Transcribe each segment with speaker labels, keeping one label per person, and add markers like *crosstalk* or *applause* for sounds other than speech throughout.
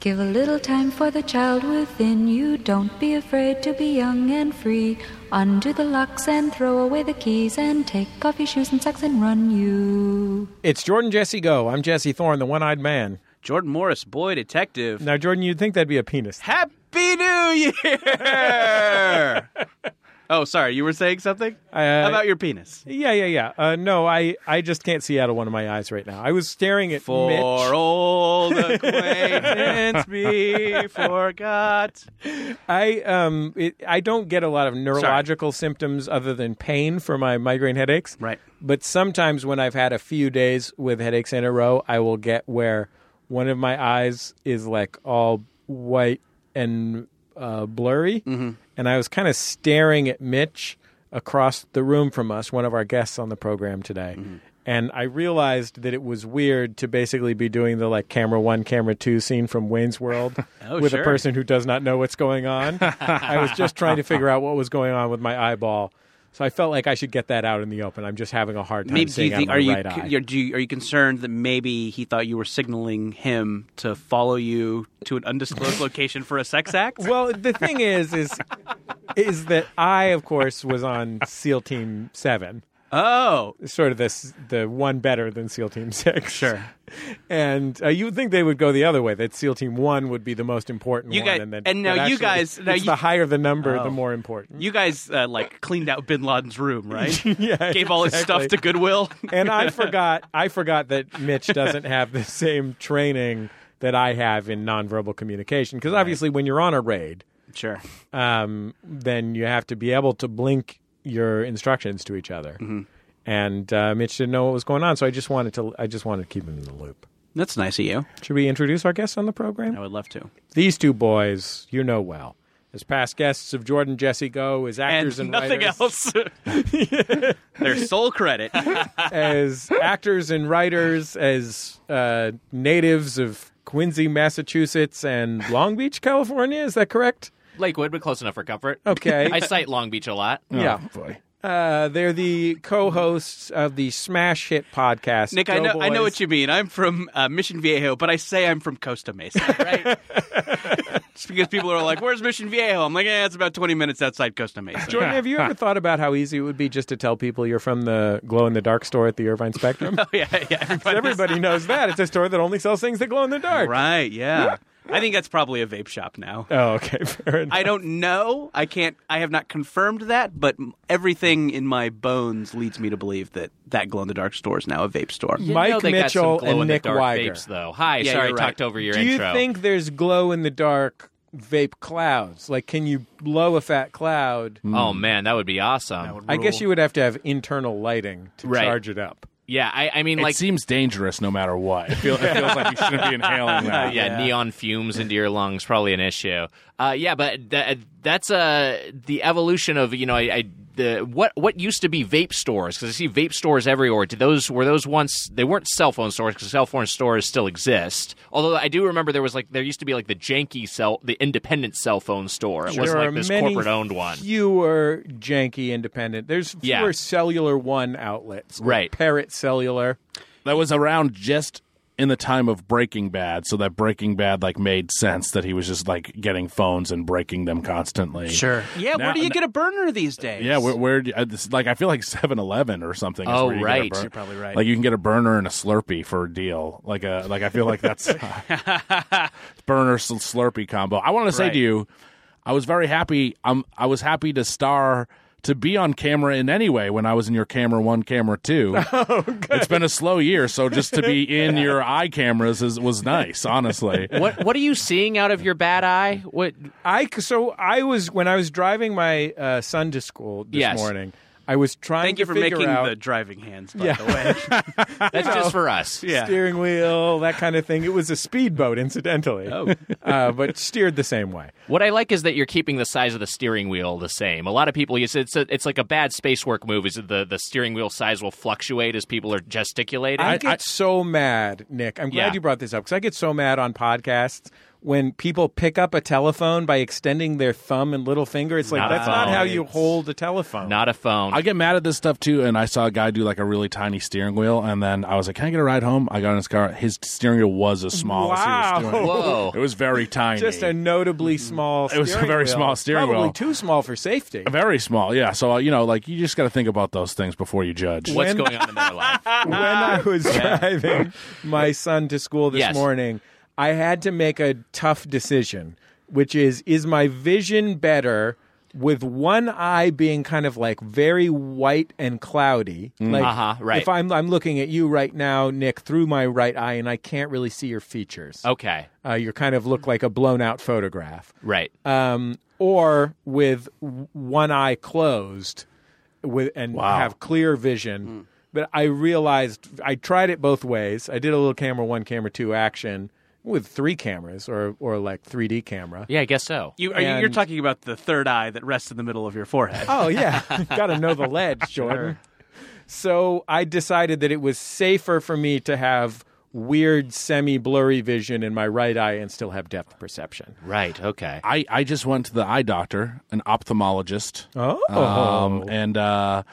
Speaker 1: Give a little time for the child within you. Don't be afraid to be young and free. Undo the locks and throw away the keys and take off your shoes and socks and run you.
Speaker 2: It's Jordan Jesse Go. I'm Jesse Thorne, the one eyed man.
Speaker 3: Jordan Morris, boy detective.
Speaker 2: Now, Jordan, you'd think that'd be a penis.
Speaker 3: Happy New
Speaker 2: *laughs*
Speaker 3: Year! oh, sorry, you were saying something
Speaker 2: Uh,
Speaker 3: about your penis.
Speaker 2: Yeah, yeah, yeah. Uh, no, I, I just can't see out of one of my eyes right now. I was staring at
Speaker 3: For
Speaker 2: Mitch. *laughs*
Speaker 3: old acquaintance be forgot.
Speaker 2: I um it, I don't get a lot of neurological symptoms other than pain for my migraine headaches.
Speaker 3: Right.
Speaker 2: But sometimes when I've had a few days with headaches in a row, I will get where one of my eyes is like all white and uh, blurry,
Speaker 3: Mm-hmm.
Speaker 2: and I was kind of staring at Mitch across the room from us, one of our guests on the program today.
Speaker 3: Mm-hmm.
Speaker 2: And I realized that it was weird to basically be doing the like camera one, camera two scene from Wayne's World
Speaker 3: *laughs* Oh,
Speaker 2: with a
Speaker 3: sure.
Speaker 2: person person who does not know what's going on. I was just trying to figure out what was going on with my eyeball. So I felt like I should get that out in the open. I'm just having a hard time
Speaker 3: Maybe do
Speaker 2: seeing
Speaker 3: you think
Speaker 2: out
Speaker 3: are
Speaker 2: of
Speaker 3: you,
Speaker 2: my right eye.
Speaker 3: are, do you are you concerned that maybe he thought you were signaling him to follow you to an undisclosed location for
Speaker 2: *laughs*
Speaker 3: a sex act?
Speaker 2: well, the thing is, is is that I, of course, was on SEAL Team Seven,
Speaker 3: Oh,
Speaker 2: sort of this the one better than SEAL Team Six.
Speaker 3: Sure.
Speaker 2: And uh, you would think they would go the other way that SEAL Team One would be the most important
Speaker 3: You
Speaker 2: one,
Speaker 3: guys-
Speaker 2: and then
Speaker 3: and now
Speaker 2: but
Speaker 3: you
Speaker 2: actually,
Speaker 3: guys- now
Speaker 2: it's
Speaker 3: you-
Speaker 2: the higher the number,
Speaker 3: Oh.
Speaker 2: the more important.
Speaker 3: you guys uh, like cleaned out Bin Laden's room, right?
Speaker 2: *laughs* yeah,
Speaker 3: Gave all his stuff
Speaker 2: exactly.
Speaker 3: to Goodwill.
Speaker 2: *laughs* and I forgot I forgot that Mitch doesn't have the same training that I have in nonverbal communication because obviously when you're on a raid,
Speaker 3: sure.
Speaker 2: um, then you have to be able to blink your instructions to each other. And uh, Mitch didn't know what was going on, so I just wanted to I just wanted to keep him in the loop.
Speaker 3: That's nice of you.
Speaker 2: Should we introduce our guests on the program?
Speaker 3: I would love to.
Speaker 2: These two boys, you know well. As past guests of Jordan Jesse Go, as actors and,
Speaker 3: nothing
Speaker 2: writers,
Speaker 3: else. *laughs* Their sole credit.
Speaker 2: *laughs* as actors and writers, as uh, natives of Quincy, Massachusetts, and Long Beach, California. Is that correct?
Speaker 4: Lakewood, but close enough for comfort.
Speaker 2: Okay.
Speaker 4: I cite Long Beach a lot.
Speaker 2: yeah.
Speaker 3: Oh,
Speaker 2: Uh, they're the co-hosts of the smash hit podcast.
Speaker 3: Nick, I know, I know what
Speaker 2: Doughboys.
Speaker 3: you mean. I'm from uh, Mission Viejo, but I say I'm from
Speaker 2: *laughs*
Speaker 3: Costa Mesa, right? Just because people are like, "Where's Mission Viejo?" I'm like, "Yeah, it's about 20 minutes outside Costa Mesa."
Speaker 2: *laughs* Jordan, have you ever thought about how easy it would be just to tell people you're from the glow in the dark store at the Irvine
Speaker 3: *laughs*
Speaker 2: Spectrum?
Speaker 3: *laughs* yeah, yeah. everybody's-
Speaker 2: Everybody knows that. It's a store that only sells things that glow in the dark.
Speaker 3: Right? Yeah. I think that's probably a vape shop now.
Speaker 2: Oh, okay. *laughs* Fair enough.
Speaker 3: I don't know. I can't. I have not confirmed that, but m- everything in my bones leads me to believe that that glow in the dark store is now a vape store.
Speaker 4: You
Speaker 2: Mike
Speaker 4: know they got some
Speaker 2: Mitchell and
Speaker 4: glow-in-the-dark
Speaker 2: Nick Weiger.
Speaker 4: Vapes, though. Hi,
Speaker 3: Yeah,
Speaker 4: sorry,
Speaker 3: you're
Speaker 4: talked
Speaker 3: right.
Speaker 4: over your
Speaker 2: Do you
Speaker 4: intro.
Speaker 2: think there's glow in the dark vape clouds? Like, can you blow a fat cloud?
Speaker 4: oh man, that would be awesome.
Speaker 2: I guess you would have to have internal lighting to
Speaker 4: Right.
Speaker 2: charge it up.
Speaker 4: yeah, I, I mean, like,
Speaker 5: it seems dangerous no matter what. It, feel, it feels like you shouldn't be inhaling
Speaker 4: yeah,
Speaker 5: that.
Speaker 4: neon fumes into your lungs probably an issue. Uh, yeah, but that, that's uh, the evolution of you know, I, I the what what used to be vape stores because I see vape stores everywhere. Did those were those once they weren't cell phone stores because cell phone stores still exist. Although I do remember there was like there used to be like the janky cell, the independent cell phone store. It
Speaker 2: there
Speaker 4: wasn't
Speaker 2: are
Speaker 4: like this
Speaker 2: many
Speaker 4: corporate
Speaker 2: *laughs*
Speaker 4: owned one.
Speaker 2: Fewer janky independent. There's fewer
Speaker 4: Yeah.
Speaker 2: cellular one outlets. like
Speaker 4: Right.
Speaker 2: Parrot Cellular.
Speaker 5: That was around just in the time of Breaking Bad, so that Breaking Bad like made sense that he was just like getting phones and breaking them constantly.
Speaker 4: Sure.
Speaker 3: Yeah, where
Speaker 5: Now-
Speaker 3: do you get a burner these days?
Speaker 5: Yeah, where, where do you- uh, this, like I feel like 7-Eleven or something. is
Speaker 4: Oh,
Speaker 5: where you get a
Speaker 4: right.
Speaker 5: bur-
Speaker 4: You're probably right.
Speaker 5: Like you can get a burner and a Slurpee for a deal. Like a like I feel
Speaker 4: *laughs*
Speaker 5: like that's *laughs* burner sl- Slurpee combo. I want to say
Speaker 3: Right.
Speaker 5: to you, I was very happy. Um, I was happy to star to be on camera in any way when I was in your camera one, camera
Speaker 4: *laughs*
Speaker 5: two.
Speaker 4: Oh,
Speaker 5: it's been a slow year, so just to be in your eye cameras is, was nice. Honestly,
Speaker 4: what what are you seeing out of your bad eye? What
Speaker 2: I so I was when I was driving my uh, son to school this
Speaker 4: Yes.
Speaker 2: morning. I was trying
Speaker 3: Thank
Speaker 2: to
Speaker 3: you for
Speaker 2: figure
Speaker 3: making
Speaker 2: out
Speaker 3: the driving hands, by
Speaker 2: Yeah.
Speaker 3: the *laughs* way.
Speaker 4: that's just for us.
Speaker 3: Yeah.
Speaker 2: steering wheel, that kind of thing. It was a speedboat, incidentally, oh. uh, but steered the same way.
Speaker 4: What I like is that you're keeping the size of the steering wheel the same. A lot of people, it's it's, a, it's like a bad space work move. Is that the the steering wheel size will fluctuate as people are gesticulating?
Speaker 2: I, get so mad, Nick. I'm glad
Speaker 4: Yeah.
Speaker 2: you brought this up because I get so mad on podcasts when people pick up a telephone by extending their thumb and little finger. It's like
Speaker 4: Not a
Speaker 2: that's not
Speaker 4: phone.
Speaker 2: how you hold a telephone.
Speaker 4: Not a phone.
Speaker 5: I get mad at this stuff too, and I saw a guy do like a really tiny steering wheel, and then I was like, "Can I get a ride home?" I got in his car. His steering wheel was as small as he was
Speaker 2: Wow.
Speaker 5: doing. it.
Speaker 4: Whoa.
Speaker 5: It was very
Speaker 2: *laughs*
Speaker 5: tiny.
Speaker 2: just a notably small.
Speaker 5: It was a
Speaker 2: steering
Speaker 5: very
Speaker 2: wheel.
Speaker 5: small steering
Speaker 2: Probably
Speaker 5: wheel.
Speaker 2: too small for safety.
Speaker 5: very small, yeah. So uh, you know, like you just got to think about those things before you judge.
Speaker 4: What's
Speaker 2: when-
Speaker 4: going on in their life?
Speaker 2: when I
Speaker 4: *laughs*
Speaker 2: was driving my son to school this
Speaker 4: Ah. Yes.
Speaker 2: morning, I had to make a tough decision, which is is my vision better with one eye being kind of like very white and cloudy. Like
Speaker 4: Uh-huh, right.
Speaker 2: if I'm I'm looking at you right now, Nick, through my right eye and I can't really see your features.
Speaker 4: Okay.
Speaker 2: Uh, you kind of look like a blown out photograph
Speaker 4: Right.
Speaker 2: um, or with w- one eye closed with and have clear vision. But I realized I tried it both ways. I did a little camera one, camera two action with three cameras or or like 3D camera.
Speaker 4: Yeah, I guess so.
Speaker 3: You, are you, you're
Speaker 2: And-
Speaker 3: talking about the third eye that rests in the middle of your forehead.
Speaker 2: Oh yeah, *laughs* got to know the ledge, Jordan. So I decided that it was safer for me to have weird semi-blurry vision in my right eye and still have depth perception.
Speaker 4: Right. Okay.
Speaker 5: I, I just went to the eye doctor, an ophthalmologist.
Speaker 2: Oh.
Speaker 5: Um, and uh,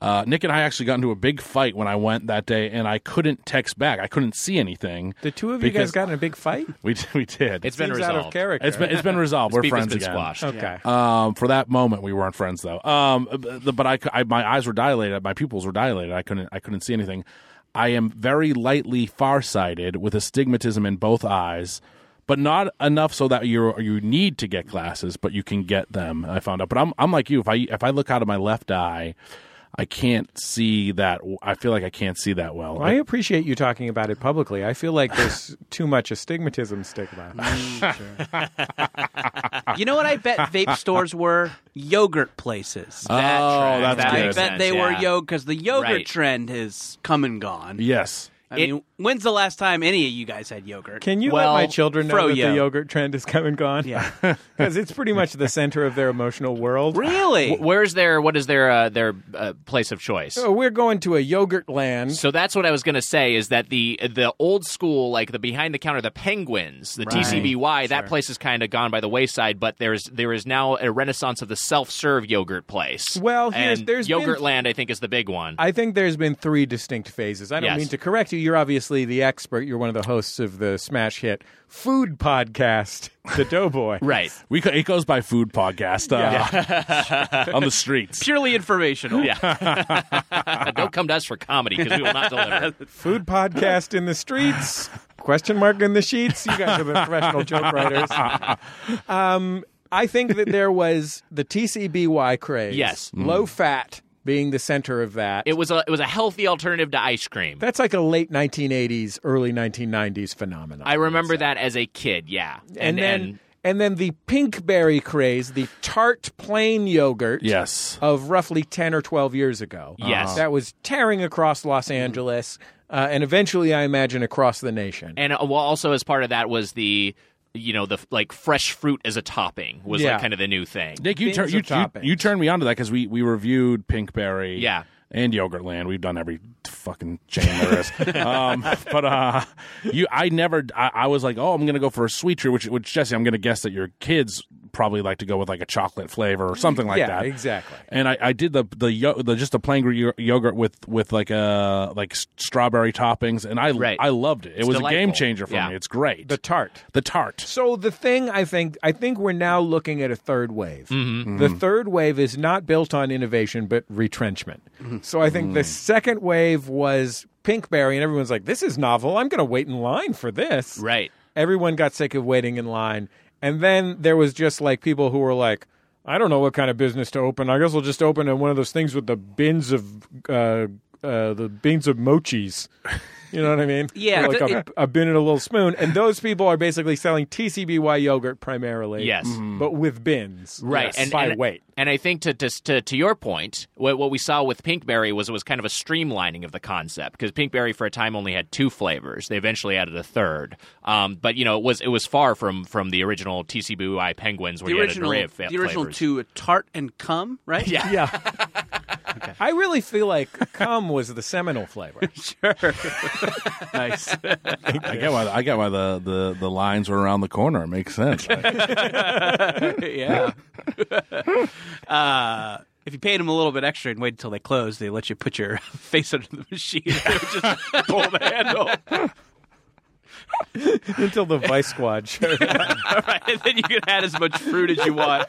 Speaker 5: uh, Nick and I actually got into a big fight when I went that day, and I couldn't text back. I couldn't see anything.
Speaker 2: The two of you guys
Speaker 5: Because-
Speaker 2: got in a big fight.
Speaker 5: We, *laughs* d- we did.
Speaker 4: It's been
Speaker 2: Seems
Speaker 4: resolved.
Speaker 2: out of character.
Speaker 5: it's been,
Speaker 4: *laughs*
Speaker 5: it's been resolved. We're
Speaker 4: Beef has
Speaker 5: friends
Speaker 4: been
Speaker 5: again.
Speaker 4: squashed.
Speaker 2: okay.
Speaker 5: Um, for that moment, we weren't friends though. Um, but, but I, cou- I- my eyes were dilated, my pupils were dilated. I couldn't, I couldn't see anything. I am very lightly farsighted with astigmatism in both eyes, but not enough so that you you need to get glasses, but you can get them. I found out, but I'm I'm like you. If I if I look out of my left eye, I can't see that. w- I feel like I can't see that well.
Speaker 2: Well, I appreciate you talking about it publicly. I feel like
Speaker 4: *laughs*
Speaker 2: there's too much astigmatism stigma.
Speaker 4: Mm,
Speaker 3: You know what I bet *laughs* vape stores were? Yogurt places.
Speaker 4: That
Speaker 5: Oh,
Speaker 4: tracks. That
Speaker 5: that's good.
Speaker 3: I
Speaker 4: makes
Speaker 3: bet
Speaker 4: sense,
Speaker 3: they were
Speaker 4: yeah.
Speaker 3: yogurt because the yogurt
Speaker 4: Right.
Speaker 3: trend has come and gone.
Speaker 5: yes.
Speaker 3: I
Speaker 4: It-
Speaker 3: mean, when's the last time any of you guys had yogurt?
Speaker 2: Can you
Speaker 4: Well,
Speaker 2: let my children know that
Speaker 3: froyo.
Speaker 2: the yogurt trend is come and gone? *laughs*
Speaker 3: Yeah.
Speaker 2: because it's pretty much the center of their emotional world.
Speaker 3: really?
Speaker 4: Wh- Where's their what is their uh, their uh, place of choice?
Speaker 2: So we're going to a yogurt land.
Speaker 4: So that's what I was going to say is that the the old school like the behind the counter the Penguins the TCBY that place is kind of gone by the wayside but there's there is now a renaissance of the self serve yogurt place.
Speaker 2: Well, here's-
Speaker 4: and
Speaker 2: there's been-
Speaker 4: Yogurtland I think is the big one.
Speaker 2: I think there's been three distinct phases. I don't
Speaker 4: Yes.
Speaker 2: mean to correct you. You're obviously the expert. You're one of the hosts of the smash hit food podcast, The
Speaker 4: *laughs*
Speaker 2: Doughboy.
Speaker 4: right.
Speaker 5: We co- it goes by food podcast uh, *laughs* on
Speaker 4: *laughs*
Speaker 5: the streets.
Speaker 3: Purely informational.
Speaker 4: Yeah. *laughs* Don't come to us for comedy because we will
Speaker 2: *laughs*
Speaker 4: not deliver.
Speaker 2: Food podcast in the streets? Question mark in the sheets? You guys are the professional joke writers. Um, I think that there was the TCBY craze.
Speaker 4: Yes. Mm.
Speaker 2: Low fat being the center of that.
Speaker 4: It was a it was a healthy alternative to ice cream.
Speaker 2: That's like a late 1980s, early 1990s phenomenon.
Speaker 4: I remember that as a kid. Yeah.
Speaker 2: And, then. And, then the pink berry craze, the tart plain yogurt
Speaker 5: Yes.
Speaker 2: of roughly 10 or 12 years ago.
Speaker 4: Yes.
Speaker 2: That was tearing across Los Angeles uh, and eventually, I imagine, across the nation.
Speaker 4: and uh, well, also as part of that was the you know the f- like fresh fruit as a topping was
Speaker 2: Yeah.
Speaker 4: like kind of the new thing.
Speaker 5: Nick, you,
Speaker 2: Things
Speaker 5: tur-
Speaker 2: of
Speaker 5: you, you,
Speaker 2: toppings.
Speaker 5: you turned me onto that because we, we reviewed Pinkberry,
Speaker 4: Yeah.
Speaker 5: and Yogurtland. We've done every fucking chain there is.
Speaker 2: *laughs*
Speaker 5: um, but uh, you, I never. I, I was like, oh, I'm gonna go for a sweet treat, which, which Jesse, I'm gonna guess that your kids probably like to go with like a chocolate flavor or something like
Speaker 2: yeah,
Speaker 5: that.
Speaker 2: exactly.
Speaker 5: And I, I did the the, yo- the just the plain gr- yo- yogurt with with like a like s- strawberry toppings, and I
Speaker 4: Right.
Speaker 5: I loved it. It was a game
Speaker 4: delightful.
Speaker 5: changer for
Speaker 4: Yeah.
Speaker 5: me. It's great.
Speaker 2: The tart.
Speaker 5: the tart.
Speaker 2: So the thing I think I think we're now looking at a third wave. The third wave is not built on innovation but retrenchment. So I think the second wave was Pinkberry and everyone's like this is novel. I'm going to wait in line for this.
Speaker 4: Right.
Speaker 2: Everyone got sick of waiting in line. And then there was just like people who were like I don't know what kind of business to open. I guess we'll just open in one of those things with the bins of uh, uh, the bins of mochis. You know what I mean?
Speaker 3: Yeah,
Speaker 2: like a,
Speaker 3: it-
Speaker 2: a bin and a little spoon, and those people are basically selling TCBY yogurt primarily.
Speaker 4: Yes.
Speaker 2: but with bins,
Speaker 4: Right,
Speaker 2: and by weight.
Speaker 4: and I think to to to, to your point, what, what we saw with Pinkberry was was kind of a streamlining of the concept because Pinkberry for a time only had two flavors. They eventually added a third, um, but you know it was it was far from from the original TCBY Penguins where
Speaker 3: The
Speaker 4: you had an
Speaker 3: original,
Speaker 4: array of fa-
Speaker 3: the original
Speaker 4: flavors.
Speaker 3: two, tart and cum, right?
Speaker 4: Yeah.
Speaker 2: Yeah, I really feel like cum was the seminal flavor.
Speaker 3: Sure.
Speaker 2: *laughs*
Speaker 3: nice.
Speaker 5: I get why. I get why the, the, the lines were around the corner. It makes sense.
Speaker 3: *laughs* yeah. *laughs* uh, if you paid them a little bit extra and waited until they closed, they let you put your *laughs* face under the machine. *laughs* They would just pull the handle,
Speaker 2: Until the Vice Squad showed up.
Speaker 3: right? *laughs* And then you could add as much fruit as
Speaker 2: *laughs*
Speaker 3: you want.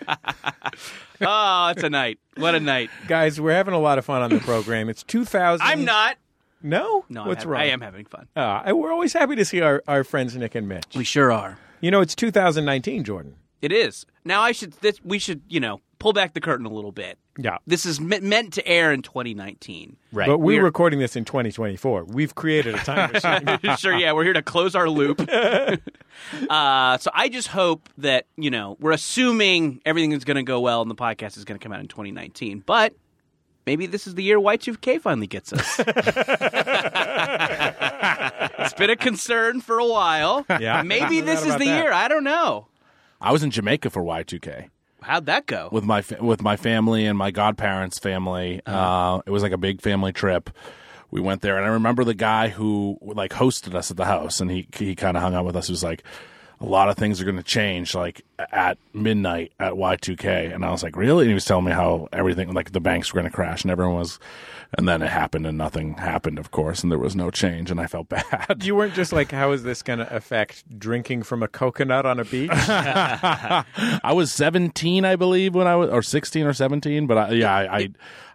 Speaker 3: Oh, it's a night. What a night.
Speaker 2: Guys, we're having a lot of fun on the program. It's 2000.
Speaker 3: I'm not.
Speaker 2: No?
Speaker 3: No, I'm
Speaker 2: What's
Speaker 3: hav-
Speaker 2: wrong?
Speaker 3: I am having fun.
Speaker 2: Uh, and we're always happy to see our, our friends Nick and Mitch.
Speaker 3: We sure are.
Speaker 2: You know, it's 2019, Jordan.
Speaker 3: It is. Now I should. This, we should. You know, pull back the curtain a little bit.
Speaker 2: Yeah.
Speaker 3: This is me- meant to air in 2019.
Speaker 4: Right.
Speaker 2: But we're
Speaker 3: We're-
Speaker 2: recording this in 2024. We've created a time machine.
Speaker 3: *laughs* sure, yeah, we're here to close our
Speaker 2: *laughs*
Speaker 3: loop. uh, so I just hope that, you know, we're assuming everything is going to go well and the podcast is going to come out in 2019. But maybe this is the year Y2K finally gets us. *laughs* it's been a concern for a while.
Speaker 2: Yeah.
Speaker 3: Maybe
Speaker 2: Forgot
Speaker 3: this is
Speaker 2: about
Speaker 3: the
Speaker 2: that.
Speaker 3: year. I don't know.
Speaker 5: I was in Jamaica for Y two K
Speaker 3: How'd that go?
Speaker 5: with my fa- with my family and my godparents' family. Uh, it was like a big family trip. We went there, and I remember the guy who like hosted us at the house, and he he kind of hung out with us. He was like, "A lot of things are going to change, like at midnight at Y two K." And I was like, "Really?" And he was telling me how everything, like the banks were going to crash, and everyone was, and then it happened, and nothing happened, of course, and there was no change, and I felt *laughs* bad.
Speaker 2: you weren't just like, how is this going to affect drinking from a coconut on a *laughs* beach?
Speaker 5: I was 17, I believe, when I was, or 16 or 17. But I, yeah, I, I,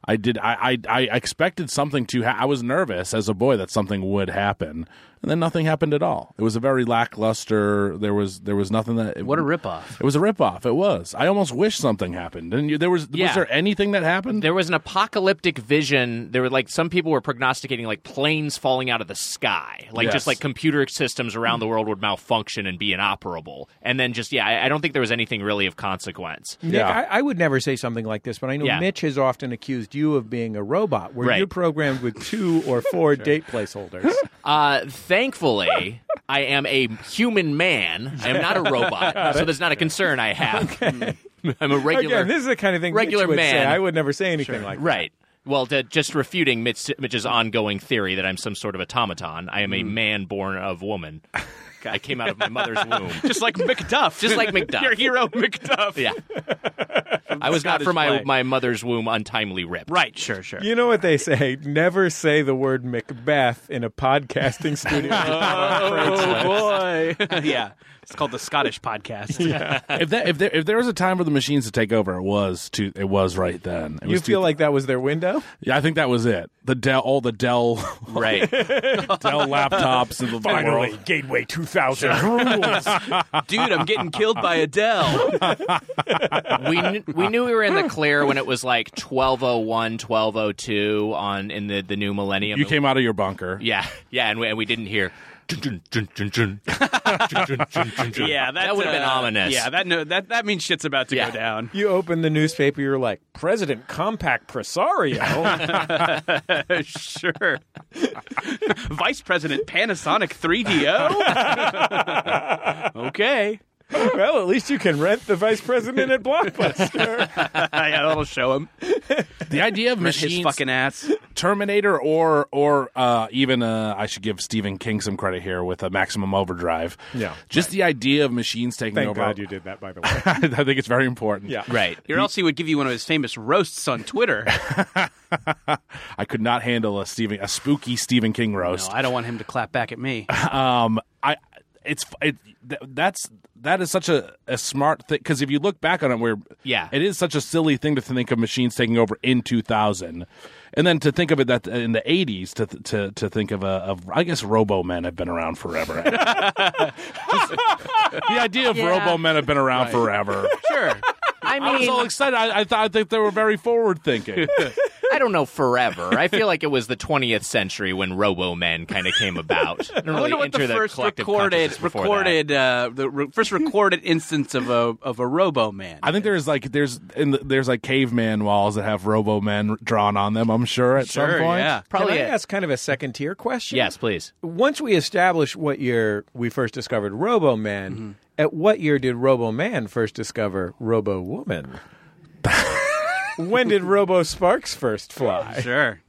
Speaker 5: I did. I, I, I expected something to. Ha- I was nervous as a boy that something would happen, and then nothing happened at all. It was a very lackluster. There was there was nothing that.
Speaker 3: what a ripoff.
Speaker 5: It was a ripoff. It was. I almost wish something happened. And you, there was
Speaker 4: Yeah.
Speaker 5: was there anything that happened?
Speaker 4: there was an apocalyptic vision. There were like some people were prognosticating like planes falling out of the sky, like
Speaker 5: Yes.
Speaker 4: just like computer systems around the world would malfunction and be inoperable. And then just yeah, I, I don't think there was anything really of consequence.
Speaker 2: Nick,
Speaker 5: Yeah.
Speaker 2: I, I would never say something like this, but I know
Speaker 4: Yeah.
Speaker 2: Mitch has often accused you of being a robot, where
Speaker 4: Right.
Speaker 2: you're programmed with two or *laughs* four date placeholders.
Speaker 4: Uh, thankfully, I am a human man. I am not a
Speaker 2: *laughs*
Speaker 4: robot, so there's not a concern I have. I'm a regular.
Speaker 2: Again, this is the kind of thing
Speaker 4: regular
Speaker 2: Mitch would say.
Speaker 4: man.
Speaker 2: I would never say anything like that.
Speaker 4: Right. Well, to, just refuting Mitch, Mitch's ongoing theory that I'm some sort of automaton. I am
Speaker 2: Hmm.
Speaker 4: a man born of
Speaker 2: *laughs*
Speaker 4: woman. I came out of my mother's womb.
Speaker 3: Just like McDuff.
Speaker 4: Just like
Speaker 3: *laughs*
Speaker 4: McDuff.
Speaker 3: Your hero, McDuff.
Speaker 4: Yeah. I was not
Speaker 3: Scottish
Speaker 4: for my,
Speaker 3: play.
Speaker 4: my mother's womb untimely ripped.
Speaker 3: Right, sure, sure.
Speaker 2: You know what they say? Never say the word Macbeth in a
Speaker 4: *laughs*
Speaker 2: podcasting studio.
Speaker 4: Uh,
Speaker 3: Oh boy! *laughs* yeah, it's called the Scottish podcast.
Speaker 5: if that if there if there was a time for the machines to take over, it was to it was right then. It
Speaker 2: you
Speaker 5: was
Speaker 2: feel
Speaker 5: two-
Speaker 2: like that was their window?
Speaker 5: yeah, I think that was it. The Dell, all the Dell *laughs*
Speaker 3: *laughs*
Speaker 4: Right.
Speaker 5: Dell laptops and the world.
Speaker 2: Gateway 2000
Speaker 5: *laughs*
Speaker 3: Dude, I'm getting killed by Adele.
Speaker 4: we kn- we knew we were in the clear when it was like 1201, 1202 on in the, the new millennium.
Speaker 5: You came out of your bunker.
Speaker 4: Yeah. Yeah, and we, and we didn't hear.
Speaker 3: *laughs* *laughs* yeah, that's, uh,
Speaker 4: That would've been ominous.
Speaker 3: Yeah, that no, that that means shit's about to
Speaker 4: Yeah.
Speaker 3: go down.
Speaker 2: You open the newspaper, you're like, President Compact
Speaker 4: *laughs*
Speaker 2: Presario?
Speaker 3: sure. *laughs* Vice President Panasonic *laughs* 3DO. okay,
Speaker 2: well, at least you can rent the vice president at *laughs* Blockbuster.
Speaker 3: yeah, that'll show him
Speaker 5: The idea of machines,
Speaker 3: his fucking ass.
Speaker 5: Terminator, or or uh, even uh, I should give Stephen King some credit here with a Maximum Overdrive.
Speaker 2: Yeah.
Speaker 5: just the idea of machines taking
Speaker 2: Thank
Speaker 5: over.
Speaker 2: God you did that, by the way.
Speaker 5: *laughs* I think it's very
Speaker 2: *laughs*
Speaker 5: important.
Speaker 2: Yeah.
Speaker 4: Right.
Speaker 3: Or else he would give you one of his famous roasts on *laughs* Twitter.
Speaker 5: I could not handle a Stephen, a spooky Stephen King
Speaker 3: No,
Speaker 5: roast.
Speaker 3: I don't want him to clap back at me.
Speaker 5: um, I it's it th- that's that is such a, a smart thing because if you look back on it, where
Speaker 4: Yeah.
Speaker 5: it is such a silly thing to think of machines taking over in 2000, and then to think of it that in the 80s to to to think of a of I guess Robo Men have been around forever. *laughs* Just- the idea of Robo Men have been around forever.
Speaker 3: *laughs*
Speaker 4: Sure. *laughs* I
Speaker 5: I was
Speaker 4: mean,
Speaker 5: all excited. I, I thought I think they were very
Speaker 4: *laughs*
Speaker 5: forward thinking.
Speaker 4: I don't know forever. I feel like it was the 20th century when Robo Men kind of came about. I don't
Speaker 3: I
Speaker 4: really
Speaker 3: wonder what
Speaker 4: enter
Speaker 3: the first
Speaker 4: collective
Speaker 3: recorded
Speaker 4: consciousness before that.
Speaker 3: recorded uh, the re- first recorded instance of a of a Robo Man.
Speaker 5: I think there's like there's in the, there's like caveman walls that have Robo Men drawn on them. I'm sure at
Speaker 3: sure,
Speaker 5: some point.
Speaker 3: yeah.
Speaker 4: Probably.
Speaker 2: Can I
Speaker 4: a-
Speaker 2: ask kind of a second tier question?
Speaker 4: yes, please.
Speaker 2: Once we establish what year we first discovered Robo Man, *laughs* at what year did Robo Man first discover Robo Woman? when did Robo Sparks first fly?
Speaker 3: Sure.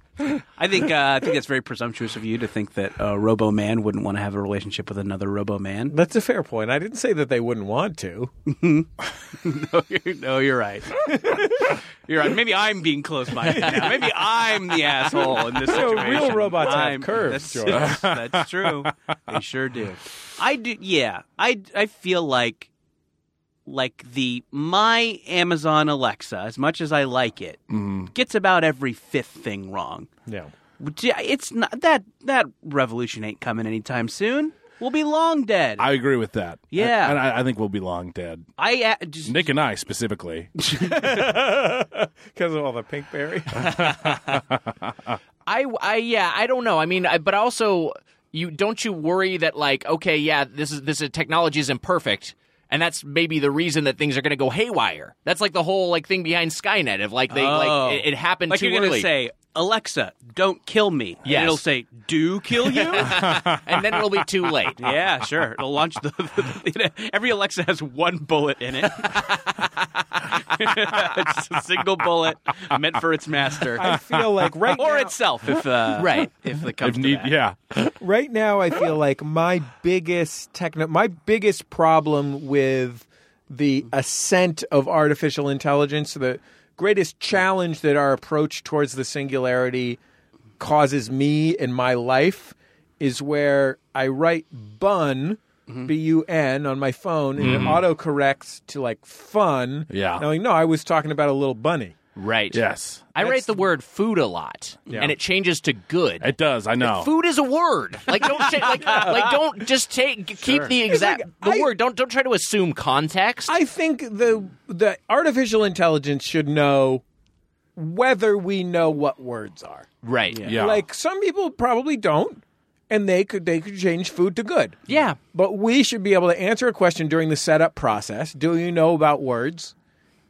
Speaker 3: I think uh, I think that's very presumptuous of you to think that a Robo Man wouldn't want to have a relationship with another Robo Man.
Speaker 2: That's a fair point. I didn't say that they wouldn't want to.
Speaker 3: *laughs* no, you're, no, you're right. *laughs* you're right. Maybe I'm being close-minded now. Maybe I'm the asshole in this
Speaker 2: real
Speaker 3: situation.
Speaker 2: robots have curves,
Speaker 3: That's, that's true. They sure do. I do. Yeah. I I feel like like the my Amazon Alexa, as much as I like it,
Speaker 2: Mm-hmm.
Speaker 3: gets about every fifth thing wrong.
Speaker 2: *laughs* No.
Speaker 3: Which, yeah, It's not that that revolution ain't coming anytime soon. We'll be long dead. I,
Speaker 5: I agree with that.
Speaker 3: Yeah.
Speaker 5: and I, I think we'll be long dead.
Speaker 3: uh, just
Speaker 5: Nick and I specifically.
Speaker 2: Because of all the pinkberry.
Speaker 4: I, I yeah, I don't know. I mean, I, but also you don't you worry that like okay, yeah, this is this is, technology is imperfect. And that's maybe the reason that things are going to go haywire. That's like the whole like thing behind Skynet of like they
Speaker 3: Oh.
Speaker 4: like it, it happened
Speaker 3: like
Speaker 4: too
Speaker 3: you're gonna
Speaker 4: early,
Speaker 3: say, Alexa, don't kill me. And
Speaker 4: Yes.
Speaker 3: it'll say, do kill you.
Speaker 4: and then it'll be too
Speaker 3: *laughs*
Speaker 4: late.
Speaker 3: yeah, sure. It'll launch the, *laughs* every Alexa has one bullet in it. *laughs* it's a single bullet meant for its master
Speaker 2: I feel like right
Speaker 3: or
Speaker 2: now,
Speaker 3: itself, if uh,
Speaker 4: Right.
Speaker 3: If it comes
Speaker 5: if
Speaker 3: to
Speaker 5: need,
Speaker 3: that.
Speaker 5: yeah.
Speaker 2: right now I feel like my biggest techno my biggest problem with the ascent of artificial intelligence, the greatest challenge that our approach towards the singularity causes me in my life is where I write bun B U N on my phone and it auto corrects to like fun.
Speaker 5: Yeah.
Speaker 2: And I'm like, no, I was talking about a little bunny.
Speaker 4: Right.
Speaker 5: Yes,
Speaker 4: I write the word food a lot, and it changes to good.
Speaker 5: it does. I know.
Speaker 4: food is a word. Like don't ta- like, like don't just take keep the exact the
Speaker 2: I-
Speaker 4: word. Don't don't try to assume context.
Speaker 2: I think the the artificial intelligence should know whether we know what words are.
Speaker 4: right.
Speaker 5: yeah,
Speaker 2: Like some people probably don't, and they could they could change food to good.
Speaker 4: Yeah.
Speaker 2: But we should be able to answer a question during the setup process. Do you know about words?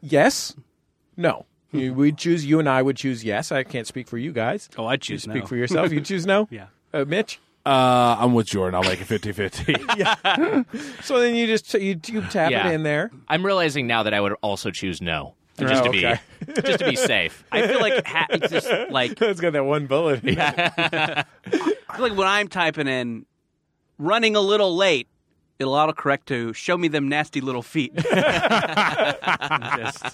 Speaker 2: Yes. No. You- We'd choose you and I would choose yes. I can't speak for you guys.
Speaker 3: Oh, I choose
Speaker 2: Speak
Speaker 3: no.
Speaker 2: for yourself. You choose no?
Speaker 3: Yeah.
Speaker 2: Uh, Mitch?
Speaker 5: uh, I'm with Jordan. I'll make it 50-50.
Speaker 2: So then you just you, you tap
Speaker 4: Yeah.
Speaker 2: it in there.
Speaker 4: I'm realizing now that I would also choose no. Just
Speaker 2: Oh,
Speaker 4: to be
Speaker 2: okay.
Speaker 4: *laughs* just to be safe.
Speaker 3: I feel like ha- it's just like
Speaker 2: It's got that one bullet.
Speaker 3: I feel like when I'm typing in running a little late, it'll autocorrect to show me them nasty little
Speaker 5: *laughs*
Speaker 3: feet. Just-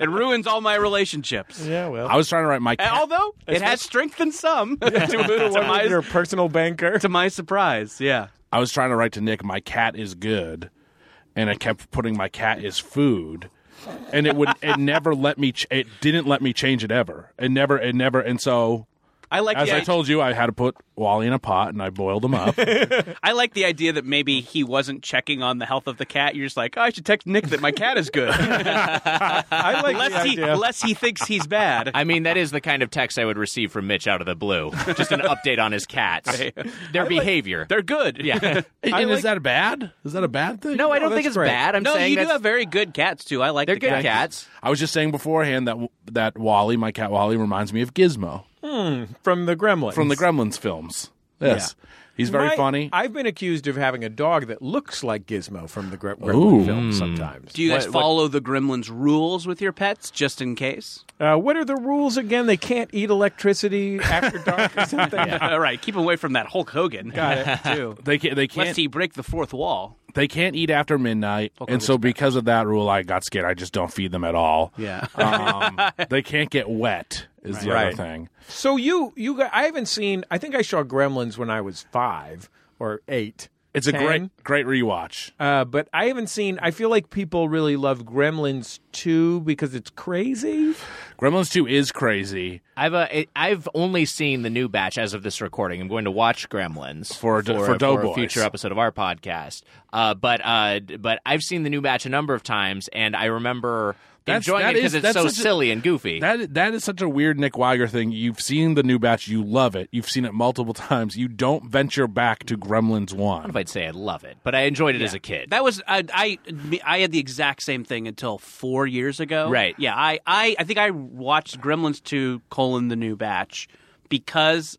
Speaker 3: it ruins all my relationships.
Speaker 2: Yeah, well.
Speaker 5: I was trying to write my.
Speaker 3: And
Speaker 5: Cat.
Speaker 3: Although it has strengthened
Speaker 4: *laughs*
Speaker 3: some to,
Speaker 2: What was your
Speaker 3: my,
Speaker 2: personal banker.
Speaker 3: to my surprise. Yeah.
Speaker 5: I was trying to write to Nick. My cat is good, and I kept putting my cat is food, and it would. It never let me. Ch- it didn't let me change it ever. It never. It never. And so.
Speaker 3: I like
Speaker 5: As
Speaker 3: the,
Speaker 5: I
Speaker 3: i-
Speaker 5: told you, I had to put Wally in a pot and I boiled him up.
Speaker 3: I like the idea that maybe he wasn't checking on the health of the cat. You're just like, oh, I should text Nick that my cat is
Speaker 5: *laughs*
Speaker 3: good,
Speaker 2: I like
Speaker 3: lest he lest he thinks he's bad.
Speaker 4: I mean, that is the kind of text I would receive from Mitch out of the blue. Just an update on his cats, their behavior.
Speaker 3: They're good. *laughs* Yeah.
Speaker 5: and is that bad? Is that a bad thing?
Speaker 4: no, I don't
Speaker 2: that's
Speaker 4: think it's
Speaker 2: great.
Speaker 4: bad. I'm
Speaker 3: no,
Speaker 4: saying
Speaker 3: you do
Speaker 4: that's-
Speaker 3: have very good cats too. I like
Speaker 4: they're
Speaker 3: the
Speaker 4: good
Speaker 3: cat.
Speaker 4: cats.
Speaker 5: I was just saying beforehand that that Wally, my cat Wally, reminds me of Gizmo
Speaker 2: from the Gremlins.
Speaker 5: from the Gremlins films. Yes, he's very
Speaker 2: My-
Speaker 5: funny.
Speaker 2: I've been accused of having a dog that looks like Gizmo from the Gre-
Speaker 5: Ooh. Hmm.
Speaker 2: Gremlin film sometimes.
Speaker 3: Do you guys follow the gremlins rules with your pets just in case?
Speaker 2: Uh, what are the rules again? They can't eat electricity after dark
Speaker 5: *laughs*
Speaker 2: or something.
Speaker 3: *laughs* All right, keep away from that Hulk Hogan. Got it. Too.
Speaker 5: they can't. They can't.
Speaker 3: Lest he break the fourth wall.
Speaker 5: they can't eat after midnight, and so because of that rule, I got scared. I just don't feed them at all.
Speaker 3: Yeah.
Speaker 5: um, they can't get wet. Is the other
Speaker 2: Right.
Speaker 5: thing.
Speaker 2: So you, you, got, I haven't seen. I think I saw Gremlins when I was five or eight.
Speaker 5: It's a
Speaker 2: Ten.
Speaker 5: great, great rewatch.
Speaker 2: Uh, but I haven't seen. I feel like people really love Gremlins two because it's crazy.
Speaker 5: Gremlins Two is crazy
Speaker 4: I've uh, it- I've only seen the new batch as of this recording. I'm going to watch Gremlins
Speaker 5: For- for
Speaker 4: a-
Speaker 5: Doughboys.
Speaker 4: a future episode of our podcast. Uh, but uh, d- but I've seen the new batch a number of times, and I remember
Speaker 5: That's-
Speaker 4: enjoying
Speaker 5: that
Speaker 4: it because
Speaker 5: is-
Speaker 4: it's
Speaker 5: that's
Speaker 4: so
Speaker 5: such a-
Speaker 4: silly and goofy.
Speaker 5: That that is such a weird Nick Weiger thing. You've seen the new batch, you love it. You've seen it multiple *laughs* times. You don't venture back to Gremlins One.
Speaker 4: if I'd say I love it, but I enjoyed it as a kid.
Speaker 3: That was I, I. I had the exact same thing until four years ago.
Speaker 4: Right.
Speaker 3: Yeah. I. I. I think I watched Gremlins two colon the new batch because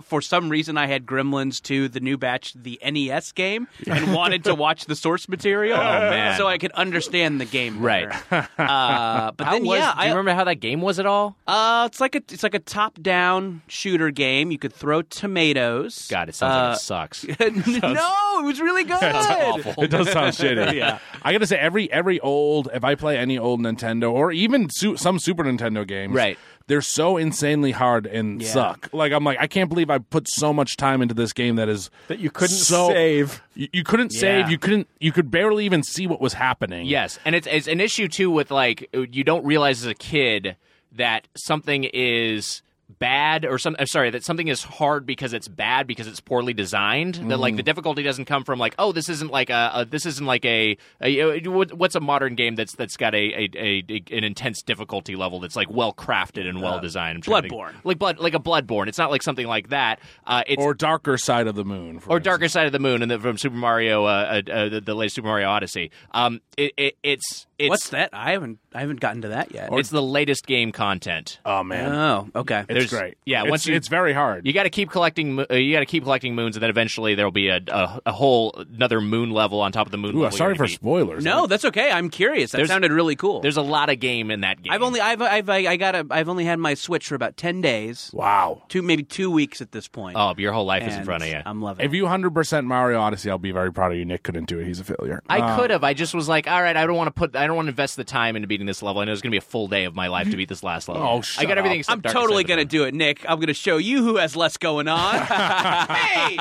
Speaker 3: for some reason I had Gremlins 2, the new batch, the NES game,
Speaker 4: *laughs*
Speaker 3: and wanted to watch the source material,
Speaker 4: Oh, man.
Speaker 3: so I could understand the game.
Speaker 4: Right.
Speaker 3: Better. Uh, but
Speaker 4: How
Speaker 3: then,
Speaker 4: was,
Speaker 3: yeah,
Speaker 4: do you
Speaker 3: I,
Speaker 4: remember how that game was at all?
Speaker 3: uh, it's like a it's like a top down shooter game. You could throw tomatoes.
Speaker 4: God, it sounds
Speaker 3: uh,
Speaker 4: like it sucks.
Speaker 3: *laughs*
Speaker 4: *laughs*
Speaker 3: like no, it was really good.
Speaker 5: It does
Speaker 4: *laughs*
Speaker 5: sound shitty. yeah, I gotta say every every old if I play any old Nintendo or even su- some Super Nintendo games,
Speaker 4: Right.
Speaker 5: They're so insanely hard and suck. Like I'm like I can't believe I put so much time into this game that is
Speaker 2: That you couldn't
Speaker 5: so-
Speaker 2: save.
Speaker 5: You, you couldn't
Speaker 4: Yeah.
Speaker 5: save. You couldn't. You could barely even see what was happening.
Speaker 4: Yes, and it's, it's an issue too with like you don't realize as a kid that something is bad or some I'm sorry that something is hard because it's bad because it's poorly designed that
Speaker 3: Mm.
Speaker 4: like the difficulty doesn't come from like oh this isn't like a, a this isn't like a, a- what- what's a modern game that's that's got a, a, a, a- an intense difficulty level that's like well crafted and well designed I'm trying to think.
Speaker 3: Uh, Bloodborne.
Speaker 4: like blood like a bloodborne it's not like something like that uh, it's
Speaker 5: Or Darker Side of the Moon. for
Speaker 4: or
Speaker 5: instance.
Speaker 4: Darker Side of the Moon, and the, from Super Mario, uh, uh, uh, the, the latest Super Mario Odyssey. Um, it, it, it's it's
Speaker 3: What's that? I haven't I haven't gotten to that yet.
Speaker 4: it's the latest game content.
Speaker 5: Oh man,
Speaker 3: oh, okay.
Speaker 5: it's
Speaker 4: Uh, there's-
Speaker 5: great.
Speaker 4: yeah,
Speaker 5: it's,
Speaker 4: once you-
Speaker 5: it's very hard.
Speaker 4: You got to keep collecting. mo- Uh, you got to keep collecting moons, and then eventually there'll be a, a, a whole another moon level on top of the moon.
Speaker 5: Ooh,
Speaker 4: level
Speaker 5: sorry
Speaker 4: you're gonna
Speaker 5: for
Speaker 4: beat.
Speaker 5: spoilers.
Speaker 3: no, that's okay. I'm curious. That
Speaker 4: There's-
Speaker 3: sounded really cool.
Speaker 4: There's a lot of game in that game.
Speaker 3: I've only I've I've I I got a I've only had my Switch for about ten days,
Speaker 5: Wow.
Speaker 3: two maybe two weeks at this point.
Speaker 4: oh, but your whole life is in
Speaker 3: And
Speaker 4: front of you.
Speaker 3: I'm loving.
Speaker 5: If
Speaker 3: it.
Speaker 5: you 100% Mario Odyssey, I'll be very proud of you. Nick couldn't do it. He's a failure.
Speaker 3: uh,
Speaker 4: I could have. I just was like, all right, I don't want to put. I don't want to invest the time into beating this level. I know it's going to be a full day of my
Speaker 3: *laughs*
Speaker 4: life to beat this last level.
Speaker 5: Oh, shut
Speaker 4: I got everything.
Speaker 5: up.
Speaker 4: except
Speaker 3: I'm
Speaker 4: Darker
Speaker 3: totally
Speaker 4: Side of the
Speaker 3: gonna do it, Nick. I'm gonna show you who has less going on.
Speaker 4: *laughs*
Speaker 3: hey,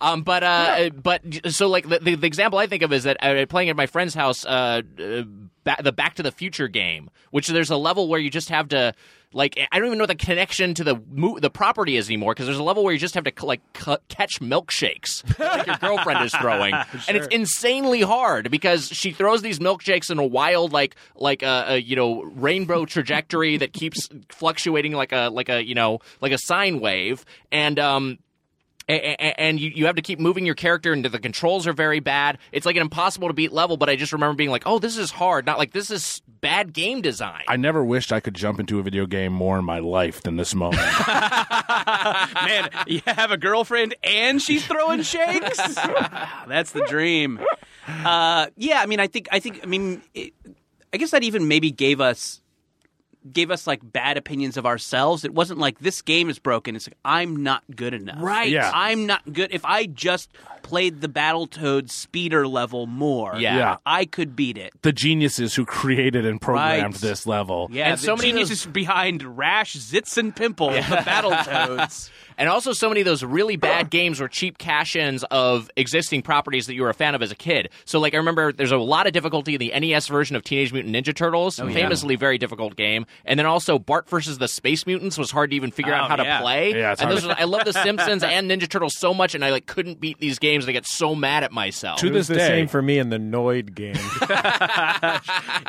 Speaker 4: Um, but uh, but so like the, the, the example I think of is that uh, playing at my friend's house, uh, uh, ba- the Back to the Future game, which there's a level where you just have to like I don't even know what the connection to the mo- the property is anymore because there's a level where you just have to c- like c- catch milkshakes like your girlfriend is throwing, and it's insanely hard because she throws these milkshakes in a wild like like a, a you know rainbow trajectory that keeps fluctuating like a like a you know like a sine wave and um a- a- and you, you have to keep moving your character and the controls are very bad it's like an impossible to beat level but i just remember being like oh this is hard not like this is bad game design
Speaker 5: I never wished I could jump into a video game more in my life than this moment.
Speaker 3: man, you have a girlfriend and she's throwing shakes. That's the dream. Uh, yeah, I mean, I think I think I mean, it, I guess that even maybe gave us gave us like bad opinions of ourselves. It wasn't like this game is broken. It's like I'm not good enough.
Speaker 4: Right.
Speaker 5: Yeah.
Speaker 3: I'm not good. If I just played the Battletoad speeder level more,
Speaker 4: Yeah. Yeah.
Speaker 3: I could beat it.
Speaker 5: the geniuses who created and programmed
Speaker 3: Right.
Speaker 5: this level.
Speaker 3: Yeah,
Speaker 4: And
Speaker 3: the
Speaker 4: so many of those-
Speaker 3: geniuses behind Rash, Zits, and Pimple, the Battletoads.
Speaker 4: *laughs* and also so many of those really bad games were cheap cash-ins of existing properties that you were a fan of as a kid so like i remember there's a lot of difficulty in the nes version of teenage mutant ninja turtles
Speaker 3: Oh,
Speaker 4: famously very difficult game and then also bart versus the space mutants was hard to even figure
Speaker 3: Oh,
Speaker 4: out how
Speaker 3: yeah.
Speaker 4: to play
Speaker 5: Yeah, it's
Speaker 4: and
Speaker 5: hard.
Speaker 4: those were- i love
Speaker 3: *laughs*
Speaker 4: the simpsons and ninja turtles so much and i like couldn't beat these games and i got so mad at myself
Speaker 5: To
Speaker 2: It was
Speaker 5: this
Speaker 2: the
Speaker 5: day.
Speaker 2: same for me in the Noid game.
Speaker 3: *laughs*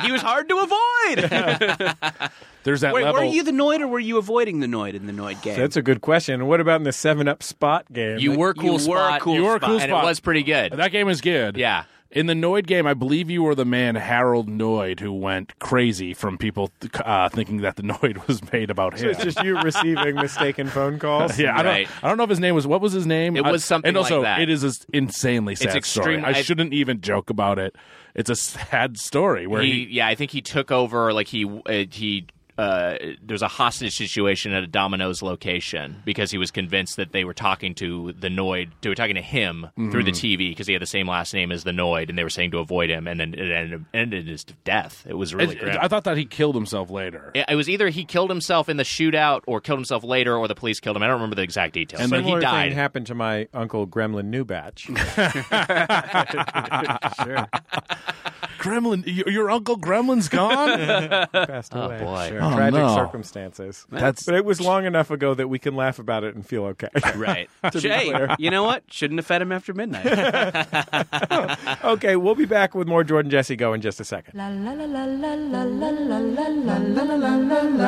Speaker 3: he was hard to avoid.
Speaker 5: There's that
Speaker 3: Wait,
Speaker 5: level.
Speaker 3: were you the Noid or were you avoiding the Noid in the Noid game?
Speaker 2: *laughs* That's a good question. And what about in the Seven Up Spot game?
Speaker 4: You were cool
Speaker 3: were
Speaker 4: spot.
Speaker 3: cool
Speaker 5: You were spot. cool
Speaker 4: and
Speaker 5: spot.
Speaker 4: it was pretty good.
Speaker 5: *laughs* that game is good.
Speaker 4: Yeah.
Speaker 5: In the Noid game, I believe you were the man Harold Noid who went crazy from people th- uh, thinking that the *laughs* Noid was made about him.
Speaker 2: it's just you receiving mistaken phone calls.
Speaker 5: *laughs* yeah, I don't.
Speaker 4: Right.
Speaker 5: I don't know if his name was. What was his name?
Speaker 4: It
Speaker 5: I-
Speaker 4: was something
Speaker 5: And also,
Speaker 4: like that.
Speaker 5: it is an insanely sad
Speaker 4: extreme-
Speaker 5: story. I,
Speaker 4: I-
Speaker 5: shouldn't even joke about it. It's a sad story where
Speaker 4: He- yeah, I think he took over. Like he uh, he uh, there's a hostage situation at a Domino's location because he was convinced that they were talking to the Noid. They were talking to him through the TV because he had the same last name as the Noid, and they were saying to avoid him. And then it ended, ended in his death. It was
Speaker 5: he.
Speaker 4: really grim.
Speaker 5: I thought that he killed himself later.
Speaker 4: it it was either he killed himself in the shootout, or killed himself later, or the police killed him. I don't remember the exact details.
Speaker 5: And
Speaker 4: but
Speaker 2: Similar
Speaker 4: he died.
Speaker 2: thing happened to my uncle Gremlin Newbatch.
Speaker 5: Gremlin, y- your uncle Gremlin's gone.
Speaker 2: passed away.
Speaker 4: boy.
Speaker 2: Sure.
Speaker 5: Oh,
Speaker 2: Tragic
Speaker 5: no.
Speaker 2: circumstances.
Speaker 5: That's-
Speaker 2: But it was long enough ago that we can laugh about it and feel okay.
Speaker 4: Right.
Speaker 3: Jay, you know what? Shouldn't have fed him after midnight.
Speaker 2: okay, we'll be back with more Jordan Jesse Go in just a second.
Speaker 1: La la la la la la la la la la.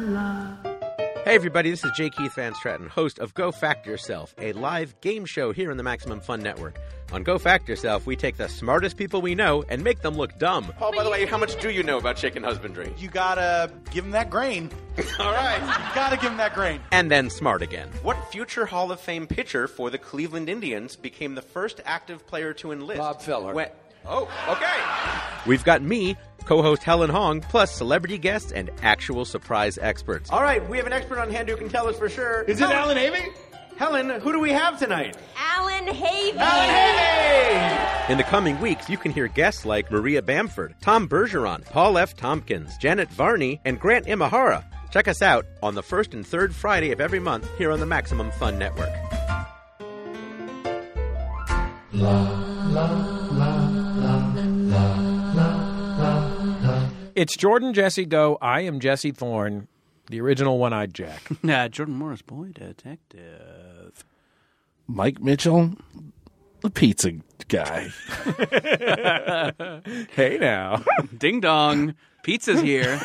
Speaker 6: Hey, everybody, this is Jake Keith Van Stratton, host of Go Fact Yourself, a live game show here in the Maximum Fun Network. On Go Fact Yourself, we take the smartest people we know and make them look dumb. Oh, by the way, how much do you know about chicken husbandry?
Speaker 7: You gotta give him that grain.
Speaker 6: *laughs* All right.
Speaker 7: You gotta give him that grain.
Speaker 6: And then smart again. What future Hall of Fame pitcher for the Cleveland Indians became the first active player to enlist? Bob Feller. Oh, okay. We've got me, co host Helen Hong, plus celebrity guests and actual surprise experts. All right, we have an expert on hand who can tell us for sure. Is it Alan Having? Helen, who do we have tonight?
Speaker 8: Alan Havey.
Speaker 6: In the coming weeks, you can hear guests like Maria Bamford, Tom Bergeron, Paul F. Tompkins, Janet Varney, and Grant Imahara. Check us out on the first and third Friday of every month here on the Maximum Fun Network.
Speaker 2: It's Jordan Jesse Go. I am Jesse Thorne, the original one eyed Jack.
Speaker 3: Uh, Jordan Morris, boy detective.
Speaker 5: Mike Mitchell, the pizza guy.
Speaker 2: hey now.
Speaker 3: Ding dong. Pizza's here.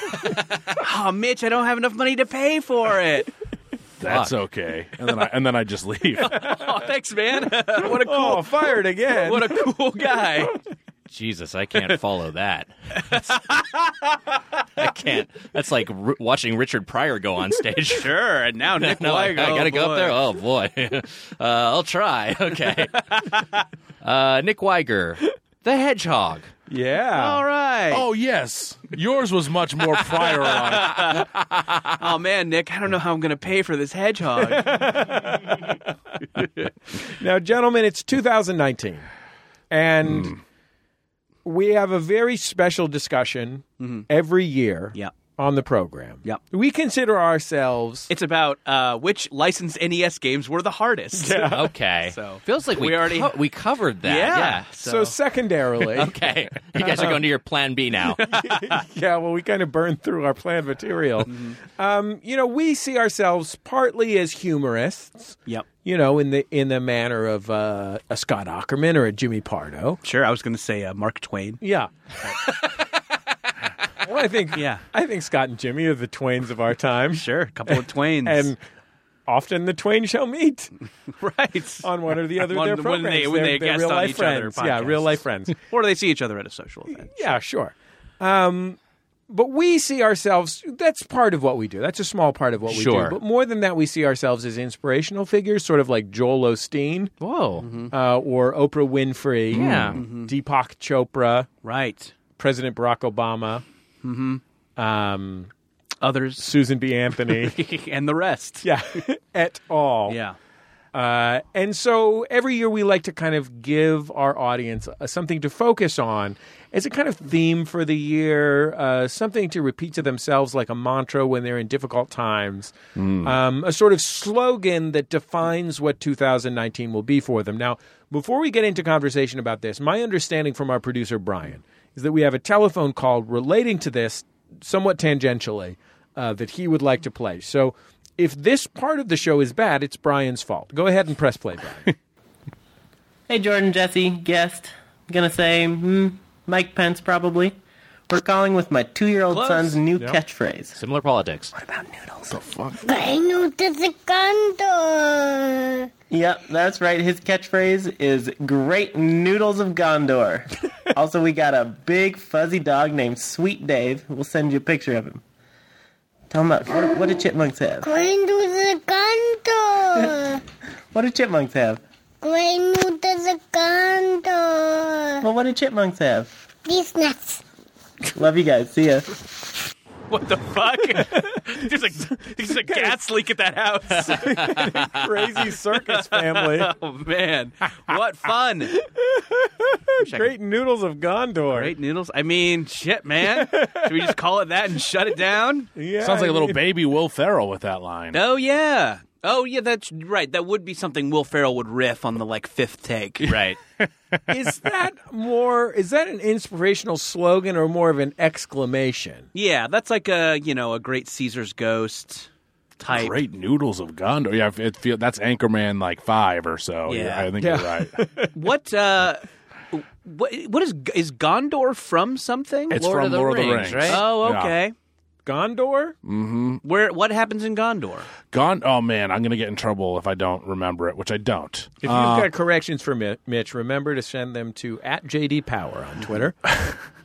Speaker 3: oh, Mitch, I don't have enough money to pay for it.
Speaker 5: That's okay. And then I and then I just leave.
Speaker 3: *laughs* Oh, thanks, man. What a cool,
Speaker 2: oh, fired
Speaker 4: *laughs*
Speaker 2: again.
Speaker 3: *laughs* what a cool guy.
Speaker 4: Jesus, I can't follow that. *laughs* I can't. That's like r- watching Richard Pryor go on stage.
Speaker 3: *laughs* Sure. And now Nick
Speaker 4: *laughs* No, I, I
Speaker 3: Weiger.
Speaker 4: gotta
Speaker 3: oh,
Speaker 4: go up
Speaker 3: boy.
Speaker 4: there. Oh boy, *laughs* uh, I'll try. *laughs* Okay. Uh, Nick Weiger, the hedgehog.
Speaker 2: yeah.
Speaker 3: All right.
Speaker 5: oh yes, yours was much more prior on.
Speaker 3: Oh man, Nick, I don't know how I'm going to pay for this hedgehog.
Speaker 2: Now, gentlemen, it's 2019, and we have a very special discussion every year
Speaker 3: Yeah.
Speaker 2: on the program.
Speaker 3: Yeah.
Speaker 2: We consider ourselves.
Speaker 3: it's about uh, which licensed NES games were the hardest.
Speaker 4: Okay.
Speaker 3: *laughs* So-
Speaker 4: feels like we,
Speaker 3: We already-
Speaker 4: already we covered *laughs* that.
Speaker 3: Yeah.
Speaker 2: so,
Speaker 3: uh,
Speaker 2: secondarily,
Speaker 4: Okay. You guys are going to your plan
Speaker 3: *laughs*
Speaker 4: B now.
Speaker 2: yeah, well, we kind of burned through our planned material. Um, you know, we see ourselves partly as humorists,
Speaker 3: Yep.
Speaker 2: you know, in the in the manner of uh, a Scott Ackerman or a Jimmy Pardo.
Speaker 3: Sure, I was going to say uh, Mark Twain.
Speaker 2: Yeah. *laughs* well, I think
Speaker 3: Yeah.
Speaker 2: I think Scott and Jimmy are the twains of our time.
Speaker 3: Sure, a couple of Twains.
Speaker 2: and often the twain shall meet
Speaker 3: *laughs* right.
Speaker 2: on one or the other
Speaker 3: *laughs* On
Speaker 2: of their
Speaker 3: the-
Speaker 2: programs.
Speaker 3: When they, when
Speaker 2: They're-
Speaker 3: they
Speaker 2: they're
Speaker 3: guest
Speaker 2: real
Speaker 3: on
Speaker 2: life
Speaker 3: each
Speaker 2: friends.
Speaker 3: other
Speaker 2: yeah,
Speaker 3: podcasts.
Speaker 2: real life friends.
Speaker 3: Or they see each other at a social event.
Speaker 2: yeah, sure. Um, but we see ourselves. That's part of what we do. That's a small part of what we
Speaker 4: Sure.
Speaker 2: do. But more than that, we see ourselves as inspirational figures, sort of like Joel Osteen
Speaker 4: Whoa.
Speaker 3: Mm-hmm.
Speaker 2: uh, or Oprah Winfrey, Mm-hmm.
Speaker 4: Yeah.
Speaker 2: Deepak Chopra,
Speaker 3: Right.
Speaker 2: President Barack Obama. Um,
Speaker 3: Others
Speaker 2: Susan B. Anthony,
Speaker 3: *laughs* and the rest.
Speaker 2: yeah, *laughs* et al.
Speaker 3: Yeah.
Speaker 2: Uh, and so every year we like to kind of give our audience uh, something to focus on as a kind of theme for the year, uh, something to repeat to themselves like a mantra when they're in difficult times, um, a sort of slogan that defines what 2019 will be for them. Now, before we get into conversation about this, my understanding from our producer, Brian, is that we have a telephone call relating to this somewhat tangentially uh, that he would like to play. So if this part of the show is bad, it's Brian's fault. Go ahead and press play, Brian.
Speaker 9: Hey, Jordan, Jesse, guest. I'm gonna say hmm, Mike Pence probably. We're calling with my two-year-old
Speaker 3: Close.
Speaker 9: son's new
Speaker 2: Yep.
Speaker 9: catchphrase.
Speaker 4: Similar politics.
Speaker 9: Yep, that's right. His catchphrase is "Great noodles of Gondor." also, we got a big fuzzy dog named Sweet Dave. We'll send you a picture of him. Tell him about what, what do chipmunks have? *laughs* What do chipmunks have? Well, what do chipmunks have?
Speaker 8: These nuts.
Speaker 9: Love you guys. See ya.
Speaker 3: What the *laughs* fuck? there's, a, there's a gas leak at that house.
Speaker 2: *laughs* Crazy circus *laughs* family.
Speaker 3: *laughs* oh, man. What fun.
Speaker 2: Great noodles of Gondor.
Speaker 3: Great noodles. I mean, shit, man. Should we just call it that and shut it down?
Speaker 2: Yeah,
Speaker 5: Sounds
Speaker 2: I
Speaker 5: like a little
Speaker 2: mean-
Speaker 5: baby Will Ferrell with that line.
Speaker 3: Oh yeah. Oh yeah, that's right. That would be something Will Ferrell would riff on the like fifth *laughs* take.
Speaker 4: Right.
Speaker 2: Is that more? Is that an inspirational slogan or more of an exclamation?
Speaker 3: Yeah, that's like a you know a great Caesar's ghost type.
Speaker 5: Great noodles of Gondor. Yeah, it feel that's Anchorman like five or so.
Speaker 3: Yeah.
Speaker 5: I think
Speaker 2: Yeah.
Speaker 5: you're right.
Speaker 3: What uh, what what is is Gondor from something?
Speaker 5: It's
Speaker 4: Lord
Speaker 5: from
Speaker 4: of the
Speaker 5: Lord of the
Speaker 4: Rings,
Speaker 5: Rings,
Speaker 4: right?
Speaker 3: oh
Speaker 5: Yeah.
Speaker 3: okay.
Speaker 2: Gondor?
Speaker 3: Where what happens in Gondor?
Speaker 5: Gone. Oh man, I'm gonna get in trouble if I don't remember it, which I don't. Uh,
Speaker 2: If you've got corrections for Mi- Mitch, remember to send them to at JD Power on Twitter. *laughs*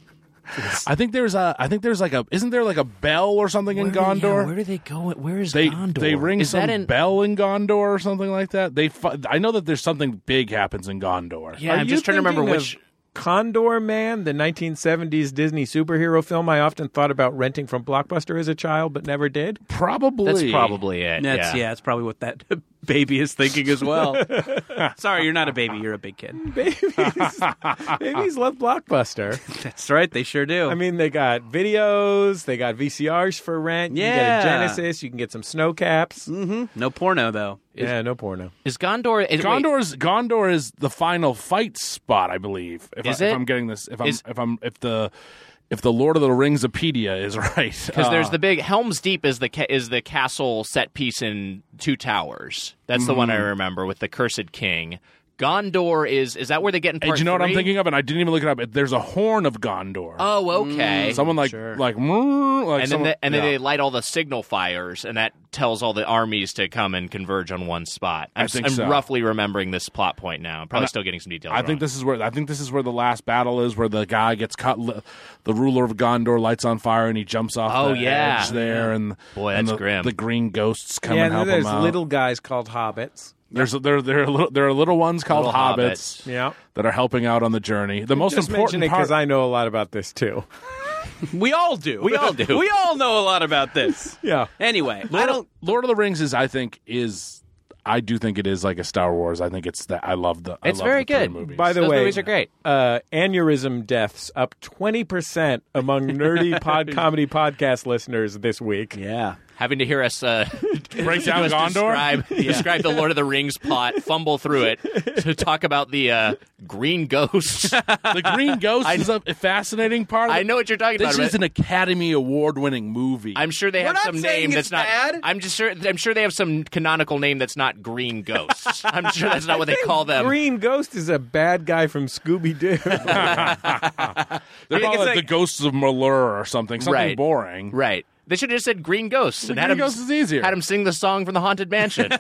Speaker 5: I think there's a. I think there's like a. Isn't there like a bell or something in Gondor?
Speaker 4: where do they go? Where is
Speaker 5: they
Speaker 4: Gondor?
Speaker 5: they ring
Speaker 4: is
Speaker 5: some
Speaker 4: that in,
Speaker 5: bell in Gondor or something like that. They. Fu- I know that there's something big happens in Gondor.
Speaker 4: Yeah,
Speaker 2: Are
Speaker 4: I'm
Speaker 2: you
Speaker 4: just trying to remember
Speaker 2: thinking
Speaker 4: which.
Speaker 2: of Condor Man, the 1970s Disney superhero film I often thought about renting from Blockbuster as a child but never did.
Speaker 5: Probably.
Speaker 4: That's probably it.
Speaker 3: That's Eh, yeah.
Speaker 4: yeah.
Speaker 3: that's probably what that *laughs* baby is thinking as *laughs* well. Sorry, you're not a baby, you're a big
Speaker 2: *laughs*
Speaker 3: kid.
Speaker 2: Babies, babies love Blockbuster.
Speaker 3: That's right, they sure do.
Speaker 2: I mean, they got videos, they got VCRs for rent. You
Speaker 3: Yeah.
Speaker 2: can get a Genesis, you can get some snow caps.
Speaker 3: no porno though.
Speaker 2: Yeah, no porno.
Speaker 4: Is Gondor? Is, wait,
Speaker 5: Gondor's Gondor is the final fight spot, I believe. If,
Speaker 4: Is
Speaker 5: I,
Speaker 4: it?
Speaker 5: if I'm getting this, if I'm
Speaker 4: Is-
Speaker 5: if I'm if the if the Lord of the Ringsopedia is *laughs* right,
Speaker 4: Because
Speaker 5: Uh,
Speaker 4: there's the big Helm's Deep is the ca- is the castle set piece in Two Towers. That's the one
Speaker 5: Mm-hmm.
Speaker 4: I remember with the cursed king. Gondor is is that where they get in
Speaker 5: Hey,
Speaker 4: part
Speaker 5: do you know what I'm
Speaker 4: three?
Speaker 5: thinking of? Uh, And I didn't even look it up. There's a horn of Gondor.
Speaker 4: Oh, okay.
Speaker 5: someone Mm. like like, "Mrrr,"
Speaker 4: and
Speaker 5: like
Speaker 4: then
Speaker 5: someone-
Speaker 4: the- and then
Speaker 5: yeah.
Speaker 4: they light all the signal fires, and that tells all the armies to come and converge on one spot. I'm, s-
Speaker 5: think
Speaker 4: I'm
Speaker 5: so.
Speaker 4: roughly remembering this plot point now. I'm probably
Speaker 5: And I-
Speaker 4: still getting some details.
Speaker 5: I think
Speaker 4: wrong.
Speaker 5: this is where I think this is where the last battle is, where the guy gets cut. li- The ruler of Gondor lights on fire, and he jumps off.
Speaker 4: Oh,
Speaker 5: the
Speaker 4: yeah.
Speaker 5: edge there, and
Speaker 4: Boy,
Speaker 5: and
Speaker 4: that's
Speaker 5: the,
Speaker 4: grim.
Speaker 5: The green ghosts come
Speaker 2: yeah,
Speaker 5: and help
Speaker 2: there's
Speaker 5: him out.
Speaker 2: little guys called hobbits.
Speaker 5: There's there there are little, there are little ones called
Speaker 4: Little hobbits.
Speaker 5: hobbits,
Speaker 2: Yeah.
Speaker 5: that are helping out on the journey. The most
Speaker 2: Just mention
Speaker 5: important
Speaker 2: it
Speaker 5: part.
Speaker 2: because I know a lot about this too.
Speaker 3: We all do. We all do. *laughs* we all know a lot about this.
Speaker 2: Yeah.
Speaker 3: *laughs* Anyway, I
Speaker 5: Lord,
Speaker 3: don't
Speaker 5: Lord of the Rings is I think is I do think it is like a Star Wars. I think it's that I love the. I
Speaker 4: It's
Speaker 5: love
Speaker 4: very
Speaker 5: the three
Speaker 4: good.
Speaker 5: Movies.
Speaker 2: By the
Speaker 4: Those
Speaker 2: way,
Speaker 4: movies are great.
Speaker 2: Uh, aneurysm deaths up twenty percent among nerdy pod comedy podcast listeners this week.
Speaker 3: Yeah.
Speaker 4: having to hear us
Speaker 5: *laughs*
Speaker 4: uh, *laughs*
Speaker 5: Break down
Speaker 4: us
Speaker 5: Gondor? *laughs*
Speaker 4: describe, describe the Lord of the Rings plot, fumble through it to talk about the uh, green
Speaker 5: *laughs*
Speaker 4: ghosts.
Speaker 5: the
Speaker 4: *laughs*
Speaker 5: Green Ghost is a fascinating part. Of
Speaker 4: I
Speaker 5: it.
Speaker 4: know what you're talking
Speaker 5: This
Speaker 4: about.
Speaker 5: is an Academy Award winning movie.
Speaker 4: I'm sure they
Speaker 3: We're
Speaker 4: have
Speaker 3: not
Speaker 4: some
Speaker 3: saying
Speaker 4: name
Speaker 3: it's
Speaker 4: that's not.
Speaker 3: bad.
Speaker 4: I'm just sure. I'm sure they have some canonical name that's not
Speaker 3: *laughs*
Speaker 4: Green Ghosts. I'm sure that's not what they call them.
Speaker 2: Green Ghost is a bad guy from Scooby Doo.
Speaker 5: They're
Speaker 3: think
Speaker 5: called
Speaker 3: it's
Speaker 5: it the
Speaker 3: like-
Speaker 5: Ghosts of Malur or something. Something
Speaker 4: Right.
Speaker 5: boring.
Speaker 4: Right. They should have just said Green Ghosts and had
Speaker 5: Green
Speaker 4: him,
Speaker 5: Ghost is easier.
Speaker 4: had him sing the song from the Haunted
Speaker 3: *laughs*
Speaker 4: Mansion.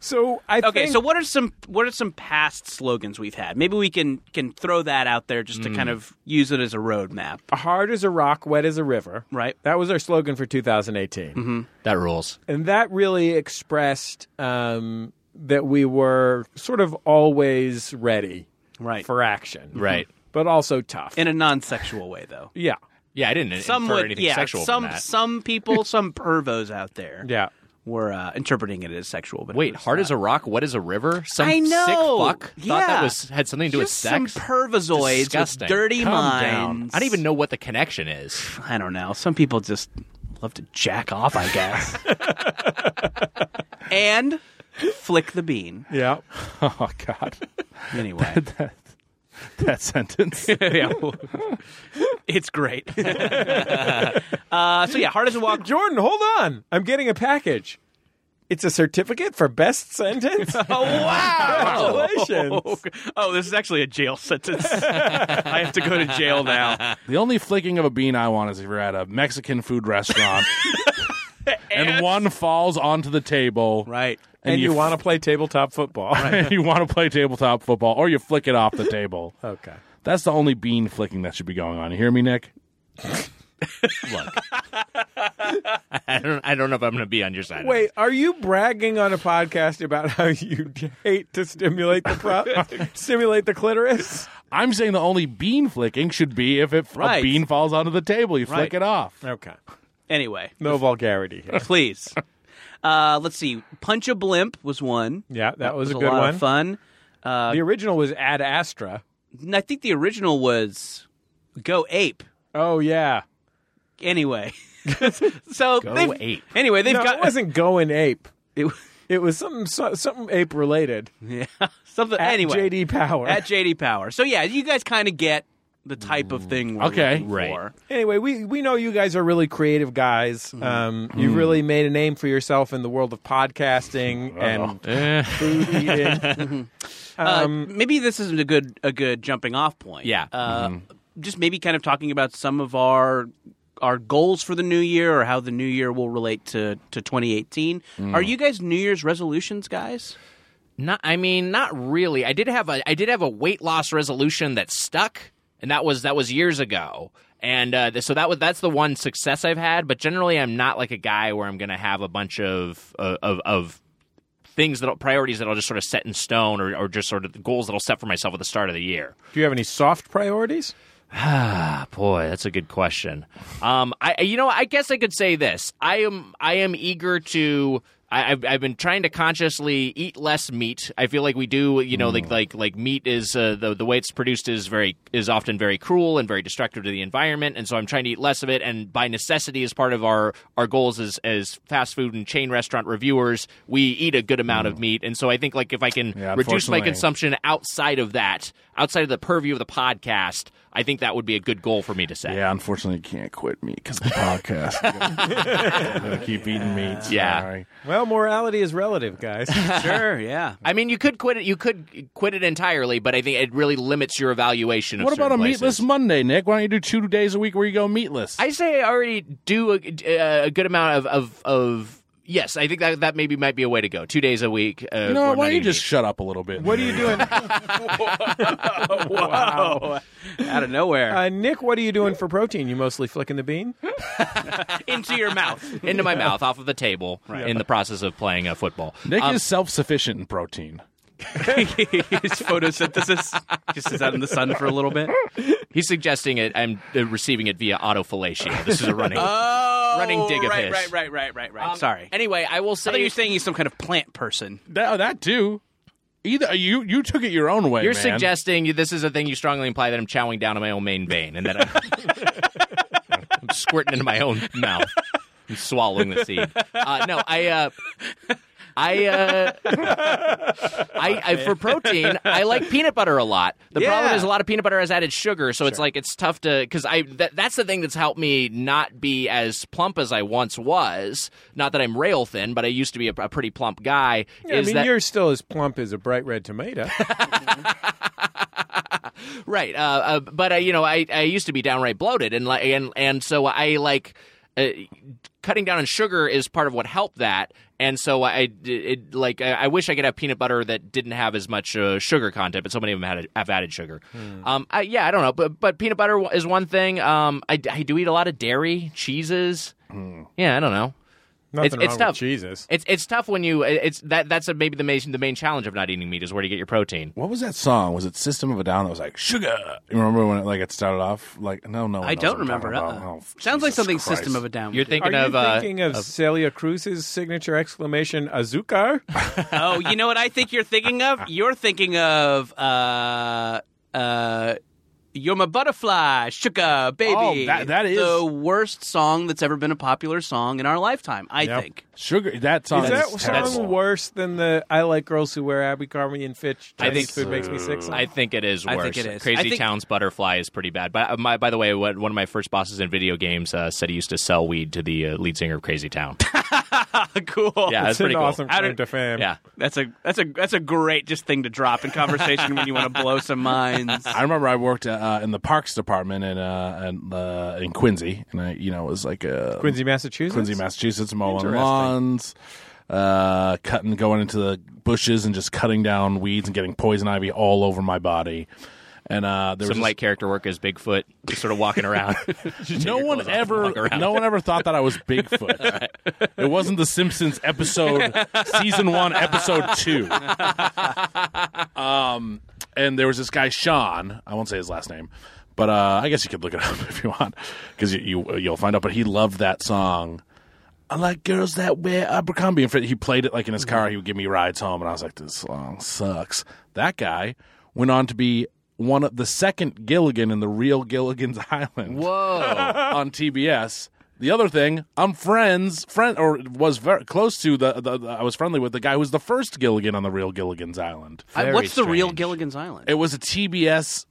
Speaker 2: so I
Speaker 3: Okay,
Speaker 2: think
Speaker 3: so what are some what are some past slogans we've had? Maybe we can can throw that out there just to kind of use it as a roadmap, *laughs*
Speaker 2: hard as a rock, wet as a river.
Speaker 3: right?
Speaker 2: That was our slogan for 2018,
Speaker 4: that rules.
Speaker 2: and that really expressed um, that we were sort of always ready
Speaker 3: Right.
Speaker 2: for action,
Speaker 4: Right.
Speaker 2: But also tough.
Speaker 3: In a non-sexual way though.
Speaker 2: yeah,
Speaker 4: Yeah, I didn't
Speaker 3: Some
Speaker 4: infer
Speaker 3: would,
Speaker 4: anything
Speaker 3: yeah,
Speaker 4: sexual
Speaker 3: some
Speaker 4: from that.
Speaker 3: some *laughs* people, some pervos out there
Speaker 2: yeah.
Speaker 3: were uh, interpreting it as sexual, but it
Speaker 4: Wait,
Speaker 3: was
Speaker 4: hard
Speaker 3: not.
Speaker 4: as a rock, what is a river? Some
Speaker 3: I know.
Speaker 4: sick fuck thought that
Speaker 3: Yeah.
Speaker 4: was had something to do
Speaker 3: Just
Speaker 4: with sex.
Speaker 3: Some pervozoids
Speaker 4: Disgusting.
Speaker 3: with dirty
Speaker 5: Calm down.
Speaker 3: minds.
Speaker 4: I don't even know what the connection is.
Speaker 3: I don't know. Some people just love to jack off, I
Speaker 2: *laughs*
Speaker 3: guess. and flick the bean.
Speaker 2: Yeah,
Speaker 5: *laughs* Oh God, *laughs*
Speaker 2: *laughs*
Speaker 3: Anyway.
Speaker 5: that
Speaker 3: *laughs*
Speaker 5: sentence.
Speaker 3: yeah. *laughs* it's
Speaker 4: *laughs*
Speaker 3: great. *laughs* uh, so yeah, hard as a walk.
Speaker 2: Jordan, hold on. I'm getting a package. It's a certificate for best
Speaker 3: *laughs*
Speaker 2: sentence. *laughs*
Speaker 3: Oh wow!
Speaker 2: Congratulations.
Speaker 3: Oh, this is actually a jail sentence. *laughs* I have to go to jail now.
Speaker 5: the only flicking of a bean I want is if you're at a Mexican
Speaker 3: *laughs*
Speaker 5: food restaurant and one falls onto the table,
Speaker 3: Right.
Speaker 2: *laughs* and, you,
Speaker 5: f- *laughs*
Speaker 2: want to play tabletop football.
Speaker 5: and you want to play tabletop football, or you flick it off the table.
Speaker 2: *laughs* Okay.
Speaker 5: That's the only bean flicking that should be going on. You hear me, Nick?
Speaker 4: Look. I don't I don't know if I'm gonna be on your side. of this.
Speaker 2: Wait, are you bragging on a podcast about how you hate to stimulate the prop,
Speaker 3: *laughs*
Speaker 2: stimulate the clitoris?
Speaker 5: I'm saying the only bean flicking should be if it,
Speaker 3: Right.
Speaker 5: a bean falls onto the table, you
Speaker 3: Right.
Speaker 5: flick it off.
Speaker 2: Okay.
Speaker 3: Anyway,
Speaker 2: No vulgarity here.
Speaker 3: please. Uh, let's see. Punch a blimp was one.
Speaker 2: Yeah, that was a
Speaker 3: a,
Speaker 2: good
Speaker 3: lot
Speaker 2: one.
Speaker 3: Of fun. Uh,
Speaker 2: The original was Ad Astra.
Speaker 3: and I think the original was Go Ape.
Speaker 2: Oh yeah. *laughs*
Speaker 3: Anyway, *laughs* so
Speaker 4: Go
Speaker 3: they've,
Speaker 4: ape.
Speaker 3: Anyway, they've
Speaker 2: No,
Speaker 3: got
Speaker 2: it wasn't going ape.
Speaker 3: *laughs* it-
Speaker 2: It was something so- something ape related.
Speaker 3: yeah, something.
Speaker 2: At
Speaker 3: anyway,
Speaker 2: JD Power.
Speaker 3: at JD Power. So yeah, you guys kind of get the type of thing we're
Speaker 5: Okay.
Speaker 3: looking
Speaker 4: Right.
Speaker 3: for.
Speaker 2: *laughs* anyway, we, we know you guys are really creative guys. Um, You've really made a name for yourself in the world of podcasting and food eating.
Speaker 3: Uh, maybe this isn't a good a good jumping off point.
Speaker 4: Yeah.
Speaker 3: Uh, Just maybe kind of talking about some of our our goals for the new year or how the new year will relate to to 2018. Are you guys New Year's resolutions guys?
Speaker 4: Not, I mean, not really. I did have a, I did have a weight loss resolution that stuck, and that was that was years ago. And uh, th- so that was that's the one success I've had. But generally, I'm not like a guy where I'm going to have a bunch of uh, of of things that priorities that I'll just sort of set in stone, or, or just sort of the goals that I'll set for myself at the start of the year.
Speaker 2: Do you have any soft priorities?
Speaker 4: Ah, boy, that's a good question. Um, I, you know, I guess I could say this. I am, I am eager to. I, I've, I've been trying to consciously eat less meat. I feel like we do, you know, like
Speaker 5: Hmm.
Speaker 4: like like meat is uh, the the way it's produced is very is often very cruel and very destructive to the environment, and so I'm trying to eat less of it. And by necessity, as part of our our goals as as fast food and chain restaurant reviewers, we eat a good amount of meat, and so I think like if I can
Speaker 5: Hmm. Yeah,
Speaker 4: reduce my
Speaker 5: unfortunately.
Speaker 4: consumption consumption outside of that, outside of the purview of the podcast, I think that would be a good goal for me to set.
Speaker 5: Yeah, unfortunately, you can't quit meat because the podcast. You gotta- you gotta keep eating meat.
Speaker 4: Yeah.
Speaker 5: sorry.
Speaker 2: Well, morality is relative, *laughs* guys.
Speaker 3: Sure, yeah.
Speaker 4: I mean, you could quit it. You could quit it entirely, but I think it really limits your evaluation. Of
Speaker 5: What about
Speaker 4: certain
Speaker 5: a
Speaker 4: places.
Speaker 5: meatless Monday, Nick? Why don't you do two days a week where you go meatless?
Speaker 4: I say I already do a, a good amount of, of of yes. I think that that maybe might be a way to go. Two days a week. Uh,
Speaker 5: you know,
Speaker 4: we're
Speaker 5: what,
Speaker 4: not
Speaker 5: why don't you
Speaker 4: eating
Speaker 5: just shut up a little bit?
Speaker 2: What are you doing?
Speaker 3: Wow. Out of nowhere.
Speaker 2: Uh, Nick, what are you doing for protein? You mostly flicking the bean?
Speaker 3: Into your mouth.
Speaker 4: meat. into
Speaker 5: *laughs*
Speaker 4: my mouth off of the table in the process of playing a football.
Speaker 5: Nick is self-sufficient in protein.
Speaker 3: It's photosynthesis. Just sits out in the sun for a little bit.
Speaker 4: He's suggesting it. I'm uh, receiving it via autofellatio. This is
Speaker 3: *laughs*
Speaker 4: a running.
Speaker 3: Oh,
Speaker 4: Running dig of
Speaker 3: right,
Speaker 4: his.
Speaker 3: Right, right, right, right, right.
Speaker 4: Um,
Speaker 3: Sorry.
Speaker 4: Anyway, I will say
Speaker 3: I thought you were saying he's some kind of plant person.
Speaker 5: That, uh, that too. Either uh, you you took it your own way.
Speaker 4: You're
Speaker 5: man.
Speaker 4: suggesting you- this is a thing you strongly imply that I'm chowing down on my own main vein and that I'm,
Speaker 2: *laughs*
Speaker 4: I'm squirting into my own mouth and swallowing the seed. Uh, no, I. Uh, I, uh, I, I for protein, I like peanut butter a lot. The problem
Speaker 3: Yeah.
Speaker 4: is a lot of peanut butter has added sugar, so it's like it's tough to because I that, that's the thing that's helped me not be as plump as I once was. Not that I'm rail thin, but I used to be a, a pretty plump guy.
Speaker 2: Yeah, I
Speaker 4: is
Speaker 2: mean,
Speaker 4: that,
Speaker 2: you're still as plump as a bright red tomato.
Speaker 4: Right. Uh, uh, but I, you know, I, I used to be downright bloated, and like, and and so I like uh, cutting down on sugar is part of what helped that. And so I, it, like, I I wish I could have peanut butter that didn't have as much uh, sugar content, but so many of them had, have added sugar.
Speaker 2: Hmm.
Speaker 4: Um, I, yeah, I don't know, but but peanut butter is one thing. Um, I, I do eat a lot of dairy, cheeses.
Speaker 2: Hmm.
Speaker 4: Yeah, I don't know.
Speaker 2: Nothing
Speaker 4: it's
Speaker 2: wrong
Speaker 4: tough.
Speaker 2: with Jesus.
Speaker 4: It's it's tough when you it's that that's a, maybe the main the main challenge of not eating meat is where to get your protein.
Speaker 5: What was that song? Was it System of a Down that was like sugar? You remember when it like it started off like no no. one
Speaker 3: I
Speaker 5: knows
Speaker 3: don't
Speaker 5: what I'm
Speaker 3: remember.
Speaker 5: talking about.
Speaker 3: uh-uh.
Speaker 5: Oh,
Speaker 3: Sounds like
Speaker 5: Jesus
Speaker 3: something
Speaker 5: Christ.
Speaker 3: System of a Down.
Speaker 4: You're
Speaker 3: would do.
Speaker 4: thinking
Speaker 2: Are you
Speaker 4: of uh,
Speaker 2: thinking of, Celia Cruz's signature exclamation, Azucar?
Speaker 3: Oh, you know what I think you're thinking of? You're thinking of uh uh You're my butterfly, sugar, baby.
Speaker 5: Oh, that- that is-
Speaker 3: the worst song that's ever been a popular song in our lifetime, I
Speaker 2: Yep.
Speaker 3: think.
Speaker 5: sugar. That song
Speaker 2: Is
Speaker 5: is,
Speaker 2: that
Speaker 5: terrible.
Speaker 2: song worse than the I Like Girls Who Wear Abby Carmi and Fitch?
Speaker 4: I
Speaker 2: Chinese
Speaker 4: think-
Speaker 2: food makes me sick. song?
Speaker 4: I think it is worse.
Speaker 3: I think it is.
Speaker 4: Crazy
Speaker 3: I think-
Speaker 4: Town's Butterfly is pretty bad. But uh, my, by the way, what, one of my first bosses in video games uh, said he used to sell weed to the uh, lead singer of
Speaker 3: *laughs*
Speaker 4: Crazy Town.
Speaker 2: *laughs*
Speaker 3: cool.
Speaker 4: *laughs* Yeah, that's
Speaker 2: it's an
Speaker 4: pretty cool.
Speaker 2: awesome
Speaker 3: How
Speaker 2: claim
Speaker 3: did-
Speaker 2: to fame.
Speaker 4: yeah.
Speaker 3: That's a that's a that's a great just thing to drop in conversation when you want to blow some minds.
Speaker 5: *laughs* I remember I worked uh, in the parks department in uh, in, uh, in Quincy, and I you know it was like a
Speaker 2: Quincy, Massachusetts.
Speaker 5: Quincy, Massachusetts, mowing
Speaker 2: Interesting.
Speaker 5: lawns, uh, cutting, going into the bushes and just cutting down weeds and getting poison ivy all over my body. And uh, there was
Speaker 4: Some
Speaker 5: this-
Speaker 4: light character work as Bigfoot, just sort of
Speaker 3: *laughs*
Speaker 4: walking around. *laughs* Just
Speaker 5: no
Speaker 4: take your
Speaker 5: one
Speaker 4: clothes off and walk
Speaker 5: ever,
Speaker 4: around.
Speaker 5: no one ever thought that I
Speaker 4: *laughs*
Speaker 5: was Bigfoot. It wasn't the Simpsons episode, season one, episode two. Um, and there was this guy Sean. I won't say his last name, but uh, I guess you could look it up *laughs* if you want, because you, you you'll find out. But he loved that song. I like girls that wear Abercrombie. And he played it like in his car. He would give me rides home, and I was like, "This song sucks." That guy went on to be one of the second Gilligan in the real Gilligan's *laughs* Island.
Speaker 4: Whoa.
Speaker 5: *laughs* on TBS. The other thing, I'm friends, friend or was very close to the, the, the- I was friendly with the guy who was the first Gilligan on the real Gilligan's Island.
Speaker 3: I-
Speaker 4: Very
Speaker 3: What's the real
Speaker 4: strange.
Speaker 3: Gilligan's Island?
Speaker 5: It was a TBS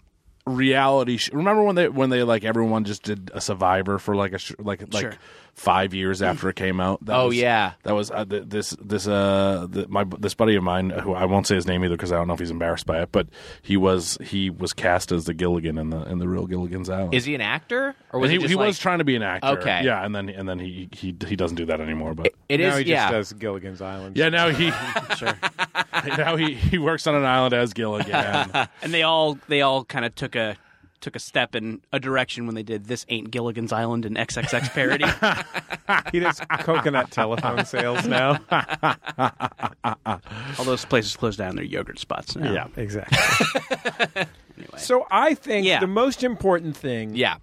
Speaker 5: reality show. Remember when they when they like everyone just did a survivor for like a sh- like like
Speaker 3: Sure.
Speaker 5: five years after it came out. That
Speaker 4: Oh,
Speaker 5: was-
Speaker 4: yeah.
Speaker 5: that was uh, th- this this uh th- my this buddy of mine who I won't say his name either because I don't know if he's embarrassed by it, but he was he was cast as the Gilligan in the in the real Gilligan's Island.
Speaker 4: Is he an actor, or was
Speaker 5: And he,
Speaker 4: it just
Speaker 5: he
Speaker 4: like,
Speaker 5: was trying to be an actor.
Speaker 4: Okay.
Speaker 5: yeah, and then and then he he he doesn't do that anymore. But
Speaker 4: It is,
Speaker 2: now he just
Speaker 4: yeah.
Speaker 2: does Gilligan's Island.
Speaker 5: yeah,
Speaker 4: *laughs*
Speaker 5: now he *laughs* now he he works on an island
Speaker 4: *laughs*
Speaker 5: as Gilligan.
Speaker 3: and they all they all kind of took a took a step in a direction when they did this ain't Gilligan's Island and XXX parody.
Speaker 2: he does coconut telephone sales
Speaker 4: *laughs*
Speaker 2: now.
Speaker 3: all those places closed down their yogurt spots now.
Speaker 2: Yeah, exactly. *laughs* So I think
Speaker 3: Yeah.
Speaker 2: the most important thing
Speaker 4: *laughs* yeah,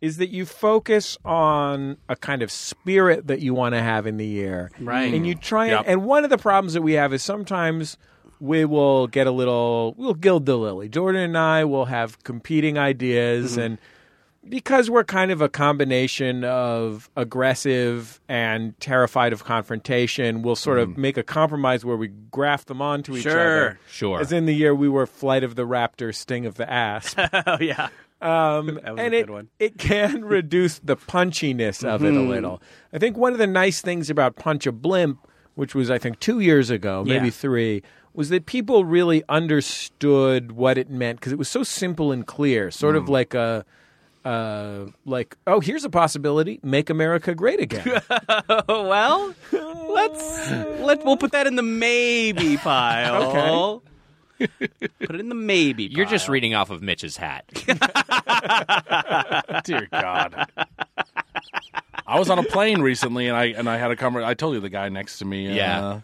Speaker 2: is that you focus on a kind of spirit that you want to have in the year.
Speaker 3: Right.
Speaker 2: And you try
Speaker 5: Yep.
Speaker 2: and, and one of the problems that we have is sometimes we will get a little we'll gild the lily. Jordan and I will have competing ideas and because we're kind of a combination of aggressive and terrified of confrontation, we'll sort of make a compromise where we graft them onto each other.
Speaker 4: Sure.
Speaker 2: As in the year we were Flight of the Raptor, Sting of the Asp.
Speaker 3: Oh yeah.
Speaker 2: Um,
Speaker 3: was
Speaker 2: and
Speaker 3: a
Speaker 2: it,
Speaker 3: good one.
Speaker 2: it can reduce the punchiness of it a little. I think one of the nice things about Punch a Blimp, which was, I think, two years ago, maybe
Speaker 3: Yeah.
Speaker 2: three, was that people really understood what it meant because it was so simple and clear, sort of like a. Uh, like, oh, here's a possibility: make America great again.
Speaker 3: Oh well. Let's let we'll put that in the maybe pile. Put it in the maybe.
Speaker 4: you're just
Speaker 3: pile.
Speaker 4: reading off of
Speaker 3: *laughs*
Speaker 4: Mitch's hat.
Speaker 5: Dear God. I was on a plane recently, and I and I had a conversation. I told you the guy next to me. Uh,
Speaker 4: Yeah.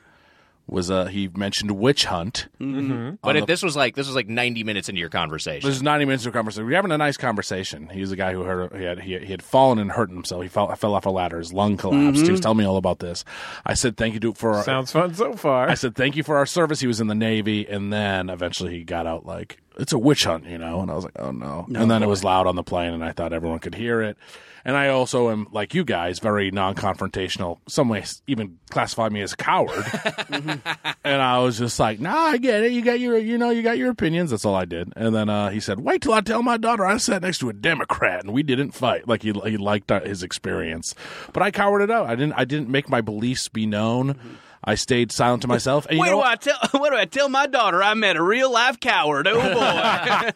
Speaker 5: Was uh he mentioned witch hunt?
Speaker 4: But if this was like this was like 90 minutes into your conversation,
Speaker 5: This is ninety minutes of conversation. We were having a nice conversation. He was a guy who hurt, he had he, he had fallen and hurt himself. He fell, fell off a ladder. His lung collapsed. He was telling me all about this. I said thank you to for our,
Speaker 2: Sounds fun so far.
Speaker 5: I said thank you for our service. He was in the navy, and then eventually he got out like it's a witch hunt, you know. And I was like, oh no. and then it was loud on the plane, and I thought everyone could hear it. And I also am like you guys, very non-confrontational. Some ways even classify me as a coward. and I was just like, nah, I get it. You got your, you know, you got your opinions. That's all I did. And then uh, he said, wait till I tell my daughter I sat next to a Democrat and we didn't fight. Like he he liked uh, his experience, but I cowered it out. I didn't I didn't make my beliefs be known. I stayed silent to myself. And you
Speaker 3: What
Speaker 5: know
Speaker 3: do
Speaker 5: what?
Speaker 3: I tell? *laughs* What do I tell my daughter? I met a real life coward. Oh boy!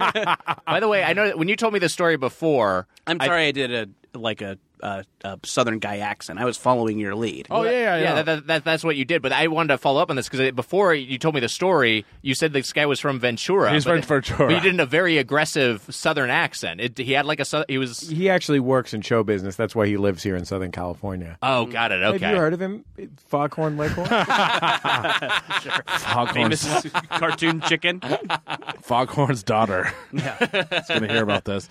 Speaker 4: by the way, I know that when you told me the story before,
Speaker 3: *laughs* I'm sorry I, did a like a, a, a southern guy accent. I was following your lead.
Speaker 5: Oh yeah, yeah, yeah.
Speaker 4: yeah, that, that, that, that's what you did. But I wanted to follow up on this because before you told me the story, you said this guy was from Ventura.
Speaker 5: He's
Speaker 4: but-
Speaker 5: from Ventura.
Speaker 4: But you did in a very aggressive Southern accent. It, he had like a Sou- he was.
Speaker 2: he actually works in show business. That's why he lives here in Southern California.
Speaker 4: Oh, got it.
Speaker 2: Have you
Speaker 4: Okay.
Speaker 2: heard of him, Foghorn Leghorn?
Speaker 5: Foghorn's,
Speaker 3: Famous cartoon chicken.
Speaker 5: *laughs* Foghorn's daughter. Yeah, *laughs* is going to hear about this.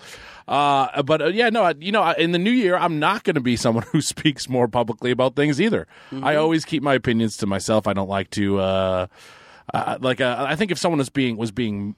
Speaker 5: Uh, but uh, yeah, no, I, you know, I, in the new year, I'm not going to be someone *laughs* who speaks more publicly about things either. I always keep my opinions to myself. I don't like to. Uh, uh, like uh, I think if someone was being was being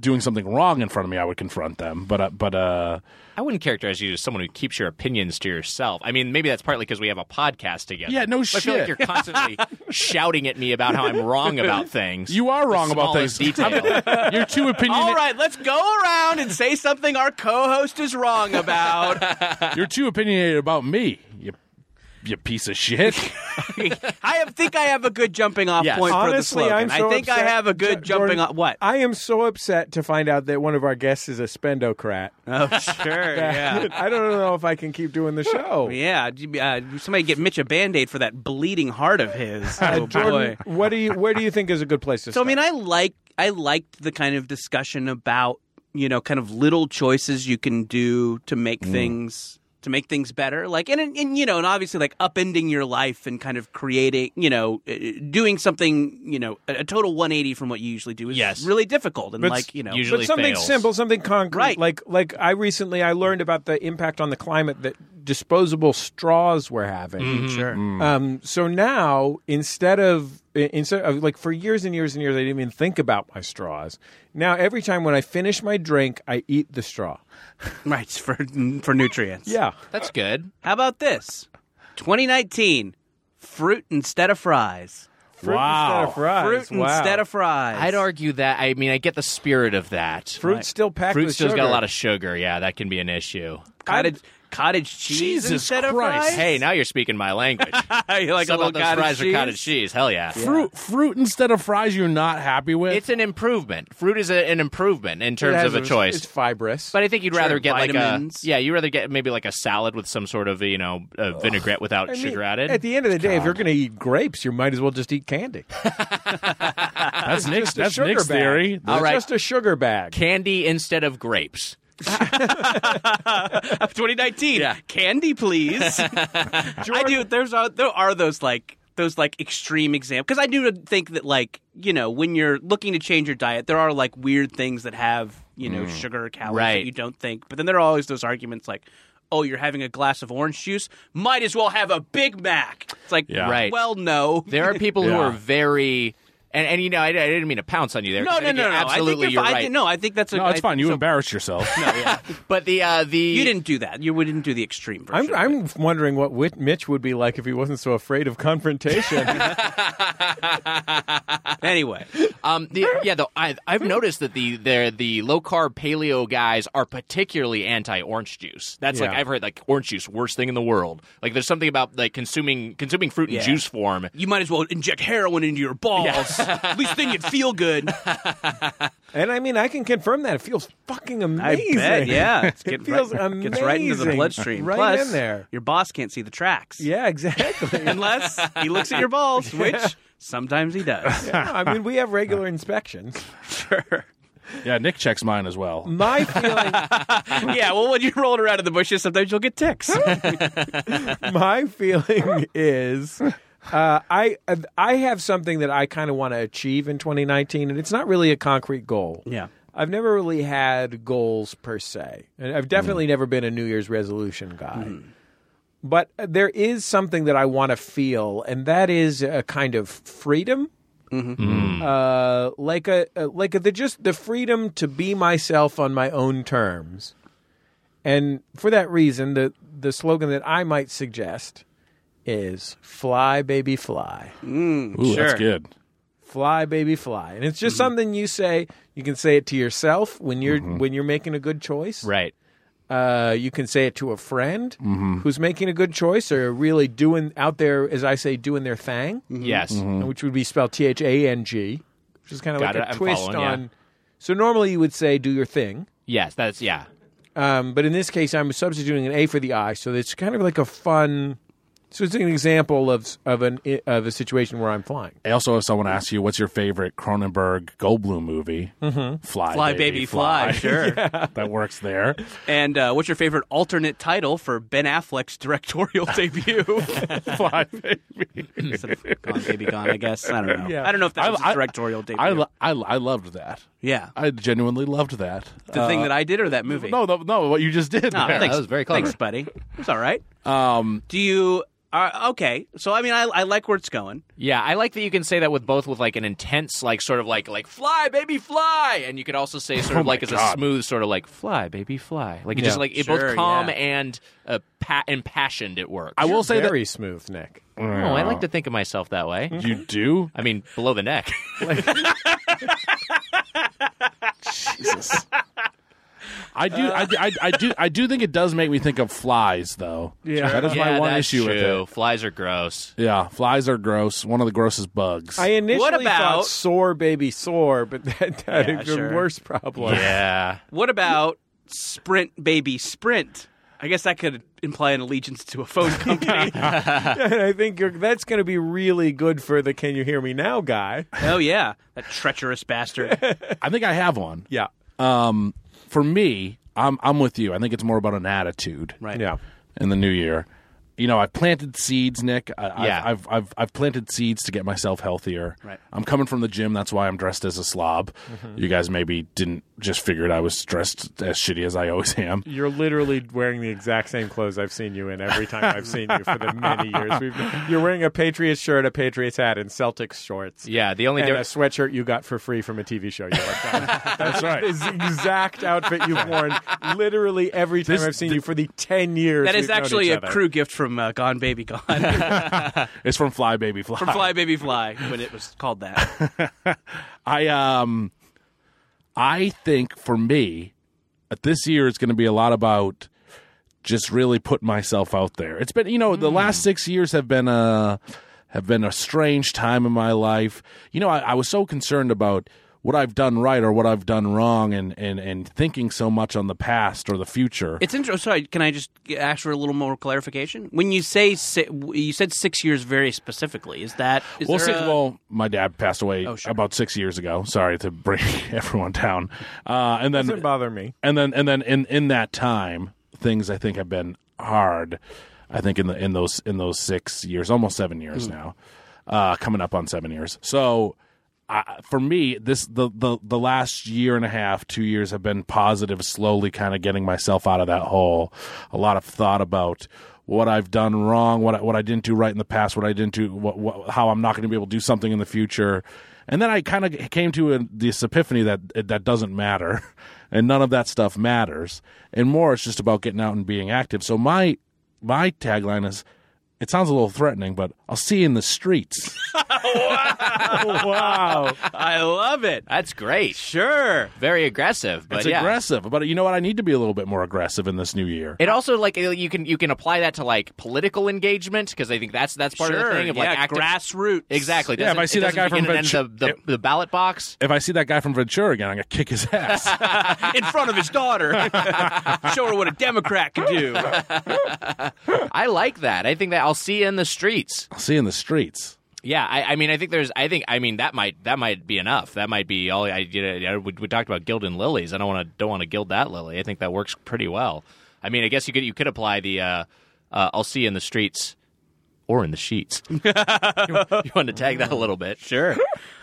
Speaker 5: doing something wrong in front of me, I would confront them. But uh, but uh,
Speaker 4: I wouldn't characterize you as someone who keeps your opinions to yourself. I mean, maybe that's partly because we have a podcast together.
Speaker 5: Yeah, no
Speaker 4: But I feel like
Speaker 5: shit.
Speaker 4: you're
Speaker 5: *laughs*
Speaker 4: constantly shouting at me about how I'm wrong about things.
Speaker 5: you are
Speaker 4: The
Speaker 5: wrong about things. *laughs*
Speaker 4: smallest Detail.
Speaker 5: I'm- you're too opinionated.
Speaker 3: All right, let's go around and say something our co-host is wrong *laughs* about.
Speaker 5: You're too opinionated about me. You you piece of shit.
Speaker 3: I have, think I have a good jumping off
Speaker 4: Yes.
Speaker 3: point
Speaker 2: Honestly,
Speaker 3: for the
Speaker 2: I'm
Speaker 3: slogan.
Speaker 2: so
Speaker 3: I think
Speaker 2: upset-
Speaker 3: I have a good
Speaker 2: Jo-
Speaker 3: jumping
Speaker 2: Jordan,
Speaker 3: off. What?
Speaker 2: I am so upset to find out that one of our guests is a spendocrat.
Speaker 3: *laughs* oh, sure. Yeah.
Speaker 2: *laughs* I don't know if I can keep doing the show.
Speaker 3: Yeah, you- uh, somebody get Mitch a band-aid for that bleeding heart of his. Oh
Speaker 2: Uh,
Speaker 3: boy.
Speaker 2: Jordan, what do you where do you think is a good place to
Speaker 3: So I
Speaker 2: start?
Speaker 3: mean, I like I liked the kind of discussion about you know kind of little choices you can do to make things to make things better. Like and and you know and obviously like upending your life and kind of creating you know uh, doing something you know a, a total 180 from what you usually do is
Speaker 4: Yes.
Speaker 3: really difficult and
Speaker 2: But
Speaker 3: like you know
Speaker 4: usually-
Speaker 2: but something
Speaker 4: fails.
Speaker 2: simple, something concrete.
Speaker 3: Right.
Speaker 2: Like like I recently I learned about the impact on the climate that disposable straws were having.
Speaker 3: sure
Speaker 2: Um, so now, instead of i- instead of like for years and years and years, I didn't even think about my straws. Now, every time when I finish my drink, I eat the straw.
Speaker 3: right for *laughs* for nutrients.
Speaker 2: Yeah,
Speaker 4: That's good.
Speaker 3: How about this? 2019 fruit instead of fries.
Speaker 2: fruit
Speaker 5: Wow.
Speaker 2: instead of fries.
Speaker 3: Fruit
Speaker 2: Wow.
Speaker 3: instead of fries.
Speaker 4: I'd argue that. I mean, I get the spirit of that.
Speaker 2: fruit still packed.
Speaker 4: Fruit
Speaker 2: with
Speaker 4: still's
Speaker 2: sugar.
Speaker 4: got a lot of sugar. Yeah, that can be an issue.
Speaker 3: cottage cottage cheese
Speaker 5: Jesus
Speaker 3: instead
Speaker 5: Christ.
Speaker 3: of fries?
Speaker 4: Hey, now you're speaking my language.
Speaker 3: you *laughs* like
Speaker 4: How
Speaker 3: a little
Speaker 4: about those
Speaker 3: cottage
Speaker 4: fries
Speaker 3: cheese?
Speaker 4: with cottage cheese? Hell yeah.
Speaker 5: Fruit, fruit instead of fries. You're not happy with.
Speaker 4: It's an improvement. Fruit is a, an improvement in terms of a choice.
Speaker 2: It's fibrous.
Speaker 4: But I think you'd rather
Speaker 3: Sure,
Speaker 4: get
Speaker 3: vitamins.
Speaker 4: like a yeah, you'd rather get maybe like a salad with some sort of you know a vinaigrette without
Speaker 2: I mean,
Speaker 4: sugar added.
Speaker 2: At the end of the day, if you're going to eat grapes, you might as well just eat candy.
Speaker 5: that's Nick's.
Speaker 2: Just a
Speaker 5: That's
Speaker 2: sugar
Speaker 5: Nick's
Speaker 2: bag.
Speaker 5: theory.
Speaker 2: All
Speaker 4: right.
Speaker 2: Just a sugar bag.
Speaker 4: Candy instead of grapes.
Speaker 3: 2019.
Speaker 4: Yeah.
Speaker 3: Candy, *laughs* please. I do. There's a, there are those like those like extreme examples because I do think that like you know when you're looking to change your diet, there are like weird things that have you know sugar calories
Speaker 4: Mm. Right.
Speaker 3: that you don't think. But then there are always those arguments like. Oh, you're having a glass of orange juice? Might as well have a Big Mac. It's like,
Speaker 5: Yeah.
Speaker 4: Right.
Speaker 3: well, no.
Speaker 4: There are people who
Speaker 5: Yeah.
Speaker 4: are very and, and you know I, I didn't mean to pounce on you there.
Speaker 3: *laughs* no,
Speaker 4: 'cause I
Speaker 3: no,
Speaker 4: think
Speaker 3: no,
Speaker 4: you're
Speaker 3: no.
Speaker 4: Absolutely,
Speaker 3: I think
Speaker 4: you're
Speaker 3: you're,
Speaker 4: right.
Speaker 3: I, think- no, I think that's a.
Speaker 5: no, it's
Speaker 3: I-
Speaker 5: fine. You
Speaker 3: so-
Speaker 5: embarrassed yourself.
Speaker 4: But the uh, the
Speaker 3: You didn't do that. You wouldn't do the extreme version.
Speaker 2: I'm,
Speaker 3: of it.
Speaker 2: I'm wondering what Whit- Mitch would be like if he wasn't so afraid of confrontation.
Speaker 3: anyway.
Speaker 4: *laughs* Um, the, yeah, though I, I've noticed that the the the low carb paleo guys are particularly anti orange juice. That's like
Speaker 2: Yeah.
Speaker 4: I've heard like orange juice worst thing in the world. Like there's something about like consuming consuming fruit in
Speaker 3: Yeah.
Speaker 4: juice form.
Speaker 3: you might as well inject heroin into your balls. *laughs* At least then you'd feel good.
Speaker 2: and I mean, I can confirm that. It feels fucking amazing.
Speaker 3: yeah. It's
Speaker 2: It feels amazing.
Speaker 3: Gets right into the bloodstream.
Speaker 2: Right
Speaker 3: Plus,
Speaker 2: in there.
Speaker 3: Your boss can't see the
Speaker 2: *laughs*
Speaker 3: tracks.
Speaker 2: Yeah, exactly.
Speaker 3: Unless he looks
Speaker 2: *laughs*
Speaker 3: at your balls, which sometimes he does.
Speaker 2: Yeah, I mean, we have regular inspections.
Speaker 3: Sure.
Speaker 5: *laughs* yeah, Nick checks mine as well.
Speaker 2: My feeling,
Speaker 3: Yeah, well, when you're rolling around in the bushes, sometimes you'll
Speaker 2: *laughs*
Speaker 3: get ticks.
Speaker 2: my feeling is, uh, I I have something that I kind of want to achieve in 2019, and it's not really a concrete goal.
Speaker 3: Yeah.
Speaker 2: I've never really had goals per se, and I've definitely never been a New Year's resolution guy. But there is something that I want to feel, and that is a kind of freedom. Uh, like a, a like a, the just the freedom to be myself on my own terms, and for that reason, the the slogan that I might suggest is "Fly, baby, fly."
Speaker 5: Ooh,
Speaker 3: Sure.
Speaker 5: that's good.
Speaker 2: fly baby fly and it's just
Speaker 4: Mm-hmm.
Speaker 2: something you say you can say it to yourself when you're when you're making a good choice
Speaker 4: Right. Mm-hmm.
Speaker 2: uh, you can say it to a friend who's making a good choice or really doing out there as i say doing their thing
Speaker 4: Mm-hmm.
Speaker 2: Mm-hmm.
Speaker 4: Yes.
Speaker 2: which would be spelled t-h-a-n-g which is kind of like
Speaker 4: Got it.
Speaker 2: a
Speaker 4: I'm
Speaker 2: twist
Speaker 4: following, yeah.
Speaker 2: on so normally you would say do your thing
Speaker 4: Yes. That's yeah.
Speaker 2: um, but in this case, I'm substituting an A for the I, so it's kind of like a fun. So it's an example of of an of a situation where I'm flying.
Speaker 5: I also, if someone asks you what's your favorite Cronenberg Goldblum movie, Fly,
Speaker 3: Fly, baby, fly. *laughs* Sure.
Speaker 5: *laughs* that works there.
Speaker 3: And uh, what's your favorite alternate title for Ben Affleck's directorial *laughs* debut?
Speaker 5: Fly, baby.
Speaker 3: Instead of Gone Baby Gone, I guess. I don't know.
Speaker 2: Yeah.
Speaker 3: I don't know if that was his
Speaker 5: I-
Speaker 3: directorial debut.
Speaker 5: I, lo- I, I loved that.
Speaker 3: yeah.
Speaker 5: I genuinely loved that.
Speaker 3: The
Speaker 2: Uh,
Speaker 3: thing that I did or that movie?
Speaker 5: No, no, no, what you just did.
Speaker 3: Ah,
Speaker 5: there.
Speaker 3: thanks,
Speaker 4: that was very clever.
Speaker 3: Thanks, buddy. It's all right.
Speaker 5: Um,
Speaker 3: Do you? Uh, okay. So I mean, I, I like where it's going.
Speaker 4: Yeah. I like that you can say that with both with like an intense like sort of like like fly baby fly, and you could also say sort of like as a smooth sort of like fly baby fly. Like it
Speaker 2: Yeah.
Speaker 4: just like it
Speaker 3: Sure,
Speaker 4: both calm
Speaker 3: yeah.
Speaker 4: and uh, pa- impassioned. It works.
Speaker 5: I will say
Speaker 2: Very smooth, Nick.
Speaker 4: Oh, I like to think of myself that way.
Speaker 5: that you do.
Speaker 4: I mean, below the neck.
Speaker 5: Jesus. I do, I, do- I, I do, I do think it does make me think of flies, though.
Speaker 2: Yeah.
Speaker 5: that is my
Speaker 4: Yeah,
Speaker 5: one
Speaker 4: that's
Speaker 5: issue with
Speaker 4: true.
Speaker 5: it.
Speaker 4: Flies are gross.
Speaker 5: Yeah, flies are gross. One of the grossest bugs.
Speaker 2: I initially
Speaker 3: What about-
Speaker 2: thought sore baby sore, but that had
Speaker 3: Yeah,
Speaker 2: a
Speaker 3: sure.
Speaker 2: worse problem.
Speaker 4: Yeah.
Speaker 3: What about Sprint Baby Sprint? I guess that could imply an allegiance to a
Speaker 4: *laughs*
Speaker 3: phone company.
Speaker 2: and *laughs* I think you're, that's going to be really good for the "Can you hear me now" guy.
Speaker 3: oh yeah, that treacherous
Speaker 4: *laughs*
Speaker 3: bastard.
Speaker 5: I think I have one.
Speaker 2: Yeah,
Speaker 5: Um, for me, I'm I'm with you. I think it's more about an attitude.
Speaker 3: Right.
Speaker 2: yeah.
Speaker 5: in the new year. You know, I've planted seeds, Nick. I,
Speaker 4: Yeah.
Speaker 5: I've, I've, I've, I've planted seeds to get myself healthier.
Speaker 3: Right. Mm-hmm.
Speaker 5: I'm coming from the gym. That's why I'm dressed as a slob. You guys maybe didn't just figured I was dressed as shitty as I always
Speaker 3: *laughs*
Speaker 5: am.
Speaker 2: You're literally wearing the exact same clothes I've seen you in every time I've seen you for the many years. *laughs* We've, you're wearing a Patriots shirt, a Patriots hat, and Celtics shorts.
Speaker 4: Yeah. The only
Speaker 2: And a
Speaker 4: difference.
Speaker 2: sweatshirt you got for free from a TV show you worked *laughs* on. That's right. This exact outfit you've worn literally every time I've seen you for the ten years.
Speaker 3: That
Speaker 2: we've
Speaker 3: is
Speaker 2: known
Speaker 3: actually
Speaker 2: each
Speaker 3: a
Speaker 2: other.
Speaker 3: crew gift from uh, Gone Baby
Speaker 4: *laughs*
Speaker 3: Gone
Speaker 5: It's from Fly Baby Fly.
Speaker 3: from Fly Baby Fly when it was called that.
Speaker 5: I um, I think for me, uh, this year is going to be a lot about just really put myself out there. It's been, you know,
Speaker 3: Hmm.
Speaker 5: the last six years have been a have been a strange time in my life. You know, I, I was so concerned about what I've done right or what I've done wrong, and and and thinking so much on the past or the future.
Speaker 3: It's interesting. Sorry, can I just ask for a little more clarification? When you say si- you said six years very specifically, is that is
Speaker 5: well,
Speaker 3: there
Speaker 5: six,
Speaker 3: a-
Speaker 5: well, my dad passed away
Speaker 3: Oh, sure.
Speaker 5: about six years ago. Sorry to bring *laughs* everyone down. Uh, and then
Speaker 2: Doesn't bother me.
Speaker 5: and then and then in in that time things i think have been hard i think in the in those in those six years almost seven years now uh coming up on seven years so I, for me this the, the the last year and a half two years have been positive slowly kind of getting myself out of that hole a lot of thought about what I've done wrong, what I, what I didn't do right in the past, what I didn't do, what, what, how I'm not going to be able to do something in the future, and then I kind of came to a, this epiphany that it- that doesn't matter, *laughs* and none of that stuff matters, and more it's just about getting out and being active. So my my tagline is, it sounds a little threatening, but I'll see you in the streets.
Speaker 2: wow.
Speaker 3: I love it.
Speaker 4: That's great.
Speaker 3: Sure.
Speaker 4: Very aggressive, but
Speaker 5: It's
Speaker 4: yeah.
Speaker 5: aggressive, but you know what? I need to be a little bit more aggressive in this new year.
Speaker 4: It also like uh, you can you can apply that to like political engagement because I think that's that's part of
Speaker 3: Sure,
Speaker 4: the thing of
Speaker 3: yeah,
Speaker 4: like active
Speaker 3: grassroots.
Speaker 4: Exactly.
Speaker 5: Yeah, if
Speaker 4: Doesn't-
Speaker 5: I see
Speaker 4: it
Speaker 5: that
Speaker 4: doesn't
Speaker 5: guy from
Speaker 4: begin and
Speaker 5: Ventura-
Speaker 4: end the, the, the ballot box.
Speaker 5: If I see that guy from Ventura again, I'm gonna kick his
Speaker 4: *laughs*
Speaker 5: ass.
Speaker 3: *laughs* in front of his daughter. *laughs* Show her what a Democrat can do.
Speaker 4: I like that. I think that I'll see you in the streets.
Speaker 5: I'll see you in the streets.
Speaker 4: Yeah, I, I mean, I think there's, I think, I mean, that might that might be enough. That might be all. I, you know, we, we talked about gilding lilies. I don't want to don't want to gild that lily. I think that works pretty well. I mean, I guess you could you could apply the uh, uh, I'll see you in the streets or in the sheets. *laughs* you, want to tag that a little bit?
Speaker 3: Sure.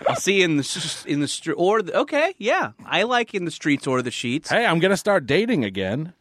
Speaker 3: I'll see in the s- in the street or the, okay, yeah. I like in the streets or the sheets.
Speaker 5: Hey, I'm gonna start dating again.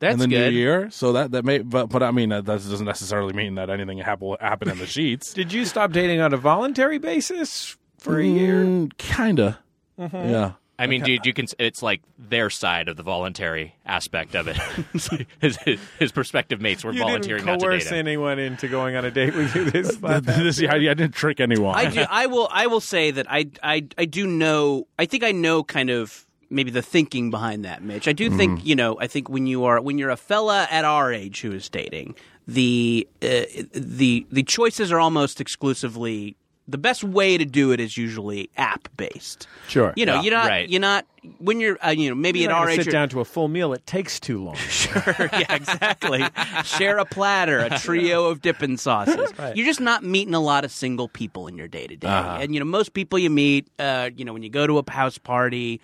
Speaker 4: That's
Speaker 5: in the
Speaker 4: good.
Speaker 5: new year. So that that may, but but I mean that, that doesn't necessarily mean that anything happen happen in
Speaker 4: *laughs*
Speaker 5: the sheets.
Speaker 2: Did you stop dating on a voluntary basis for a year?
Speaker 5: Mm, kinda.
Speaker 4: Mm-hmm.
Speaker 5: Yeah.
Speaker 4: I mean, dude, you can. It's like their side of the voluntary aspect
Speaker 5: *laughs*
Speaker 4: of it. It's like his, his his prospective mates were
Speaker 2: You
Speaker 4: volunteering
Speaker 2: didn't
Speaker 4: not to date
Speaker 2: coerce
Speaker 4: him.
Speaker 2: anyone into going on a date with you this last
Speaker 5: *laughs* this, I, I didn't trick anyone.
Speaker 3: I do. I will. I will say that I, I. I do know. I think I know kind of maybe the thinking behind that, Mitch. I
Speaker 2: Mm-hmm.
Speaker 3: do think you know. I think when you are when you're a fella at our age who is dating, the uh, the the choices are almost exclusively. The best way to do it is usually app based.
Speaker 2: Sure.
Speaker 3: You know,
Speaker 4: Yeah,
Speaker 3: you're not.
Speaker 4: right.
Speaker 3: You're not. When you're, uh, you know, maybe
Speaker 2: You're
Speaker 3: at
Speaker 2: not
Speaker 3: our
Speaker 2: gonna
Speaker 3: age,
Speaker 2: sit
Speaker 3: you're-
Speaker 2: down to a full meal. It takes too long.
Speaker 3: Sure. *laughs* Yeah, exactly. Share a platter, a trio of dipping sauces. You're just not meeting a lot of single people in your day to day.
Speaker 5: Uh-huh.
Speaker 3: And, you know, most people you meet, uh, you know, when you go to a house party,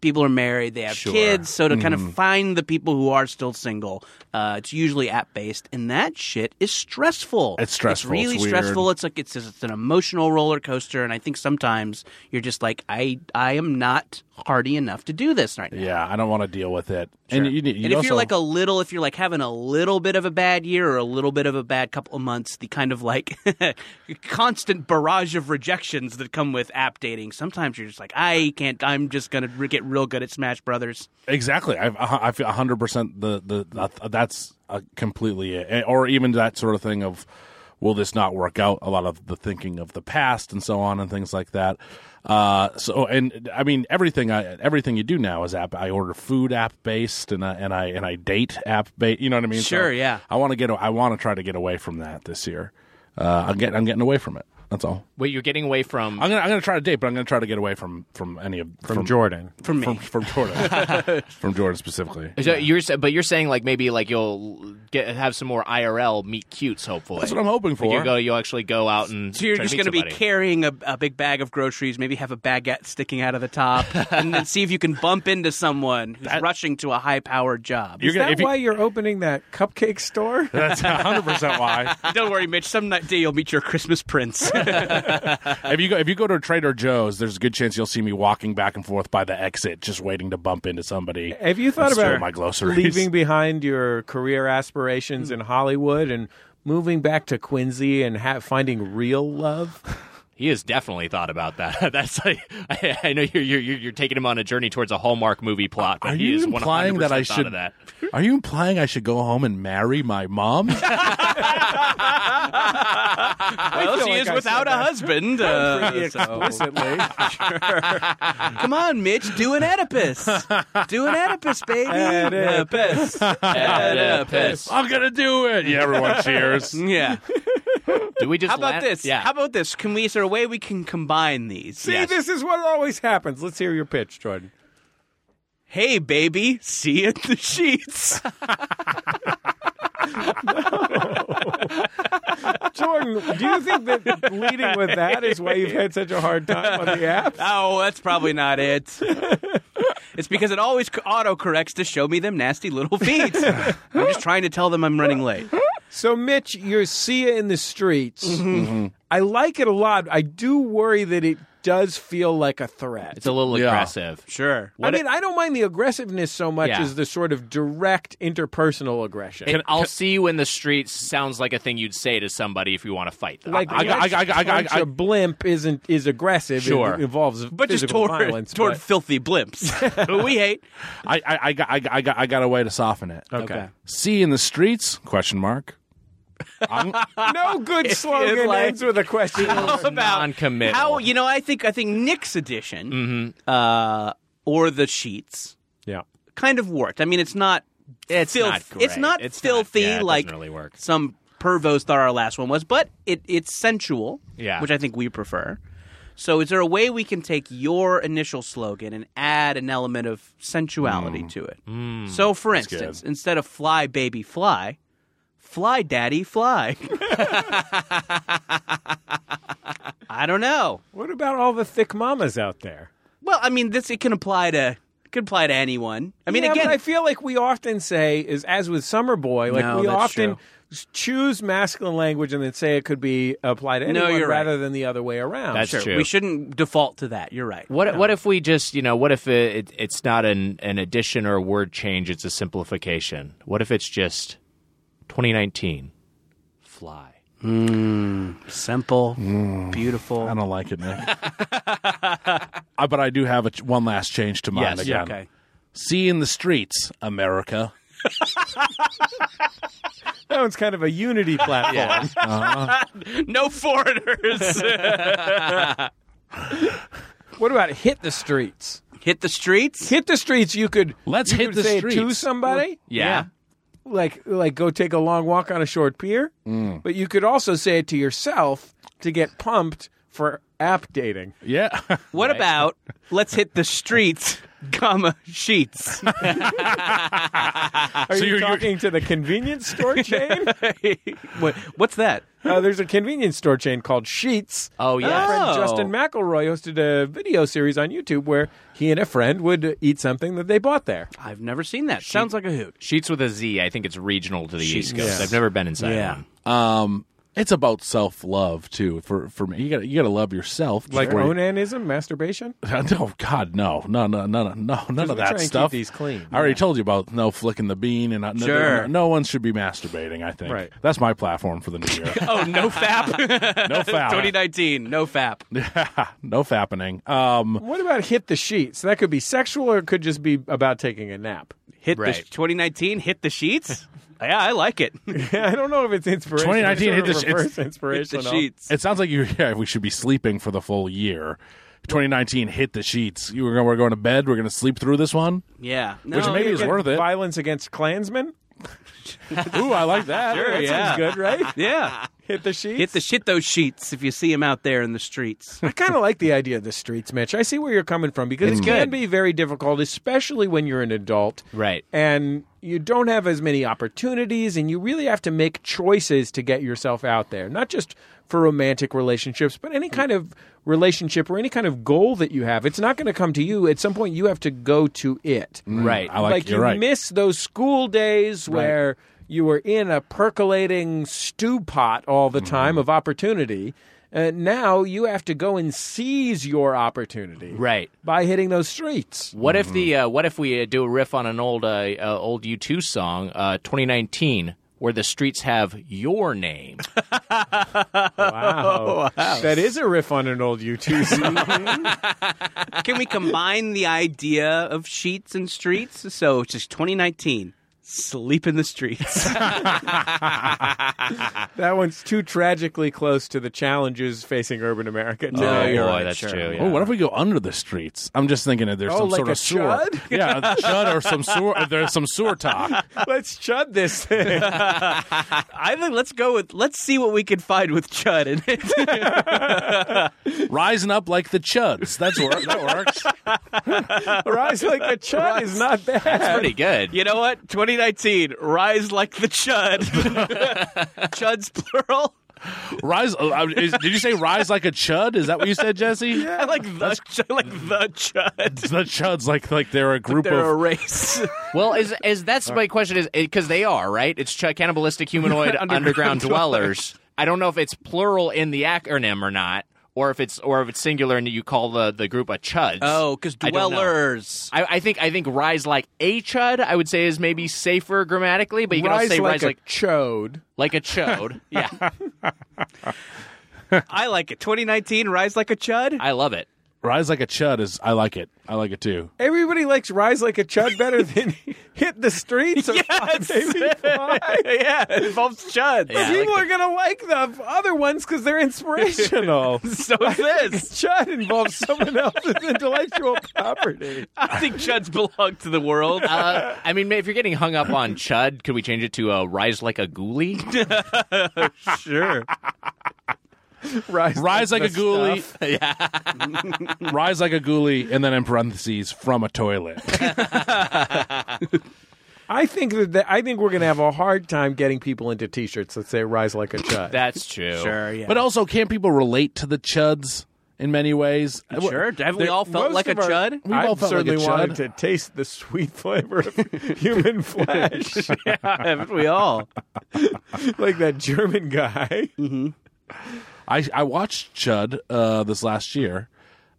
Speaker 3: people are married, they have kids. So to kind
Speaker 5: Mm-hmm.
Speaker 3: of find the people who are still single, uh, it's usually app based. And that shit is stressful.
Speaker 5: It's
Speaker 3: It's
Speaker 5: stressful.
Speaker 3: really
Speaker 5: It's weird.
Speaker 3: stressful. It's like it's, it's an emotional roller coaster. And I think sometimes you're just like, I, I am not hardy enough to do this right now.
Speaker 5: yeah, I don't want to deal with it. And you, need- you
Speaker 3: And if
Speaker 5: also,
Speaker 3: you're like a little, if you're like having a little bit of a bad year or a little bit of a bad couple of months, the kind of like *laughs* constant barrage of rejections that come with app dating, sometimes you're just like, I can't, I'm just going to re- get real good at Smash Brothers.
Speaker 5: exactly, I, I I feel hundred percent the the that- that's uh, completely it, or even that sort of thing of will this not work out? A lot of the thinking of the past and so on and things like that. Uh, so and I mean everything I everything you do now is app. I order food app based and I and I and I date app based. You know what I mean? So
Speaker 3: Sure, yeah.
Speaker 5: I want to get. a- I want to try to get away from that this year. Uh, I'm getting. I'm getting away from it. That's all.
Speaker 4: Wait, you're getting away from
Speaker 5: I'm gonna I'm gonna try to date, but I'm gonna try to get away from from any of
Speaker 2: *laughs* From, Jordan.
Speaker 3: For me.
Speaker 5: from
Speaker 2: *laughs*
Speaker 5: from Jordan from Jordan specifically.
Speaker 4: So you're, sa- but you're saying like maybe like you'll get have some more IRL meet cutes. Hopefully,
Speaker 5: That's what I'm hoping for.
Speaker 4: Like you go, you'll actually go out and.
Speaker 3: so you're
Speaker 4: try
Speaker 3: just
Speaker 4: to
Speaker 3: going to
Speaker 4: meet
Speaker 3: be
Speaker 4: somebody.
Speaker 3: carrying a, a big bag of groceries, maybe have a baguette sticking out of the top, and then see if you can bump into someone who's rushing to a high powered job.
Speaker 5: You're
Speaker 2: Is
Speaker 5: gonna-
Speaker 2: that
Speaker 5: if you-
Speaker 2: why you're opening that cupcake store?
Speaker 5: *laughs* That's 100 percent why.
Speaker 3: *laughs* Don't worry, Mitch. Some night day you'll meet your Christmas *laughs* prince.
Speaker 5: If you go if you go to Trader Joe's, there's a good chance you'll see me walking back and forth by the exit, just waiting to bump into somebody.
Speaker 2: Have you thought
Speaker 5: and steal
Speaker 2: about
Speaker 5: my groceries?
Speaker 2: leaving
Speaker 5: *laughs*
Speaker 2: behind your career aspirations in Hollywood and moving back to Quincy and ha- finding real love?
Speaker 4: He has definitely thought about that. *laughs* That's like, I, I know you're, you're you're you're taking him on a journey towards a Hallmark movie plot. But
Speaker 5: Are
Speaker 4: he
Speaker 5: you
Speaker 4: is
Speaker 5: implying that I
Speaker 4: 100% thought
Speaker 5: should?
Speaker 4: Of that.
Speaker 2: *laughs*
Speaker 5: Are you implying I should go home and marry my mom?
Speaker 3: Well, she
Speaker 2: like
Speaker 3: is
Speaker 2: I
Speaker 3: without a
Speaker 2: said that.
Speaker 3: husband. uh,
Speaker 2: Pretty
Speaker 3: so-
Speaker 2: explicitly.
Speaker 3: Come on, Mitch, do an Oedipus. Do an Oedipus, baby.
Speaker 2: Oedipus.
Speaker 3: Oedipus.
Speaker 5: I'm gonna do it.
Speaker 2: *laughs*
Speaker 5: Yeah, everyone cheers.
Speaker 3: Yeah.
Speaker 4: Do
Speaker 5: *laughs*
Speaker 4: we just
Speaker 3: How about
Speaker 4: land-
Speaker 3: this?
Speaker 4: Yeah.
Speaker 3: How about this? Can we? Is there a way we can combine
Speaker 2: *laughs*
Speaker 3: these?
Speaker 2: See, this is what always happens. Let's hear your pitch, Jordan.
Speaker 3: Hey, baby, see it in the sheets.
Speaker 2: Jordan, do you think that leading with that is why you've had such a hard time on the app?
Speaker 3: oh, that's probably not it. It's because it always auto corrects to show me them nasty little *laughs* feet. I'm just trying to tell them I'm running late.
Speaker 2: So, Mitch, you're see it in the streets. I like it a lot. I do worry that it does feel like a threat.
Speaker 4: It's a little
Speaker 5: Yeah.
Speaker 4: aggressive.
Speaker 3: Sure.
Speaker 2: I mean, I don't mind the aggressiveness so much
Speaker 4: Yeah.
Speaker 2: as the sort of direct interpersonal aggression.
Speaker 4: And I'll see you in the streets sounds like a thing you'd say to somebody if you want to fight them.
Speaker 2: like
Speaker 5: I- I- I- I- I-
Speaker 2: punch
Speaker 5: I-
Speaker 2: a blimp isn't is aggressive.
Speaker 4: Sure.
Speaker 2: it involves
Speaker 3: but just
Speaker 2: physical
Speaker 3: toward,
Speaker 2: violence.
Speaker 3: toward
Speaker 2: but-
Speaker 3: filthy blimps *laughs* who we hate.
Speaker 5: I, I, I, got, I, got- I, got, I got a way to soften it.
Speaker 2: okay.
Speaker 5: See in the streets? Question mark. I'm-
Speaker 2: no good slogan
Speaker 3: like-
Speaker 2: ends with a question.
Speaker 3: How about
Speaker 4: non-committal.
Speaker 3: how you know? I think I think Nick's edition
Speaker 4: Mm-hmm.
Speaker 3: uh, or the sheets
Speaker 2: yeah.
Speaker 3: kind of worked. I mean, it's not
Speaker 4: It's
Speaker 3: filth-
Speaker 4: not great.
Speaker 3: it's not
Speaker 4: It's not-
Speaker 3: filthy
Speaker 4: yeah, it doesn't
Speaker 3: like
Speaker 4: really work.
Speaker 3: some pervos thought our last one was, but it it's sensual,
Speaker 4: Yeah.
Speaker 3: which I think we prefer. So, is there a way we can take your initial slogan and add an element of sensuality
Speaker 2: Mm.
Speaker 3: to it? So, for instance, instead of "fly baby fly," "fly daddy fly." *laughs* I don't know.
Speaker 2: What about all the thick mamas out there?
Speaker 3: Well, I mean, this it can apply to it can apply to anyone. I mean,
Speaker 2: Yeah,
Speaker 3: again,
Speaker 2: but I feel like we often say is as with Summer Boy, like
Speaker 3: No,
Speaker 2: we
Speaker 3: that's
Speaker 2: often
Speaker 3: true.
Speaker 2: s- choose masculine language and then say it could be applied to
Speaker 3: No,
Speaker 2: anyone
Speaker 3: you're right.
Speaker 2: rather than the other way around.
Speaker 4: That's
Speaker 3: sure,
Speaker 4: true.
Speaker 3: we shouldn't default to that. You're right.
Speaker 4: What what if we just you know what if it, it, it's not an an addition or a word change? It's a simplification. What if it's just 2019 fly?
Speaker 3: Simple,
Speaker 2: Mm.
Speaker 3: beautiful.
Speaker 5: I don't like it, Nick. *laughs* I, but I do have a ch- one last change to mine
Speaker 4: Yes,
Speaker 2: *laughs*
Speaker 5: again.
Speaker 3: okay.
Speaker 5: See in the streets, America.
Speaker 2: that one's kind of a
Speaker 3: *laughs*
Speaker 2: unity platform.
Speaker 3: No foreigners.
Speaker 2: What about hit the streets?
Speaker 3: Hit the streets.
Speaker 2: Hit the streets. You could
Speaker 5: Let's
Speaker 2: you
Speaker 5: hit
Speaker 2: could
Speaker 5: the
Speaker 2: say it to
Speaker 5: streets.
Speaker 2: somebody.
Speaker 4: Yeah.
Speaker 2: like like go take a long walk on a short pier,
Speaker 3: Mm.
Speaker 2: but you could also say it to yourself to get pumped for app dating.
Speaker 5: Yeah. *laughs*
Speaker 3: What *laughs* about let's hit the streets, comma sheets?
Speaker 2: Are you
Speaker 5: you're- you're-
Speaker 2: talking to the convenience
Speaker 3: *laughs*
Speaker 2: store chain?
Speaker 3: What- what's that?
Speaker 2: uh, there's a convenience store chain called Sheets.
Speaker 4: Oh, yes.
Speaker 2: Our friend
Speaker 3: Oh.
Speaker 2: Justin McElroy hosted a video series on YouTube where he and a friend would uh, eat something that they bought there.
Speaker 3: I've never seen that. Sounds like a hoot.
Speaker 4: Sheets with a Z. I think it's regional to the East Coast.
Speaker 2: Yes.
Speaker 4: I've never been inside
Speaker 3: Yeah.
Speaker 4: one.
Speaker 5: Um, it's about self love too. For for me, you got to you got to love yourself.
Speaker 2: Like
Speaker 5: before you-
Speaker 2: onanism, masturbation.
Speaker 5: *laughs* No, God, no, no, no, no, no, no, none
Speaker 2: we
Speaker 5: of
Speaker 2: try and
Speaker 5: that
Speaker 2: keep
Speaker 5: stuff.
Speaker 2: these clean.
Speaker 5: I already told you about no flicking the bean, and I, no-
Speaker 3: Sure.
Speaker 5: no, no one should be masturbating. I think
Speaker 2: Right.
Speaker 5: that's my platform for the new
Speaker 2: *laughs*
Speaker 5: year.
Speaker 3: Oh, no *laughs* fap.
Speaker 5: No foul,
Speaker 3: 2019, no fap. *laughs*
Speaker 5: no fapping. Um,
Speaker 2: What about hit the sheets? That could be sexual, or it could just be about taking a nap. *laughs*
Speaker 3: Hit the
Speaker 4: Right.
Speaker 3: 2019, hit the *laughs* sheets. yeah, I like it. *laughs* hit
Speaker 2: I don't know if it's inspirational.
Speaker 5: 2019
Speaker 2: It's sort
Speaker 5: hit
Speaker 2: of
Speaker 5: the
Speaker 2: reverse
Speaker 5: sh- it's- hit the
Speaker 3: the
Speaker 2: inspirational.
Speaker 3: sheets.
Speaker 5: it sounds like you. *laughs* Yeah, we should be sleeping for the full year. 2019 hit the sheets. You were going, we're going to bed. We're going to sleep through this one.
Speaker 3: Yeah.
Speaker 5: Which
Speaker 3: No,
Speaker 5: maybe
Speaker 3: you
Speaker 5: is
Speaker 3: get-
Speaker 5: worth it.
Speaker 2: Violence against Klansmen.
Speaker 5: *laughs* Ooh, I like that.
Speaker 3: Sure,
Speaker 2: That sounds
Speaker 3: yeah.
Speaker 2: good, right?
Speaker 3: Yeah.
Speaker 2: Hit the sheets.
Speaker 3: Hit the shit those sheets if you see them out there in the *laughs* streets.
Speaker 2: I kind of like the idea of the streets, Mitch. I see where you're coming from because it can
Speaker 3: good.
Speaker 2: be very difficult, especially when you're an adult.
Speaker 4: Right.
Speaker 2: And you don't have as many opportunities, and you really have to make choices to get yourself out there, not just for romantic relationships, but any kind of relationship or any kind of goal that you have. It's not going to come to you. At some point, you have to go to it.
Speaker 4: Right.
Speaker 5: I like,
Speaker 2: you
Speaker 5: you're right.
Speaker 2: miss those school days where you were in a percolating stew pot all
Speaker 4: Mm-hmm.
Speaker 2: the time of opportunity. Uh, now you have to go and seize your opportunity
Speaker 4: Right.
Speaker 2: by hitting those
Speaker 4: *laughs*
Speaker 2: streets.
Speaker 4: What if the uh, what if we uh, do a riff on an old uh, uh, old U two song, uh, 2019, where the streets have your name?
Speaker 2: *laughs* Wow. That is a riff on an old
Speaker 4: *laughs*
Speaker 2: U2
Speaker 3: Can we combine the idea of sheets and streets? So it's just 2019, sleep in the streets.
Speaker 2: That one's too tragically close to the challenges facing urban America.
Speaker 4: oh
Speaker 2: today.
Speaker 4: boy,
Speaker 2: You're right,
Speaker 4: that's
Speaker 2: sure.
Speaker 4: true. Yeah.
Speaker 5: Oh, what if we go under the streets? I'm just thinking that there's
Speaker 2: Oh,
Speaker 5: some
Speaker 2: like
Speaker 5: sort
Speaker 2: a
Speaker 5: of sewer.
Speaker 2: chud?
Speaker 5: *laughs* Yeah, a chud or some sewer. If there's some sewer talk.
Speaker 2: Let's chud this
Speaker 4: *laughs*
Speaker 2: thing.
Speaker 3: I think let's go with let's see what we can find with Chud in it.
Speaker 5: Rising up like the chuds. That's where that works.
Speaker 2: Rise like a chud is not bad.
Speaker 4: Pretty
Speaker 3: *laughs*
Speaker 4: good.
Speaker 3: you know what? 2019, rise like the *laughs* Chud. Chud's plural.
Speaker 5: Rise. oh, I- is- did you say rise like a chud? Is that what you said, Jesse? Yeah.
Speaker 3: I like the Chud- like the Chud.
Speaker 5: The chuds like like they're a group
Speaker 3: They're a
Speaker 5: of.
Speaker 3: race.
Speaker 4: Well, is is that's my question is because they are right. It's ch- cannibalistic
Speaker 3: *laughs*
Speaker 4: humanoid underground dwellers. I don't know if it's plural in the acronym or not, or if it's or if it's singular and you call the the group a chud.
Speaker 3: *laughs* Oh, because
Speaker 4: I don't know.
Speaker 3: dwellers.
Speaker 4: I, I think I think rise like a chud. I would say is maybe safer grammatically, but you can
Speaker 2: rise
Speaker 4: also say
Speaker 2: like
Speaker 4: rise
Speaker 2: a
Speaker 4: like
Speaker 2: chode.
Speaker 4: like
Speaker 3: *laughs*
Speaker 4: a chode. yeah,
Speaker 3: I like it. 2019, rise like a Chud.
Speaker 4: I love it.
Speaker 5: Rise like a chud is. I like it. I like it too.
Speaker 2: Everybody likes rise like a chud better than hit the streets or yes!
Speaker 3: yeah, it involves Chud.
Speaker 4: Yeah, I like
Speaker 2: People
Speaker 4: the-
Speaker 2: are gonna like the other ones because they're inspirational.
Speaker 3: So is
Speaker 2: *laughs*
Speaker 3: this.
Speaker 2: Chud involves someone else's intellectual property.
Speaker 3: I think Chuds belong to the world.
Speaker 4: Uh, I mean, if you're getting hung up on chud, could we change it to uh, rise like a ghoulie?
Speaker 3: *laughs* sure.
Speaker 2: *laughs* Rise,
Speaker 5: Rise like a
Speaker 2: the
Speaker 5: ghoulie.
Speaker 2: stuff.
Speaker 5: *laughs* Rise like a ghoulie, and then in parentheses from a toilet.
Speaker 2: I think that, that I think we're gonna have a hard time getting people into T-shirts that say "Rise like a chud."
Speaker 4: That's true.
Speaker 3: Sure, yeah.
Speaker 5: But uh, also, can't people relate to the chuds in many ways?
Speaker 3: sure. Haven't we
Speaker 5: They're-
Speaker 3: all felt
Speaker 2: Most
Speaker 3: like a
Speaker 2: of our-
Speaker 3: Chud?
Speaker 2: *laughs*
Speaker 5: We
Speaker 2: I
Speaker 5: all felt like a
Speaker 2: certainly wanted
Speaker 5: chud.
Speaker 2: to taste the sweet flavor of *laughs* human flesh, *laughs*
Speaker 3: Haven't we all?
Speaker 2: like that German guy.
Speaker 5: I I watched Chud uh, this last year,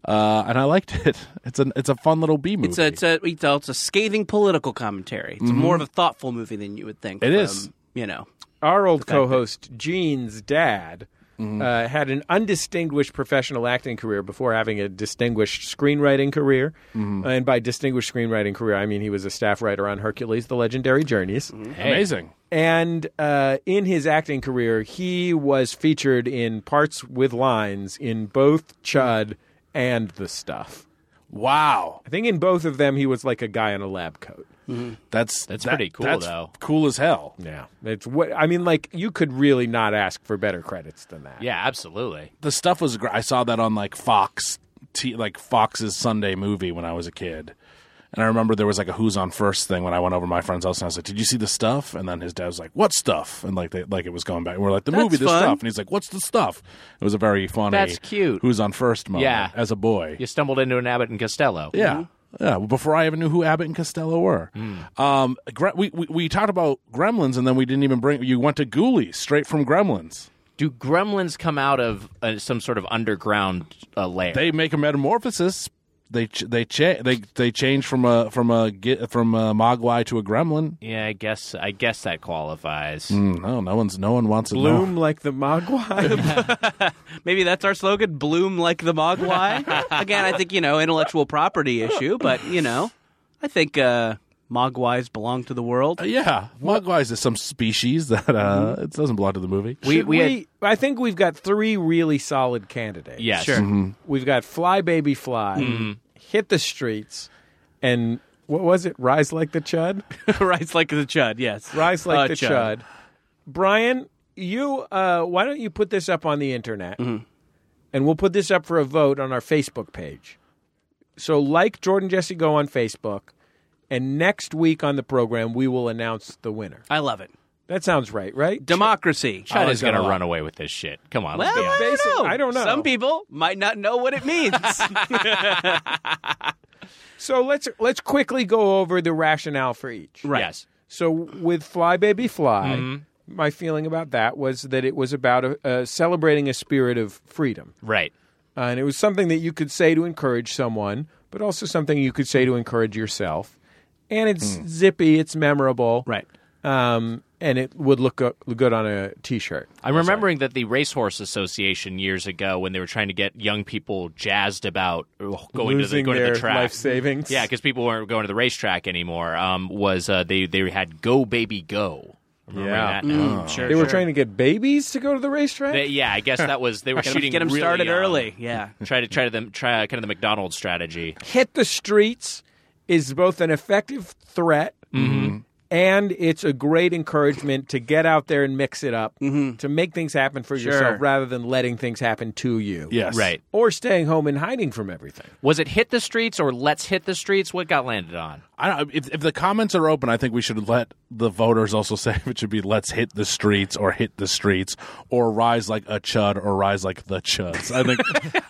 Speaker 5: uh, and I liked it. It's an it's a fun little B movie.
Speaker 3: It's a, it's a it's a it's a scathing political commentary. It's more of a thoughtful movie than you would think.
Speaker 5: It
Speaker 3: from,
Speaker 5: is.
Speaker 3: you know.
Speaker 2: our old co-host Gene's dad uh, had an undistinguished professional acting career before having a distinguished screenwriting career, and by distinguished screenwriting career, I mean he was a staff writer on Hercules: The Legendary Journeys.
Speaker 5: amazing.
Speaker 2: And uh, in his acting career, he was featured in parts with lines in both Chud and The Stuff.
Speaker 5: Wow,
Speaker 2: I think in both of them, he was like a guy in a lab coat.
Speaker 5: that's
Speaker 4: That's
Speaker 5: that-
Speaker 4: pretty cool,
Speaker 5: that's
Speaker 4: though.
Speaker 5: Cool as hell.
Speaker 2: Yeah, it's what I mean. Like you could really not ask for better credits than that.
Speaker 4: Yeah, absolutely.
Speaker 5: The stuff was. gr- I saw that on like Fox, t- like Fox's Sunday movie when I was a kid. And I remember there was like a "Who's on First thing when I went over to my friend's house, and I was like, "Did you see the stuff?" And then his dad was like, "What stuff?" And like, they, like it was going back. And we're like, "The movie, the
Speaker 3: fun.
Speaker 5: stuff." And he's like, "What's the stuff?" It was a very funny.
Speaker 4: That's cute.
Speaker 5: Who's on first moment?
Speaker 4: Yeah.
Speaker 5: as a boy.
Speaker 4: You stumbled into an Abbott and Costello.
Speaker 5: Yeah. Yeah, well, before I even knew who Abbott and Costello were,
Speaker 4: Hmm.
Speaker 5: um, Gre- we, we we talked about Gremlins, and then we didn't even bring. You went to Ghoulies straight from Gremlins.
Speaker 4: Do gremlins come out of uh, some sort of underground uh, lair?
Speaker 5: They make a metamorphosis. They ch- they cha- they they change from a from a ge- from a Mogwai to a Gremlin.
Speaker 4: yeah, I guess I guess that qualifies.
Speaker 5: Mm, No, no one's no one wants to know.
Speaker 2: Bloom like the Mogwai.
Speaker 3: Maybe that's our slogan, bloom like
Speaker 2: *laughs*
Speaker 3: the Mogwai. Again, I think, you know, intellectual property issue, but you know, I think uh Mogwais belong to the world. *laughs*
Speaker 5: Yeah, Mogwais is some species that uh,
Speaker 2: Mm-hmm.
Speaker 5: it doesn't belong to the movie.
Speaker 4: We
Speaker 2: Should
Speaker 4: we, had-
Speaker 2: I think we've got three really solid candidates.
Speaker 4: yes. Mm-hmm.
Speaker 2: We've got Fly Baby Fly, Hit the Streets, and what was it? Rise Like the Chud?
Speaker 3: Rise like the Chud, yes.
Speaker 2: Rise Like
Speaker 3: Uh,
Speaker 2: the Chud. Brian, you uh, why don't you put this up on the internet? And we'll put this up for a vote on our Facebook page. So like Jordan Jesse Go on Facebook, and next week on the program we will announce the winner.
Speaker 3: I love it.
Speaker 2: That sounds right, right?
Speaker 3: Democracy.
Speaker 4: Chud is gonna run away with this shit. Come on. let's
Speaker 3: Well,
Speaker 4: be honest.
Speaker 3: I don't,
Speaker 2: Basic-
Speaker 3: know.
Speaker 2: I don't know.
Speaker 3: Some people might not know what
Speaker 2: *laughs*
Speaker 3: it means.
Speaker 2: So let's let's quickly go over the rationale for each.
Speaker 4: Yes.
Speaker 2: So with Fly Baby Fly,
Speaker 3: Mm-hmm.
Speaker 2: my feeling about that was that it was about a, uh, celebrating a spirit of freedom,
Speaker 4: Right.
Speaker 2: uh, and it was something that you could say to encourage someone, but also something you could say to encourage yourself. And it's zippy, it's memorable,
Speaker 3: Mm. Right.
Speaker 2: Um, and it would look go- look good on a t-shirt.
Speaker 4: I'm remembering that the Racehorse Association years ago, when they were trying to get young people jazzed about oh, going
Speaker 2: Losing
Speaker 4: to the, going to
Speaker 2: their
Speaker 4: the track,
Speaker 2: life savings.
Speaker 4: Yeah, because people weren't going to the racetrack anymore. Um, was uh, they they had Go Baby Go? Remembering
Speaker 2: Yeah. Mm.
Speaker 4: that now.
Speaker 3: Sure,
Speaker 2: They were
Speaker 3: sure.
Speaker 2: trying to get babies to go to the racetrack.
Speaker 4: They- yeah, I guess that was they were
Speaker 3: Get 'em-
Speaker 4: shooting.
Speaker 3: get them
Speaker 4: really
Speaker 3: started
Speaker 4: young.
Speaker 3: early. Yeah.
Speaker 4: Try to try to them try kind of the McDonald's strategy.
Speaker 2: hit the streets is both an effective threat and it's a great encouragement to get out there and mix it up to make things happen for yourself rather than letting things happen to you.
Speaker 5: Yes.
Speaker 4: Right.
Speaker 2: Or staying home and hiding from everything.
Speaker 4: Was it hit the streets or let's hit the streets? What got landed on?
Speaker 5: I don't, if, if the comments are open, I think we should let the voters also *laughs* say if it should be let's hit the streets or hit the streets or rise like a chud or rise like the chuds. I
Speaker 2: *laughs*
Speaker 5: think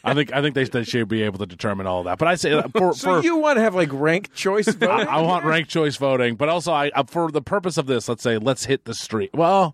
Speaker 5: I think I think they, they should be able to determine all that. But I say that for,
Speaker 2: So
Speaker 5: for
Speaker 2: you want to have like ranked choice voting?
Speaker 5: I want ranked choice voting, but also I uh, for the purpose of this, let's say let's hit the street. Well,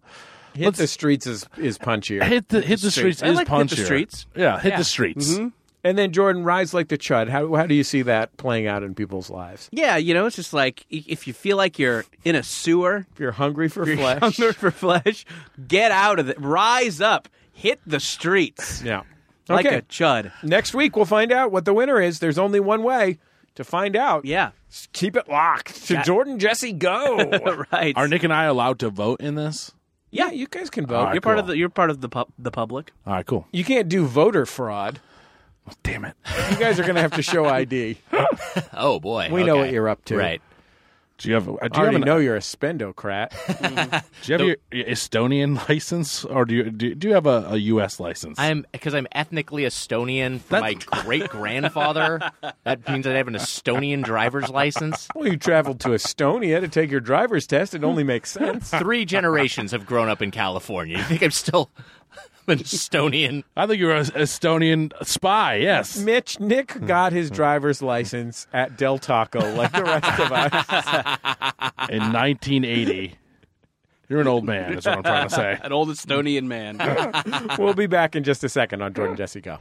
Speaker 2: hit the streets is is punchier.
Speaker 5: hit the hit the streets,
Speaker 3: I
Speaker 5: is
Speaker 3: like hit
Speaker 5: punchier.
Speaker 3: the streets.
Speaker 5: Yeah, hit the streets.
Speaker 2: And then Jordan rise like the chud. How how do you see that playing out in people's lives?
Speaker 3: Yeah, you know, it's just like i- if you feel like you're in a sewer,
Speaker 2: If you're hungry for
Speaker 3: you're
Speaker 2: flesh.
Speaker 3: hungry for flesh, get out of it. Rise up, hit the streets
Speaker 2: Yeah.
Speaker 3: like
Speaker 2: okay.
Speaker 3: a chud.
Speaker 2: Next week we'll find out what the winner is. There's only one way to find out.
Speaker 3: Yeah,
Speaker 2: Keep it locked to Jordan Jesse Go.
Speaker 3: *laughs* right.
Speaker 5: Are Nick and I allowed to vote in this?
Speaker 2: yeah, you guys can vote.
Speaker 5: All right,
Speaker 3: you're part of
Speaker 5: cool.
Speaker 3: the you're part of the pub, the public.
Speaker 5: All right, cool.
Speaker 2: You can't do voter fraud.
Speaker 5: Damn it.
Speaker 2: You guys are going to have to show ID.
Speaker 4: Oh boy,
Speaker 2: We know
Speaker 4: okay.
Speaker 2: what you're up to.
Speaker 4: Right.
Speaker 5: Do you have? uh, Do
Speaker 2: I
Speaker 5: you have
Speaker 2: already
Speaker 5: an
Speaker 2: know you're a spendocrat.
Speaker 5: Do you have your your Estonian *laughs* license, or do you do, do you have a, a U.S. license?
Speaker 4: I'm because I'm ethnically Estonian from my
Speaker 5: That's-
Speaker 4: great grandfather. *laughs* that means I have an Estonian driver's license.
Speaker 2: well, you traveled to Estonia to take your driver's test. It only makes sense.
Speaker 4: Three generations have grown up in California. You think I'm still *laughs* an Estonian?
Speaker 5: I think you're an Estonian spy. Yes,
Speaker 2: Mitch, Nick got his driver's license at Del Taco, like the rest of us.
Speaker 5: in 1980. You're an old man. Is what I'm trying to say.
Speaker 3: An old Estonian man.
Speaker 2: We'll be back in just a second on Jordan Jesse Go.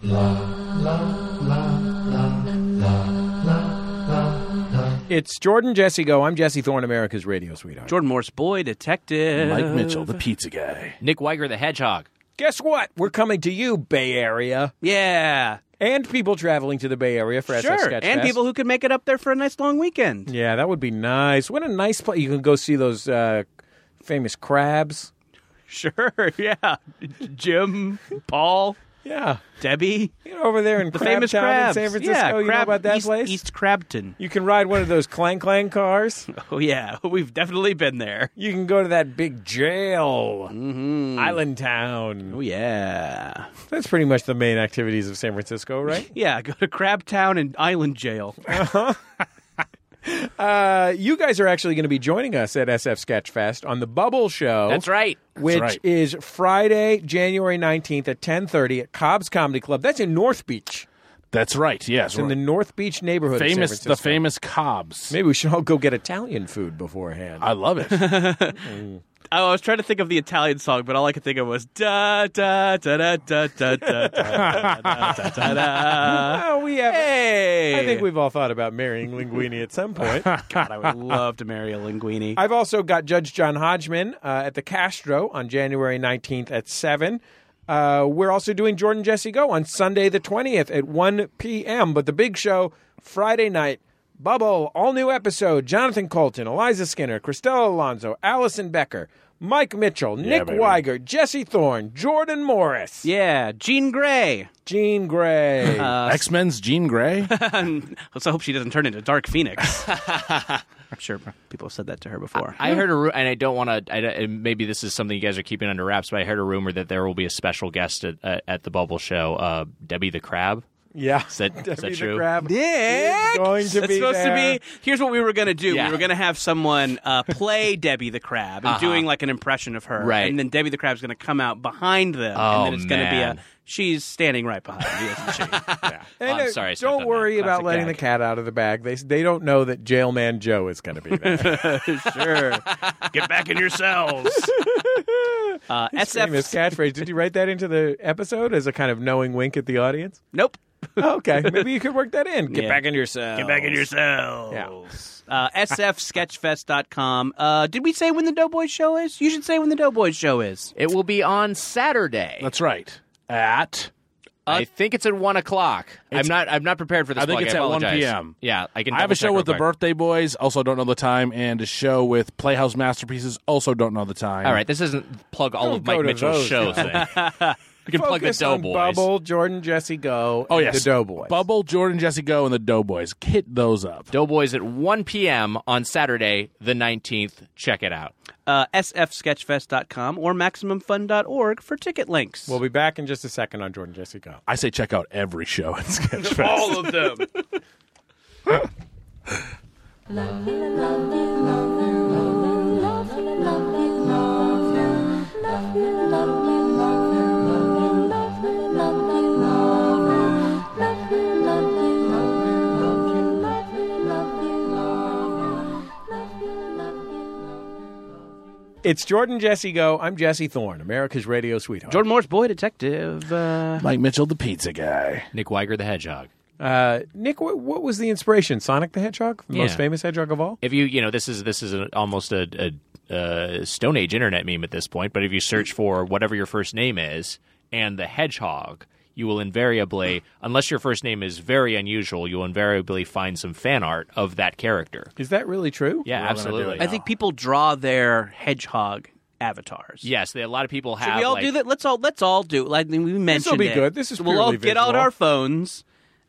Speaker 2: It's Jordan Jesse Go. I'm Jesse Thorne, America's radio sweetheart.
Speaker 3: *laughs* Jordan Morse, boy detective.
Speaker 5: Mike Mitchell, the pizza guy.
Speaker 4: Nick Weiger the Hedgehog.
Speaker 2: Guess what? We're coming to you, Bay Area,
Speaker 3: Yeah,
Speaker 2: and people traveling to the Bay Area for SF
Speaker 3: sure.
Speaker 2: Sketch
Speaker 3: And
Speaker 2: Fest.
Speaker 3: people who could make it up there for a nice long weekend.
Speaker 2: Yeah, that would be nice. What a nice place! You can go see those uh, famous crabs.
Speaker 3: *laughs* Sure. Yeah, Jim, Paul,
Speaker 2: Yeah,
Speaker 3: Debbie,
Speaker 2: you know, over there in
Speaker 3: the
Speaker 2: Crab
Speaker 3: famous
Speaker 2: Town
Speaker 3: crabs.
Speaker 2: in San Francisco.
Speaker 3: Yeah,
Speaker 2: you know
Speaker 3: crab-
Speaker 2: about that
Speaker 3: East,
Speaker 2: place?
Speaker 3: East Crabton.
Speaker 2: You can ride one of those clang clang
Speaker 3: *laughs*
Speaker 2: cars.
Speaker 3: Oh yeah, we've definitely been there.
Speaker 2: You can go to that big jail,
Speaker 3: Mm-hmm.
Speaker 2: Island Town.
Speaker 3: Oh yeah.
Speaker 2: That's pretty much the main activities of San Francisco,
Speaker 3: *laughs*
Speaker 2: right?
Speaker 3: Yeah, go to Crab Town and Island Jail.
Speaker 2: uh, you guys are actually going to be joining us at SF Sketchfest on the Bubble Show.
Speaker 4: That's right.
Speaker 2: Which
Speaker 5: right.
Speaker 2: is Friday, January nineteenth at ten thirty at Cobb's Comedy Club. That's in North Beach,
Speaker 5: That's right. Yes,
Speaker 2: in the North Beach neighborhood. of San
Speaker 5: famous the
Speaker 2: Francisco.
Speaker 5: famous Cobbs.
Speaker 2: Maybe we should all go get Italian food beforehand.
Speaker 5: I love it.
Speaker 3: Oh, I was trying to think of the Italian song, but all I could think of was da da da da da da da da da da da da da.
Speaker 2: oh, we have.
Speaker 3: Hey,
Speaker 2: I think we've all thought about marrying Linguini at some
Speaker 5: *laughs*
Speaker 2: point.
Speaker 3: God, I would love to marry a linguini.
Speaker 2: I've also got Judge John Hodgman uh, at the Castro on January 19th at 7. Uh, we're also doing Jordan Jesse Go on Sunday the 20th at 1 p.m. But the big show, Friday night, Bubble, all new episode Jonathan Colton, Eliza Skinner, Christella Alonso, Allison Becker, Mike Mitchell, Nick
Speaker 5: baby.
Speaker 2: Weiger, Jesse Thorne, Jordan Morris,
Speaker 3: Yeah, Jean Grey.
Speaker 2: Gene Gray.
Speaker 5: X Men's
Speaker 4: *laughs*
Speaker 5: Jean Grey.
Speaker 3: Let's hope she doesn't turn into Dark Phoenix. *laughs* I'm sure people have said that to her before.
Speaker 4: I heard a ru- and I don't want to. Maybe this is something you guys are keeping under wraps, but I heard a rumor that there will be a special guest at, at, at the Bubble Show, uh, Debbie the Crab.
Speaker 2: yeah. *laughs*
Speaker 4: Is that, is that
Speaker 2: Debbie the
Speaker 4: true?
Speaker 2: Crab.
Speaker 3: Nick!
Speaker 2: going to
Speaker 3: That's
Speaker 2: be
Speaker 3: supposed
Speaker 2: there.
Speaker 3: to be. Here's what we were gonna do.
Speaker 4: Yeah.
Speaker 3: We were gonna have someone uh, play Debbie the Crab and doing like an impression of her,
Speaker 4: Right.
Speaker 3: And then Debbie the Crab's gonna come out behind them,
Speaker 4: Oh,
Speaker 3: and then it's gonna be
Speaker 4: man.
Speaker 3: a She's standing right behind you, isn't she?
Speaker 2: And,
Speaker 4: I'm
Speaker 2: uh,
Speaker 4: sorry I stepped
Speaker 2: Don't
Speaker 4: on that.
Speaker 2: worry
Speaker 4: That's
Speaker 2: about
Speaker 4: a
Speaker 2: letting
Speaker 4: gag.
Speaker 2: the cat out of the bag. They they don't know that Jailman Joe is going to be there.
Speaker 3: *laughs* sure. Get back in yourselves. uh,
Speaker 2: Famous
Speaker 3: SF.
Speaker 2: catchphrase. Did you write that into the episode as a kind of knowing wink at the
Speaker 4: *laughs*
Speaker 2: audience?
Speaker 3: Nope.
Speaker 2: Okay, maybe you could work that in. Get
Speaker 3: Yeah.
Speaker 2: back in yourself.
Speaker 3: Get back in yourselves. Uh, SFsketchfest.com. Uh, did we say when the Doughboys show is? You should say when the Doughboys show is.
Speaker 4: It will be on Saturday.
Speaker 5: That's right. At
Speaker 4: I think it's at one o'clock. I'm not. I'm not prepared for this.
Speaker 5: I think
Speaker 4: plug.
Speaker 5: it's at 1
Speaker 4: apologize.
Speaker 5: p.m..
Speaker 4: Yeah, I can.
Speaker 5: I have a show
Speaker 4: double-check
Speaker 5: with the
Speaker 4: real quick.
Speaker 5: Birthday Boys. Also, don't know the time, and a show with Playhouse Masterpieces. Also, don't know the time.
Speaker 4: All right, this isn't plug all of
Speaker 2: Don't go
Speaker 4: Mike
Speaker 2: to
Speaker 4: Mitchell's
Speaker 2: those,
Speaker 4: shows.
Speaker 2: no.
Speaker 5: *laughs*
Speaker 4: Then. you can plug the
Speaker 2: Focus on
Speaker 4: Doughboys.
Speaker 2: Bubble, Jordan, Jesse, Go.
Speaker 5: Oh
Speaker 2: and
Speaker 5: yes,
Speaker 2: the Doughboys.
Speaker 5: Bubble, Jordan, Jesse Go, and the Doughboys. Hit those up.
Speaker 4: Doughboys at 1 p.m. on Saturday, the 19th. Check it out.
Speaker 3: Uh, SFsketchfest.com or MaximumFun.org for ticket links.
Speaker 2: We'll be back in just a second on Jordan, Jesse, Go.
Speaker 5: I say check out every show *laughs* at Sketchfest.
Speaker 3: all of them.
Speaker 2: It's Jordan, Jesse, Go. I'm Jesse Thorne, America's radio sweetheart.
Speaker 3: Jordan Moore's boy detective. Uh,
Speaker 5: Mike Mitchell, the pizza guy.
Speaker 4: Nick Weiger the Hedgehog.
Speaker 2: Uh, Nick, what, what was the inspiration? Sonic the Hedgehog, the most
Speaker 4: Yeah.
Speaker 2: famous hedgehog of all.
Speaker 4: If you, you know, this is this is an, almost a, a, a Stone Age internet meme at this point. But if you search for whatever your first name is and the Hedgehog, you will invariably, unless your first name is very unusual, you'll invariably find some fan art of that character.
Speaker 2: Is that really true?
Speaker 4: Yeah, absolutely.
Speaker 3: I think people draw their hedgehog avatars.
Speaker 4: Yes, they, a lot of people have.
Speaker 3: Should we all
Speaker 4: like-
Speaker 3: do that? Let's all let's all do like we mentioned.
Speaker 2: be
Speaker 3: it.
Speaker 2: good. This is
Speaker 3: we'll all
Speaker 2: purely
Speaker 3: get out
Speaker 2: visual.
Speaker 3: our phones,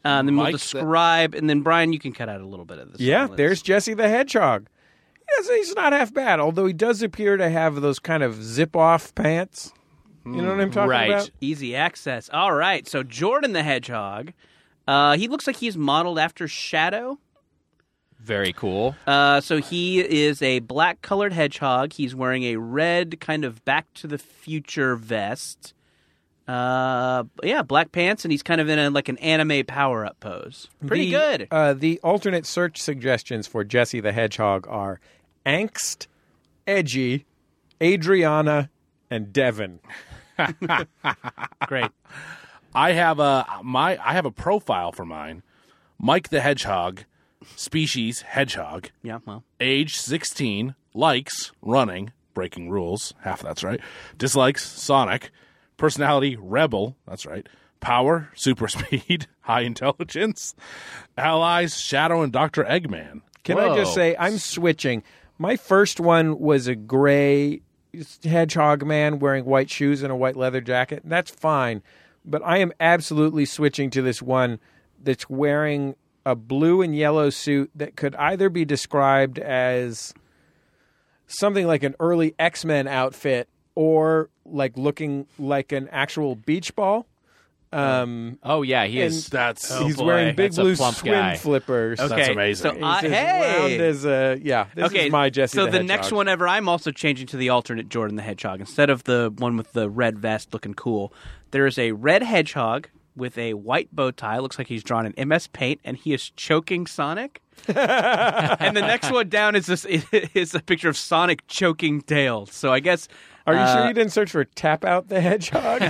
Speaker 3: uh, and then we'll
Speaker 5: Mike's-
Speaker 3: describe, and then Brian, you can cut out a little bit of this.
Speaker 2: Yeah,
Speaker 3: silence.
Speaker 2: there's Jesse the Hedgehog. Yes, he's not half bad, although he does appear to have those kind of zip off pants. You know what I'm talking
Speaker 4: Right.
Speaker 2: about?
Speaker 3: easy access. All right, so Jordan the hedgehog, uh, he looks like he's modeled after Shadow.
Speaker 4: Very cool.
Speaker 3: Uh, so he is a black colored hedgehog. He's wearing a red kind of Back to the Future vest. Uh, yeah, black pants, and he's kind of in a like an anime power up pose. Pretty
Speaker 2: The, *laughs*
Speaker 3: good.
Speaker 2: Uh, the alternate search suggestions for Jesse the Hedgehog are angst, edgy, Adriana, and Devin.
Speaker 3: Great.
Speaker 5: I have a my I have a profile for mine. Mike the Hedgehog, species hedgehog,
Speaker 3: Yeah. Well.
Speaker 5: age 16, likes running, breaking rules, half of that's right. Dislikes Sonic, personality rebel, that's right. Power, *laughs* super speed, high intelligence, allies Shadow and Dr. Eggman.
Speaker 2: Can I just say I'm switching? My first one was a gray hedgehog man wearing white shoes and a white leather jacket. and That's fine, but I am absolutely switching to this one that's wearing a blue and yellow suit that could either be described as something like an early X-Men outfit or like looking like an actual beach ball.
Speaker 4: Oh yeah, he is.
Speaker 5: That's
Speaker 2: He's wearing big
Speaker 4: Oh, That's a
Speaker 2: blue
Speaker 4: plump
Speaker 2: swim
Speaker 4: guy.
Speaker 2: flippers.
Speaker 3: Okay.
Speaker 5: That's amazing.
Speaker 3: So
Speaker 2: He's
Speaker 3: I,
Speaker 2: as
Speaker 3: Uh, hey.
Speaker 2: round as a yeah. This
Speaker 3: okay.
Speaker 2: is my Jesse.
Speaker 3: So
Speaker 2: the,
Speaker 3: the, next
Speaker 2: Hedgehog.
Speaker 3: one ever, I'm also changing to the alternate Jordan the hedgehog instead of the one with the red vest looking cool. There is a red hedgehog with a white bow tie. Looks like he's drawn in MS Paint, and he is choking Sonic. and the next one down is this *laughs* is a picture of Sonic choking Dale. So I guess
Speaker 2: Are you
Speaker 3: uh,
Speaker 2: sure you didn't search for tap out the
Speaker 3: *laughs*
Speaker 2: hedgehog?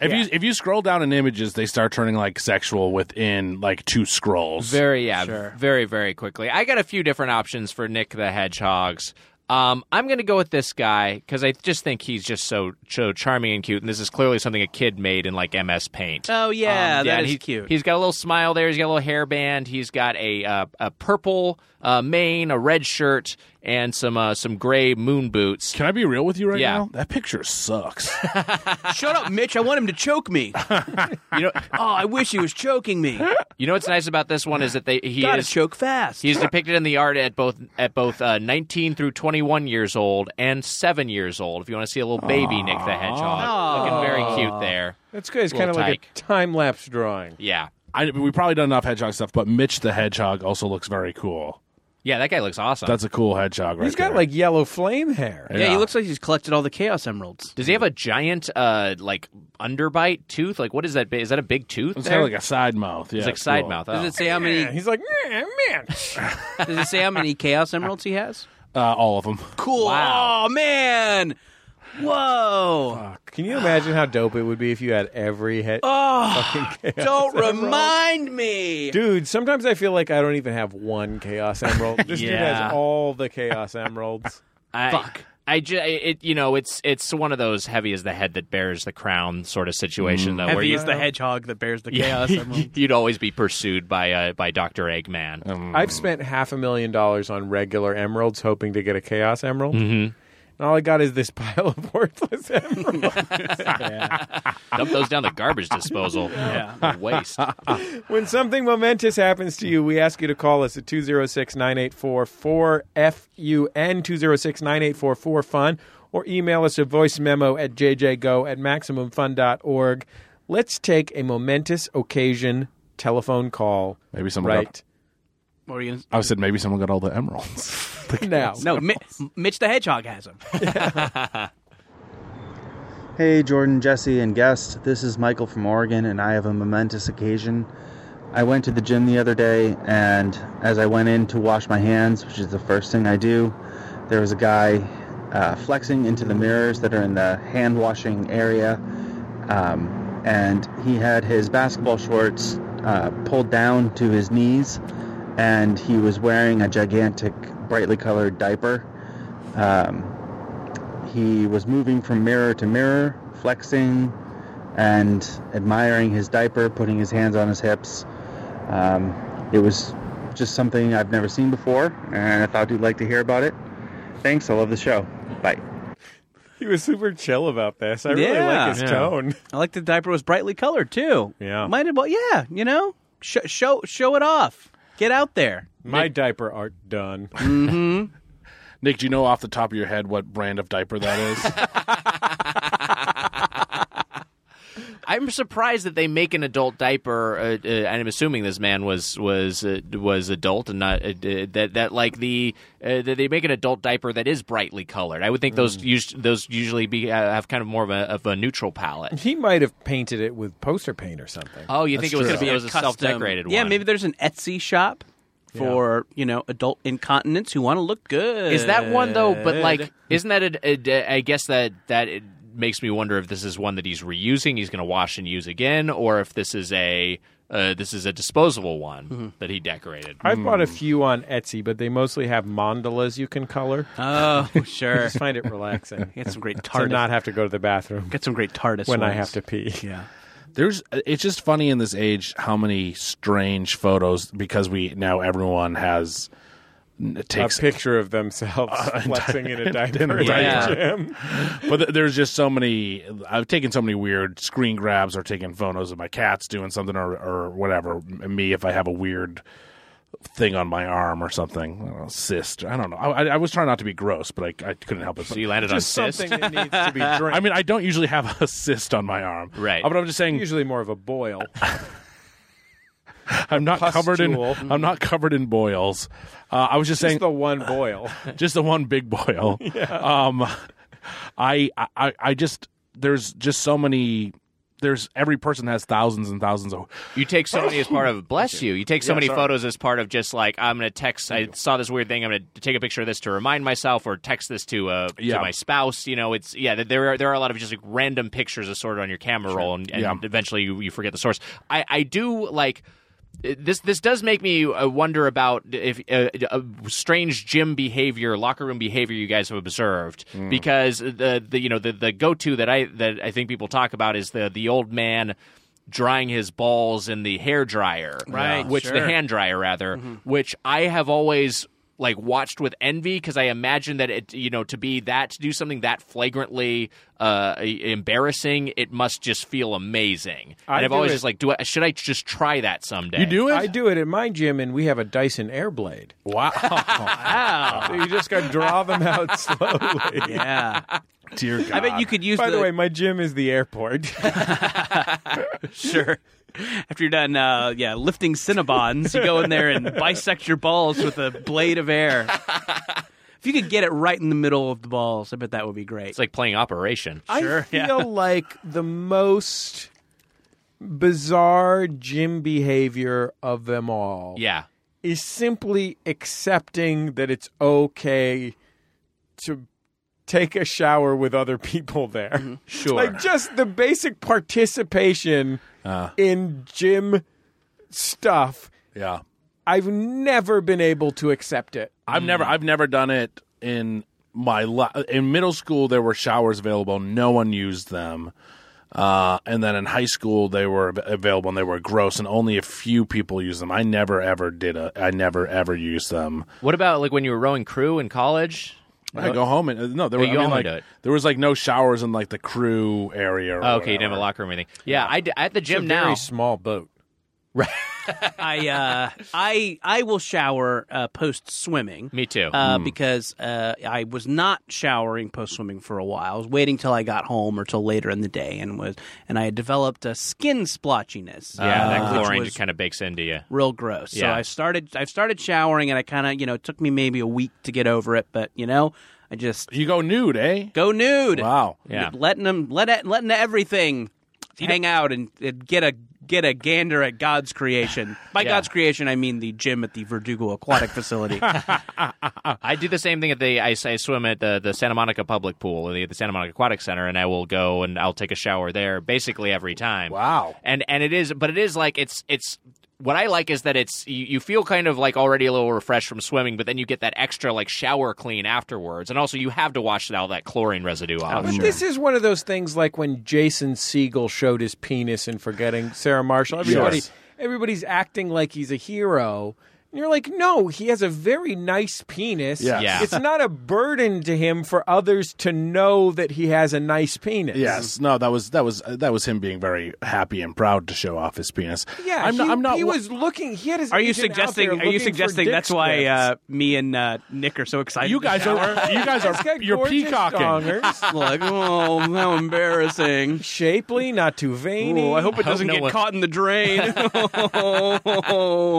Speaker 5: If you if you scroll down in images, they start turning like sexual within like two scrolls.
Speaker 4: Very yeah, very very quickly. I got a few different options for Nick the Hedgehog's. Um, I'm going to go with this guy because I just think he's just so so charming and cute, and this is clearly something a kid made in like MS Paint.
Speaker 3: Oh yeah,
Speaker 4: Um,
Speaker 3: that
Speaker 4: and
Speaker 3: is
Speaker 4: he-
Speaker 3: cute.
Speaker 4: He's got a little smile there. He's got a little hairband. He's got a uh, a purple uh, mane, a red shirt, and some uh, some gray moon boots.
Speaker 5: Can I be real with you right
Speaker 4: Yeah.
Speaker 5: now? That picture sucks. *laughs*
Speaker 3: Shut up, Mitch. I want him to choke me. oh, *laughs*
Speaker 4: You know,
Speaker 3: I wish he was choking me.
Speaker 4: you know what's nice about this one is that they he
Speaker 3: Gotta
Speaker 4: is
Speaker 3: choke fast.
Speaker 4: He's depicted in the art at both at both uh, 19 through 21 years old and seven years old. If you want to see a little baby Nick the Hedgehog, looking very cute there.
Speaker 2: That's good. It's kind of
Speaker 4: Little
Speaker 2: like
Speaker 4: tyke.
Speaker 2: a time lapse drawing.
Speaker 4: Yeah,
Speaker 5: I, we probably done enough hedgehog stuff, but Mitch the Hedgehog also looks very cool.
Speaker 4: Yeah, that guy looks awesome.
Speaker 5: That's a cool hedgehog right
Speaker 2: He's got
Speaker 5: there.
Speaker 2: like yellow flame hair.
Speaker 3: Yeah, he looks like he's collected all the chaos emeralds.
Speaker 4: Does he have a giant, uh, like underbite tooth? Like, what is that? bi- Is that a big tooth?
Speaker 5: It's
Speaker 4: there?
Speaker 5: kind of like a side mouth. Yeah,
Speaker 4: it's like
Speaker 5: it's
Speaker 4: side
Speaker 5: cool.
Speaker 4: mouth.
Speaker 3: Does
Speaker 4: oh.
Speaker 3: it say how
Speaker 2: Yeah,
Speaker 3: many?
Speaker 2: he's like, man, man.
Speaker 3: Does it say how many chaos emeralds he has?
Speaker 5: Uh, all of them.
Speaker 3: Cool.
Speaker 4: Wow.
Speaker 3: Oh man. Whoa.
Speaker 2: *laughs* Can you imagine how dope it would be if you had every hit?
Speaker 3: Oh, don't remind me.
Speaker 2: Dude, sometimes I feel like I don't even have one Chaos
Speaker 3: *laughs*
Speaker 2: Emerald. This dude
Speaker 4: Yeah.
Speaker 2: has all the Chaos Emeralds.
Speaker 4: I,
Speaker 3: Fuck.
Speaker 4: I ju- it you know it's it's one of those heavy as the head that bears the crown sort of
Speaker 5: Mm.
Speaker 4: situation though. where
Speaker 3: Heavy
Speaker 4: you,
Speaker 3: is the hedgehog that bears *laughs* the
Speaker 4: *laughs* yeah,
Speaker 3: chaos emerald.
Speaker 4: *laughs* you'd always be pursued by uh, by Doctor Eggman.
Speaker 5: Oh,
Speaker 2: I've spent half a million dollars on regular emeralds hoping to get a Chaos Emerald.
Speaker 3: Mm-hmm.
Speaker 2: And all I got is this *laughs* pile of worthless emeralds.
Speaker 4: Dump those down the garbage disposal. yeah, waste.
Speaker 2: when something momentous happens to you, we ask you to call us at 206 984 4FUN, 206 984 4FUN, or email us a voice memo at jjgo at MaximumFun.org. Let's take a momentous occasion telephone call.
Speaker 5: Maybe someone
Speaker 2: Right
Speaker 3: What were you gonna-
Speaker 5: got. I said maybe someone got all the emeralds. *laughs*
Speaker 2: now.
Speaker 3: No, Mi- Mitch the hedgehog has him.
Speaker 10: Hey, Jordan, Jesse, and guest. This is Michael from Oregon, and I have a momentous occasion. I went to the gym the other day, and as I went in to wash my hands, which is the first thing I do, there was a guy uh, flexing into the mirrors that are in the hand washing area, um, and he had his basketball shorts uh, pulled down to his knees, and he was wearing a gigantic, brightly colored diaper. Um, he was moving from mirror to mirror, flexing and admiring his diaper, putting his hands on his hips. Um, it was just something I've never seen before, and I thought you'd like to hear about it. Thanks, I love the show. Bye.
Speaker 2: He was super chill about this. I really
Speaker 3: Yeah.
Speaker 2: like his
Speaker 3: Yeah.
Speaker 2: tone.
Speaker 3: I like the diaper was brightly colored too.
Speaker 2: Yeah.
Speaker 3: Might have. Well, yeah. You know, Sh- show show it off. Get out there.
Speaker 2: My diaper art done.
Speaker 5: Nick, do you know off the top of your head what brand of diaper that is?
Speaker 4: I'm surprised that they make an adult diaper. Uh, uh, and I'm assuming this man was was uh, was adult and not uh, uh, that that like the uh, that they make an adult diaper that is brightly colored. I would think those us- those usually be uh, have kind of more of a of a neutral palette.
Speaker 2: he might have painted it with poster paint or something.
Speaker 4: Oh, you think it was
Speaker 5: true.
Speaker 4: gonna be it was a
Speaker 3: Custom-
Speaker 4: self decorated one?
Speaker 3: Yeah, maybe there's an Etsy shop for you know adult incontinents who want to look good.
Speaker 4: Is that one though? But like, isn't that a, a- a- I guess that that it makes me wonder if this is one that he's reusing. He's going to wash and use again, or if this is a uh, this is a disposable one that he decorated.
Speaker 2: I've bought a few on Etsy, but they mostly have mandalas you can color.
Speaker 3: Oh, sure.
Speaker 2: I find it relaxing
Speaker 3: Get some great
Speaker 2: to
Speaker 3: TARDIS.
Speaker 2: not have to go to the bathroom
Speaker 3: Get some great TARDIS
Speaker 2: when I
Speaker 3: ones.
Speaker 2: have to pee.
Speaker 3: Yeah.
Speaker 5: There's. It's just funny in this age how many strange photos because we now everyone has n-
Speaker 2: A
Speaker 5: takes
Speaker 2: picture of themselves flexing in a diaper in
Speaker 5: a
Speaker 2: a
Speaker 4: diaper.
Speaker 2: gym.
Speaker 5: but th- there's just so many. I've taken so many weird screen grabs or taken photos of my cats doing something or or whatever. M- Me if I have a weird thing on my arm or something, I don't know, cyst. I don't know. I, I- I was trying not to be gross, but I, I couldn't help it.
Speaker 4: So you landed
Speaker 2: Just
Speaker 4: on cyst.
Speaker 2: something that *laughs* needs
Speaker 5: *laughs*
Speaker 2: to be drank.
Speaker 5: I mean, I don't usually have a *laughs* cyst on my arm,
Speaker 4: Right.
Speaker 5: Uh, But I'm just saying,
Speaker 2: usually more of a boil.
Speaker 5: I'm not covered in.
Speaker 2: pustule.
Speaker 5: I'm not covered in boils. Uh, I was just, saying,
Speaker 2: Just the one boil.
Speaker 5: just the one big boil. Um, I, I, I just there's just so many. There's every person has thousands and thousands of. *laughs*
Speaker 4: You take so many as part of bless you. You take so many photos as part of just like I'm gonna text. I saw this weird thing. I'm gonna take a picture of this to remind myself, or text this to uh
Speaker 5: Yeah.
Speaker 4: to my spouse. You know, it's yeah. There are there are a lot of just like random pictures assorted on your camera roll, and, and
Speaker 5: Yeah.
Speaker 4: eventually you, you forget the source. I I do like. This this does make me uh, wonder about if uh, uh, strange gym behavior, locker room behavior you guys have observed because the, the you know the, the go to that I that I think people talk about is the the old man drying his balls in the hair dryer,
Speaker 3: Right,
Speaker 4: Which the
Speaker 3: sure.
Speaker 4: hand dryer rather, which I have always like watched with envy because I imagine that it you know to be that to do something that flagrantly uh, e- embarrassing, it must just feel amazing.
Speaker 2: I
Speaker 4: and I've
Speaker 2: do
Speaker 4: always
Speaker 2: it-
Speaker 4: just like, do I, should I just try that someday?
Speaker 5: You do it?
Speaker 2: I do it at my gym, and we have a Dyson Airblade.
Speaker 5: Wow.
Speaker 2: So you just got to draw them out slowly.
Speaker 3: Yeah.
Speaker 5: Dear God.
Speaker 3: I bet you could use
Speaker 2: By the
Speaker 3: the
Speaker 2: way, my gym is the airport.
Speaker 3: Sure. after you're done, uh, yeah, lifting Cinnabons, you go in there and bisect your balls with a blade of air. If you could get it right in the middle of the balls, I bet that would be great.
Speaker 4: It's like playing Operation.
Speaker 2: *laughs* I feel like the most bizarre gym behavior of them all
Speaker 4: Yeah.
Speaker 2: is simply accepting that it's okay to take a shower with other people there.
Speaker 4: Mm-hmm. Sure.
Speaker 2: *laughs*
Speaker 4: Uh.
Speaker 2: Like just the basic participation in gym stuff.
Speaker 5: Yeah.
Speaker 2: I've never been able to accept it.
Speaker 5: I've never
Speaker 4: Mm.
Speaker 5: I've never done it in my li in middle school there were showers available no one used them uh, and then in high school they were av- available and they were gross and only a few people used them I never ever did a I never ever used them
Speaker 4: What about like when you were rowing crew in college?
Speaker 5: I go home and uh, no there were
Speaker 4: you
Speaker 5: I
Speaker 4: go
Speaker 5: mean,
Speaker 4: home and
Speaker 5: like,
Speaker 4: do it.
Speaker 5: there was like no showers in like the crew area or
Speaker 4: Oh, okay, you didn't
Speaker 5: whatever.
Speaker 4: have a locker room or anything. Yeah, I d- at the
Speaker 2: It's a
Speaker 4: gym
Speaker 2: very
Speaker 4: now.
Speaker 2: small boat.
Speaker 3: I uh, I I will shower uh, post swimming.
Speaker 4: Me too. Mm.
Speaker 3: Uh, Because uh, I was not showering post swimming for a while. I was waiting till I got home or till later in the day, and was and I had developed a skin splotchiness.
Speaker 4: yeah,
Speaker 3: uh,
Speaker 4: that
Speaker 3: which
Speaker 4: chlorine
Speaker 3: was
Speaker 4: just kind of bakes into you.
Speaker 3: real gross. So
Speaker 4: Yeah.
Speaker 3: I started I started showering, and I kind of you know it took me maybe a week to get over it, but you know I just
Speaker 5: you go nude eh
Speaker 3: go nude.
Speaker 5: wow
Speaker 4: Yeah.
Speaker 3: letting them let it, letting everything hang out and, and get a get a gander at God's creation. By
Speaker 4: Yeah.
Speaker 3: God's creation, I mean the gym at the Verdugo Aquatic Facility.
Speaker 4: I do the same thing at the I, I swim at the, the Santa Monica public pool or the, the Santa Monica Aquatic Center, and I will go and I'll take a shower there basically every time.
Speaker 5: Wow.
Speaker 4: And and it is, but it is like it's it's what I like is that it's you, you feel kind of like already a little refreshed from swimming, but then you get that extra like shower clean afterwards, and also you have to wash all that chlorine residue off.
Speaker 2: But this is one of those things like when Jason Siegel showed his penis in Forgetting Sarah Marshall. Everybody,
Speaker 5: Yes.
Speaker 2: everybody's acting like he's a hero. And you're like, no, he has a very nice penis.
Speaker 5: Yes. Yeah.
Speaker 2: It's not a burden to him for others to know that he has a nice penis.
Speaker 5: Yes, no, that was that was uh, that was him being very happy and proud to show off his penis.
Speaker 2: Yeah,
Speaker 5: I'm
Speaker 2: he,
Speaker 5: not. I'm not
Speaker 2: he
Speaker 5: wa-
Speaker 2: was looking. He had his.
Speaker 3: are you
Speaker 2: agent out
Speaker 3: suggesting?
Speaker 2: there
Speaker 3: Are
Speaker 2: looking
Speaker 3: you
Speaker 2: for
Speaker 3: suggesting
Speaker 2: dick
Speaker 3: that's why
Speaker 2: scripts.
Speaker 3: uh, me and uh, Nick are so excited?
Speaker 5: You guys are. You guys
Speaker 2: He's got
Speaker 5: are. You're
Speaker 2: gorgeous
Speaker 5: peacocking.
Speaker 2: dongers.
Speaker 3: are *laughs* like, oh, how
Speaker 2: *laughs*
Speaker 3: embarrassing.
Speaker 2: shapely, not too veiny.
Speaker 3: Oh, I hope it
Speaker 4: Hope
Speaker 3: doesn't
Speaker 4: no
Speaker 3: get
Speaker 4: one-
Speaker 3: caught in the drain. *laughs*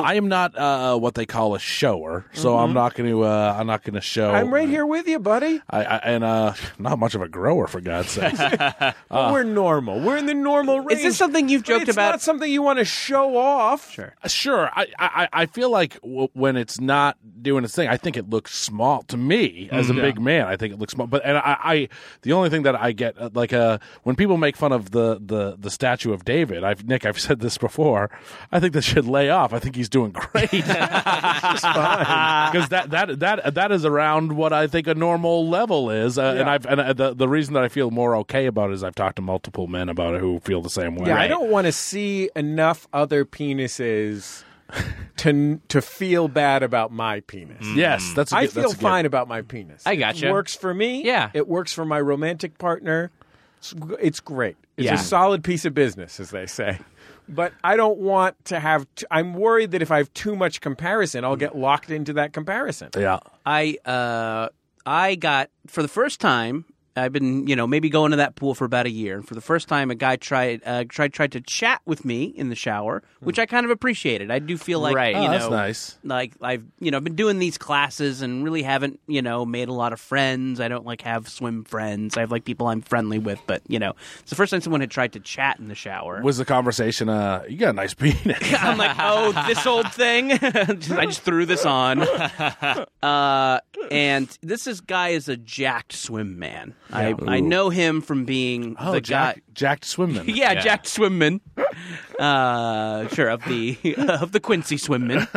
Speaker 5: I am not uh, what they call a shower, so I'm not going to. Uh, I'm not going to show.
Speaker 2: Mm-hmm. I'm right here with you, buddy.
Speaker 5: I, I, and uh, not much of a grower, for God's sake.
Speaker 2: But we're normal. We're in the normal range.
Speaker 3: Is this something you've
Speaker 2: But
Speaker 3: joked
Speaker 2: it's
Speaker 3: about?
Speaker 2: Not something you want to show off. Sure.
Speaker 5: sure, I, I, I feel like w- when it's not doing its thing, I think it looks small to me as
Speaker 2: Mm,
Speaker 5: a big man. I think it looks small, but and I, I the only thing that I get uh, like uh, when people make fun of the, the, the statue of David, I've Nick, I've *laughs* said this before. I think they should lay off. I think he's doing great because that that that that is around what I think a normal level is, uh, and I've and uh, the the reason that I feel more okay about it is I've talked to multiple men about it who feel the same way.
Speaker 2: Yeah, I don't want to see enough other penises to to feel bad about my penis.
Speaker 5: Mm. Yes, that's. A
Speaker 2: I
Speaker 5: good,
Speaker 2: feel
Speaker 5: that's a good-
Speaker 2: fine about my penis.
Speaker 4: I gotcha.
Speaker 2: It works for me.
Speaker 4: Yeah.
Speaker 2: It works for my romantic partner. It's, g- it's great. It's
Speaker 4: Yeah.
Speaker 2: a solid piece of business, as they say. But I don't want to have. T- I'm worried that if I have too much comparison, I'll get locked into that comparison.
Speaker 5: Yeah.
Speaker 3: I uh, I got for the first time. I've been, you know, maybe going to that pool for about a year, and for the first time, a guy tried uh, tried tried to chat with me in the shower, which I kind of appreciated. I do feel like,
Speaker 4: Right.
Speaker 3: you
Speaker 4: Oh,
Speaker 3: know,
Speaker 5: that's nice.
Speaker 3: like I've, you know, I've been doing these classes and really haven't, you know, made a lot of friends. I don't like have swim friends. I have like people I'm friendly with, but you know, it's the first time someone had tried to chat in the shower.
Speaker 5: was the conversation uh you got a nice *laughs* penis
Speaker 3: I'm like, oh, this old thing. *laughs* Just- I just threw this on. Uh, and this is guy is a jacked swim man. I, I know him from being the guy.
Speaker 5: Oh, jack jacked swimman
Speaker 3: *laughs* Yeah, jacked swimman. *laughs* Uh, sure of the *laughs* of the Quincy swimman.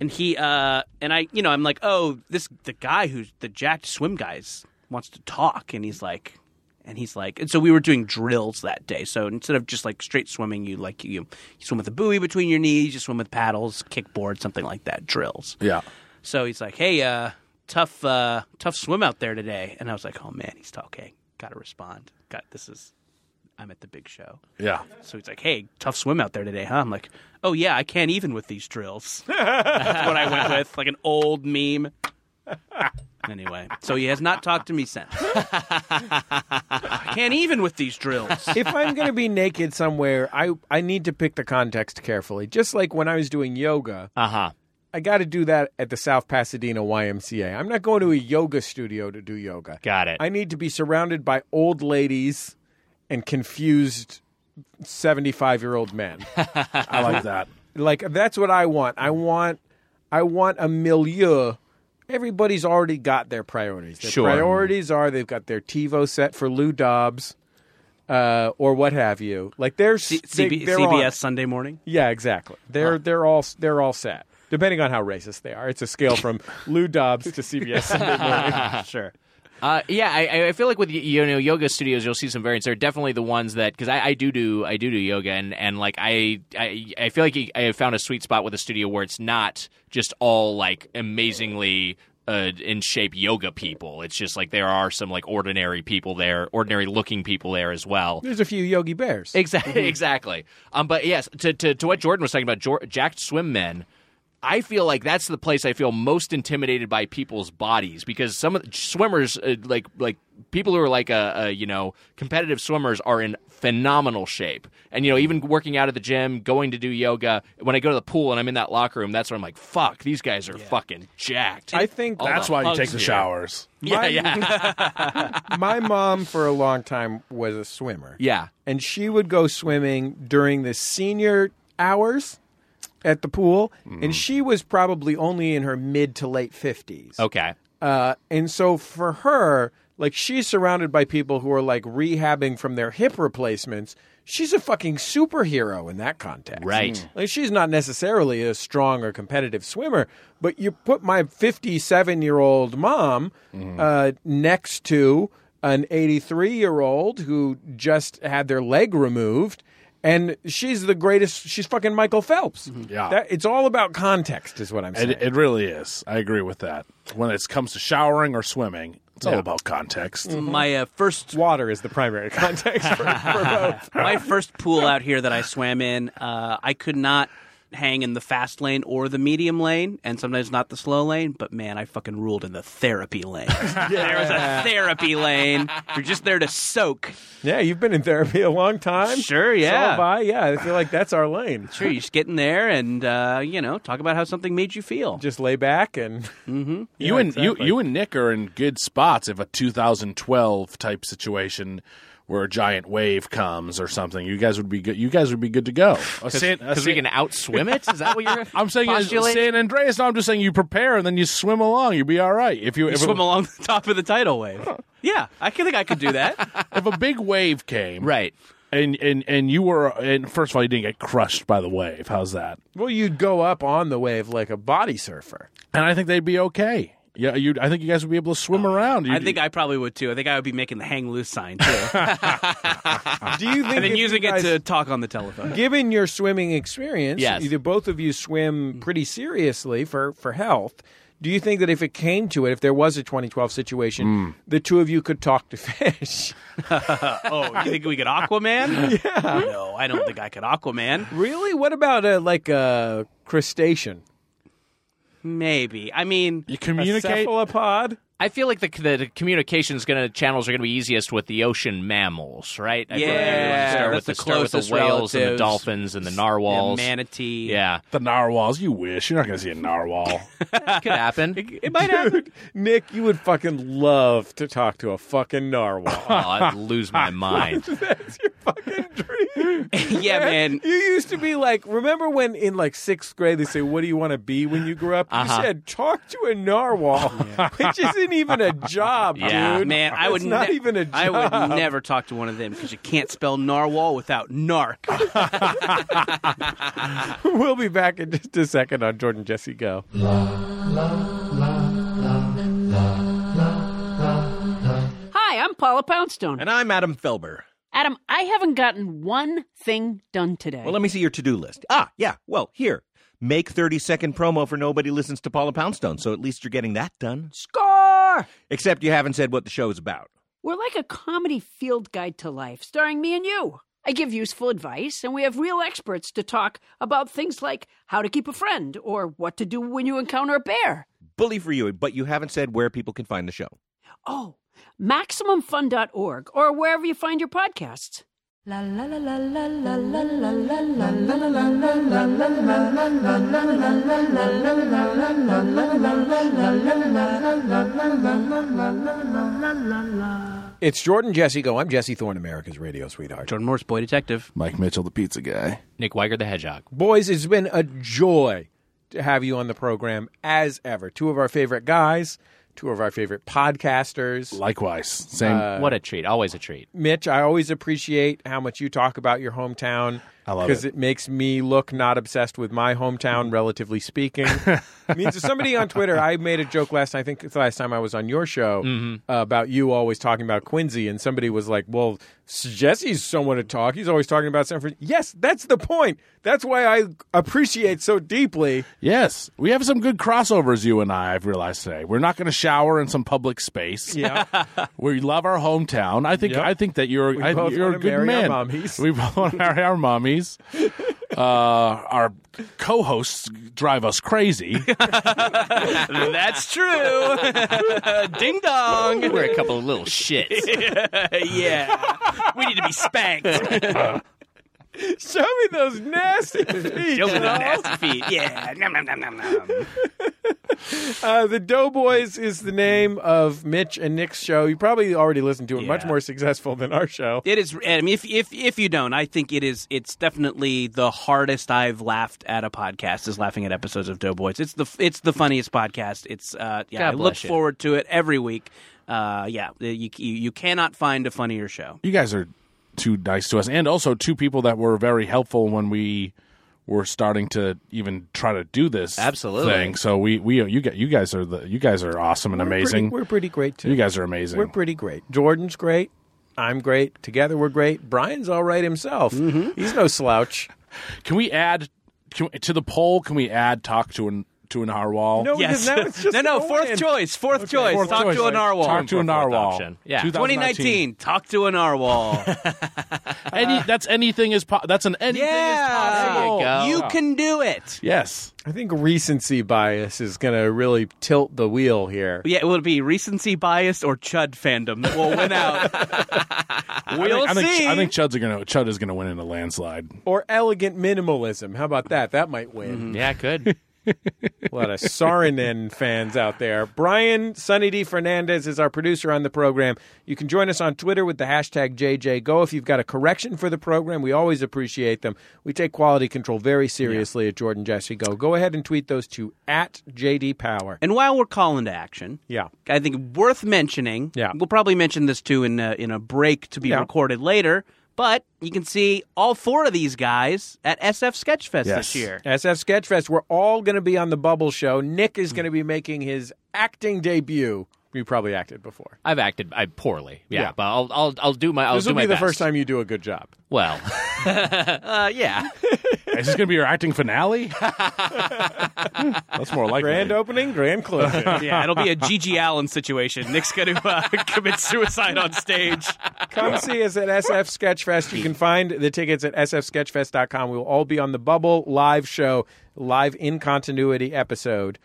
Speaker 3: And he uh, and I, you know, I'm like, oh, this the guy who's the jacked swim guys wants to talk, and he's like. And he's like, and so we were doing drills that day. So instead of just like straight swimming, you like you, you swim with a buoy between your knees, you swim with paddles, kickboard, something like that. Drills.
Speaker 5: yeah
Speaker 3: So he's like, "Hey, uh, tough, uh, tough swim out there today." And I was like, "Oh man, he's talking. Got to respond. Got this is, I'm at the big show."
Speaker 5: yeah
Speaker 3: So he's like, "Hey, tough swim out there today, huh?" I'm like, "Oh yeah, I can't *laughs* even with these drills." That's what I went with, like an old meme. Anyway, so he has not talked to
Speaker 2: *laughs*
Speaker 3: me since. I can't even with these drills.
Speaker 2: if I'm going to be naked somewhere, I I need to pick the context carefully. Just like when I was doing yoga,
Speaker 4: Uh huh.
Speaker 2: I got to do that at the South Pasadena YMCA. I'm not going to a yoga studio to do yoga.
Speaker 4: Got it.
Speaker 2: I need to be surrounded by old ladies and confused 75-year-old men.
Speaker 5: I like that.
Speaker 2: like that's what I want. I want I want a milieu. Everybody's already got their priorities. Their
Speaker 4: Sure.
Speaker 2: priorities are they've got their TiVo set for Lou Dobbs, uh, or what have you. Like they're s-
Speaker 3: C-
Speaker 2: they,
Speaker 3: CB-
Speaker 2: they're
Speaker 3: CBS
Speaker 2: on-
Speaker 3: Sunday morning.
Speaker 2: Yeah, exactly. They're they're all they're all set. Depending on how racist they are, it's a scale from Lou Dobbs to CBS Sunday Morning. sure.
Speaker 4: Uh, yeah, I- I, I feel like with y- you know yoga studios, you'll see some variants. They're definitely the ones that because I, I do do I do do yoga and and like I I, I feel like I have found a sweet spot with a studio where it's not just all like amazingly. Uh, in shape yoga people it's just like there are some like ordinary people there ordinary looking people there as well
Speaker 2: There's a few Yogi Bears.
Speaker 5: Mm-hmm.
Speaker 4: Exactly. *laughs* Exactly. Um, but yes, to, to, to what Jordan was talking about, Jor- jacked swim men. I feel like that's the place I feel most intimidated by people's bodies because some of the swimmers, uh, like like people who are like a, uh you know competitive swimmers, are in phenomenal shape. And you know, even working out at the gym, going to do yoga. When I go to the pool and I'm in that locker room, that's when I'm like, "Fuck, these guys are fucking jacked."
Speaker 2: I think
Speaker 4: All
Speaker 5: That's
Speaker 4: the
Speaker 5: why you take
Speaker 4: hugs
Speaker 5: the
Speaker 4: here.
Speaker 5: showers.
Speaker 4: *laughs* Yeah,
Speaker 5: *laughs*
Speaker 4: yeah,
Speaker 2: *laughs* my mom for a long time was a swimmer.
Speaker 4: yeah.
Speaker 2: and she would go swimming during the senior hours at the pool,
Speaker 4: Mm.
Speaker 2: and she was probably only in her mid to late fifties.
Speaker 4: Okay.
Speaker 2: uh, and so for her, like she's surrounded by people who are like rehabbing from their hip replacements. She's a fucking superhero in that context,
Speaker 4: Right. Mm.
Speaker 2: Like she's not necessarily a strong or competitive swimmer, but you put my fifty-seven-year-old mom uh, next to an eighty-three-year-old who just had their leg removed. And she's the greatest. She's fucking Michael Phelps.
Speaker 5: Yeah.
Speaker 2: that, it's all about context, is what I'm saying.
Speaker 5: It, it really is. I agree with that. When it comes to showering or swimming, it's all about context.
Speaker 3: My uh, first
Speaker 2: Water is the primary *laughs* context for, for both.
Speaker 3: my first pool out here that I swam in, uh, I could not hang in the fast lane or the medium lane, and sometimes not the slow lane. But man, I fucking ruled in the therapy lane. There was a therapy lane. You're just there to soak.
Speaker 2: *laughs* Yeah, you've been in therapy a long time.
Speaker 3: Sure, yeah.
Speaker 2: So have I. Yeah, I feel like that's our lane.
Speaker 3: Sure, you just get in there and uh, you know talk about how something made you feel.
Speaker 2: Just lay back and
Speaker 5: you
Speaker 2: Yeah,
Speaker 5: and
Speaker 2: exactly.
Speaker 5: you you and Nick are in good spots if a 2012 type situation where a giant wave comes or something. You guys would be good. You guys would be good to go. A San- a
Speaker 4: Because we
Speaker 5: San-
Speaker 4: can outswim it. Is that what you're?
Speaker 5: *laughs* I'm saying it's
Speaker 4: postulating?
Speaker 5: San Andreas. No, I'm just saying you prepare and then you swim along. You'll be all right. If you,
Speaker 3: You
Speaker 5: if,
Speaker 3: swim
Speaker 5: a,
Speaker 3: along the top of the tidal wave. Yeah, I can think I could do
Speaker 5: *laughs*
Speaker 3: that.
Speaker 5: if a big wave
Speaker 4: *laughs*
Speaker 5: came,
Speaker 4: right.
Speaker 5: And and and you were and first of all you didn't get crushed by the wave. How's that?
Speaker 2: well, you'd go up on the wave like a body surfer. *laughs*
Speaker 5: And I think they'd be okay. Yeah, you. I think you guys would be able to swim around.
Speaker 3: Oh, I
Speaker 5: You'd-
Speaker 3: think I probably would too. I think I would be making the hang loose sign too,
Speaker 2: Do you think
Speaker 3: and then
Speaker 2: if
Speaker 3: using
Speaker 2: you guys,
Speaker 3: it to talk on the telephone.
Speaker 2: given your swimming experience,
Speaker 4: Yes.
Speaker 2: either both of you swim pretty seriously for for health. Do you think that if it came to it, if there was a 2012 situation, the two of you could talk to *laughs* fish?
Speaker 3: Oh, you think we could Aquaman? yeah. No, I don't think I could Aquaman.
Speaker 2: really? What about a, like a crustacean,
Speaker 3: Maybe. I mean,
Speaker 5: you
Speaker 2: a
Speaker 5: communicate.
Speaker 2: cephalopod?
Speaker 4: I feel like the the, the communications gonna channels are gonna be easiest with the ocean mammals, right? I feel like
Speaker 3: Yeah,
Speaker 4: everyone's gonna start
Speaker 3: that's
Speaker 4: with
Speaker 3: the
Speaker 4: start with
Speaker 3: closest
Speaker 4: the whales and the
Speaker 3: relatives.
Speaker 4: dolphins and the
Speaker 3: yeah,
Speaker 4: narwhals.
Speaker 3: manatee.
Speaker 4: yeah,
Speaker 5: The narwhals, you wish. You're not going to see a narwhal.
Speaker 4: that could happen.
Speaker 3: *laughs* It might happen.
Speaker 2: Nick, you would fucking love to talk to a fucking
Speaker 3: *laughs*
Speaker 2: narwhal.
Speaker 4: oh, I'd lose my mind.
Speaker 2: That's your fucking dream.
Speaker 3: *laughs* yeah, man.
Speaker 2: *laughs* You used to be like, remember when in like sixth grade they say, What do you want to be when you grow up? You
Speaker 3: Uh-huh.
Speaker 2: said, Talk to a
Speaker 3: *laughs*
Speaker 2: narwhal, which isn't even a job,
Speaker 4: Yeah.
Speaker 2: dude.
Speaker 3: Man, I would
Speaker 2: It's not
Speaker 3: ne-
Speaker 2: even a job. *laughs*
Speaker 3: I would never talk to one of them because you can't spell narwhal without narc. Ah,
Speaker 2: we'll be back in just a second on Jordan Jesse Go.
Speaker 11: Hi, I'm Paula Poundstone.
Speaker 7: *laughs* And I'm Adam Felber.
Speaker 11: Adam, I haven't gotten one thing done today.
Speaker 7: Well, let me see your to do list. Ah, yeah. Well, here. Make 30 second promo for Nobody Listens to Paula Poundstone, so at least you're getting that done.
Speaker 11: Score!
Speaker 7: Except you haven't said what the show is about.
Speaker 11: We're like a comedy field guide to life, starring me and you. I give useful advice, and we have real experts to talk about things like how to keep a friend or what to do when you encounter a bear.
Speaker 7: bully for you, but you haven't said where people can find the show.
Speaker 11: Oh, MaximumFun.org or wherever you find your podcasts.
Speaker 1: La la la la la la la la la la la la la la la la la la la
Speaker 12: It's Jordan Jesse Go. I'm Jesse Thorne, America's radio sweetheart.
Speaker 3: Jordan Morse, boy
Speaker 5: *laughs*
Speaker 3: detective.
Speaker 5: *laughs* Mike Mitchell, the pizza guy.
Speaker 4: Nick Weiger, the hedgehog.
Speaker 2: Boys, it's been a joy to have you on the program as ever. Two of our favorite guys, two of our favorite podcasters.
Speaker 5: Likewise. Same.
Speaker 3: Uh,
Speaker 4: what a treat. Always a treat.
Speaker 2: Mitch, I always appreciate how much you talk about your hometown.
Speaker 5: I love
Speaker 2: Because
Speaker 5: it.
Speaker 2: it makes me look not obsessed with my hometown, relatively
Speaker 5: *laughs*
Speaker 2: speaking. I mean, to somebody on Twitter, I made a joke last night, I think it's the last time I was on your show,
Speaker 5: Mm-hmm.
Speaker 2: uh, about you always talking about Quincy. And somebody was like, well, s- Jesse's someone to talk. He's always talking about San Francisco. Yes, that's the point. That's why I appreciate so deeply.
Speaker 5: Yes, we have some good crossovers, you and I, I've realized today. We're not going to shower in some public space.
Speaker 2: Yeah.
Speaker 5: *laughs* We love our hometown. I think
Speaker 2: Yep.
Speaker 5: I think that you're, I,
Speaker 2: both
Speaker 5: you're
Speaker 2: wanna
Speaker 5: a good
Speaker 2: marry our
Speaker 5: man.
Speaker 2: mommies.
Speaker 5: We both want to marry our mommies.
Speaker 2: *laughs*
Speaker 5: Uh, our co hosts drive us
Speaker 2: *laughs*
Speaker 5: crazy.
Speaker 3: That's true. Ding dong.
Speaker 4: We're a couple of little
Speaker 3: *laughs*
Speaker 4: shits.
Speaker 3: yeah. We need to
Speaker 2: *laughs*
Speaker 3: be spanked.
Speaker 2: Show me those nasty
Speaker 5: *laughs*
Speaker 2: feet.
Speaker 3: Those are the nasty feet. Yeah. Nom, nom, nom, nom, nom.
Speaker 2: Uh, the Doughboys is the name of Mitch and Nick's show. You probably already listened to it. Much
Speaker 3: Yeah.
Speaker 2: more successful than our show.
Speaker 3: It is. I mean, if if if you don't, I think it is. It's definitely the hardest I've laughed at a podcast is laughing at episodes of Doughboys. It's the it's the funniest podcast. It's uh yeah.
Speaker 4: God
Speaker 3: I look
Speaker 4: bless you.
Speaker 3: forward to it every week. Uh yeah. You you, you cannot find a funnier show.
Speaker 5: you guys are too nice to us. And also, two people that were very helpful when we were starting to even try to do this
Speaker 4: Absolutely.
Speaker 5: thing. So we we you guys you guys are the you guys are awesome and amazing.
Speaker 2: We're pretty, we're pretty great too.
Speaker 5: you guys are amazing.
Speaker 2: We're pretty great. Jordan's great. I'm great. Together we're great. Brian's all right himself.
Speaker 5: Mm-hmm.
Speaker 2: He's no slouch.
Speaker 5: Can we add can, we- to the poll? Can we add talk to an to an narwhal?
Speaker 2: No,
Speaker 3: Yes.
Speaker 2: because now it's just
Speaker 3: *laughs* no, no.
Speaker 2: a
Speaker 3: Fourth
Speaker 2: win.
Speaker 3: choice. Fourth choice.
Speaker 5: Fourth
Speaker 3: Talk
Speaker 5: choice.
Speaker 3: to a narwhal.
Speaker 5: Talk
Speaker 3: *laughs*
Speaker 5: to a
Speaker 4: Fourth
Speaker 5: narwhal.
Speaker 4: option. Yeah.
Speaker 3: 2019. Talk to a narwhal.
Speaker 5: Any, that's anything is po- that's an anything is
Speaker 3: yeah.
Speaker 5: possible.
Speaker 4: go.
Speaker 3: You can do it.
Speaker 5: Yes.
Speaker 2: I think recency bias is going to really tilt the wheel here.
Speaker 3: Yeah, it will be recency bias or chud fandom that will win out. we'll
Speaker 5: I think,
Speaker 3: see.
Speaker 5: I think Chud's are gonna Chud is gonna win in a landslide.
Speaker 2: Or elegant minimalism. How about that? That might
Speaker 5: Mm-hmm.
Speaker 2: win.
Speaker 4: Yeah, good.
Speaker 2: A lot of
Speaker 4: *laughs*
Speaker 2: Saarinen fans out there. Brian Sunny D. Fernandez is our producer on the program. You can join us on Twitter with the hashtag JJGo. If you've got a correction for the program, we always appreciate them. We take quality control very seriously at Jordan Jesse Go. Go ahead and tweet those to at JD Power.
Speaker 3: And while we're calling to action,
Speaker 2: Yeah.
Speaker 3: I think worth mentioning.
Speaker 2: Yeah.
Speaker 3: we'll probably mention this too in a, in a break to be
Speaker 2: Yeah.
Speaker 3: recorded later. But you can see all four of these guys at SF Sketchfest this
Speaker 5: Yes.
Speaker 3: year.
Speaker 2: SF Sketchfest, we're all going to be on the Bubble Show. Nick is going to be making his acting debut. You probably acted before.
Speaker 4: I've acted I poorly. Yeah,
Speaker 2: Yeah.
Speaker 4: but I'll, I'll I'll do my I'll
Speaker 2: this
Speaker 4: do
Speaker 2: will
Speaker 4: my
Speaker 2: be the
Speaker 4: best.
Speaker 2: first time you do a good job.
Speaker 3: *laughs*
Speaker 4: Well,
Speaker 3: Uh,
Speaker 2: *laughs*
Speaker 3: yeah,
Speaker 5: Is this gonna be your acting finale? *laughs* that's more likely.
Speaker 2: Grand opening,
Speaker 4: *laughs*
Speaker 2: grand closing.
Speaker 3: yeah, it'll be a Gigi Allen situation. Nick's going to uh, *laughs* commit suicide on stage.
Speaker 2: Come see us at SF Sketchfest. You can find the tickets at sfsketchfest.com. We will all be on the Bubble live show, live in continuity episode.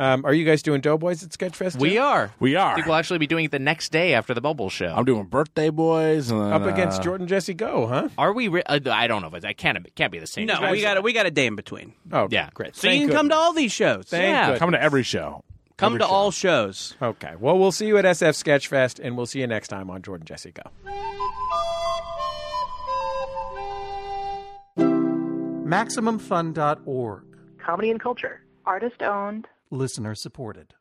Speaker 2: Um, are you guys doing Doughboys at Sketchfest? too?
Speaker 4: we are.
Speaker 5: We
Speaker 4: I
Speaker 5: are.
Speaker 4: think we'll actually be doing it the next day after the Bubble Show.
Speaker 5: I'm doing birthday boys and then,
Speaker 2: up against
Speaker 5: uh,
Speaker 2: Jordan Jesse Go, huh?
Speaker 4: Are we? Re- uh, I don't know if it's, I can't. It can't be the same.
Speaker 3: No, we got we got a day in between,
Speaker 2: Oh,
Speaker 4: Yeah.
Speaker 2: great.
Speaker 3: so
Speaker 2: Thank
Speaker 3: you can come to
Speaker 2: goodness.
Speaker 3: all these shows.
Speaker 2: Thank
Speaker 3: yeah,
Speaker 2: goodness.
Speaker 5: uh, Coming to every show.
Speaker 3: come to all shows.
Speaker 2: Okay. Well, we'll see you at SF Sketchfest, and we'll see you next time on Jordan Jesse Go.
Speaker 13: MaximumFun.org.
Speaker 14: Comedy and culture.
Speaker 13: Listener supported.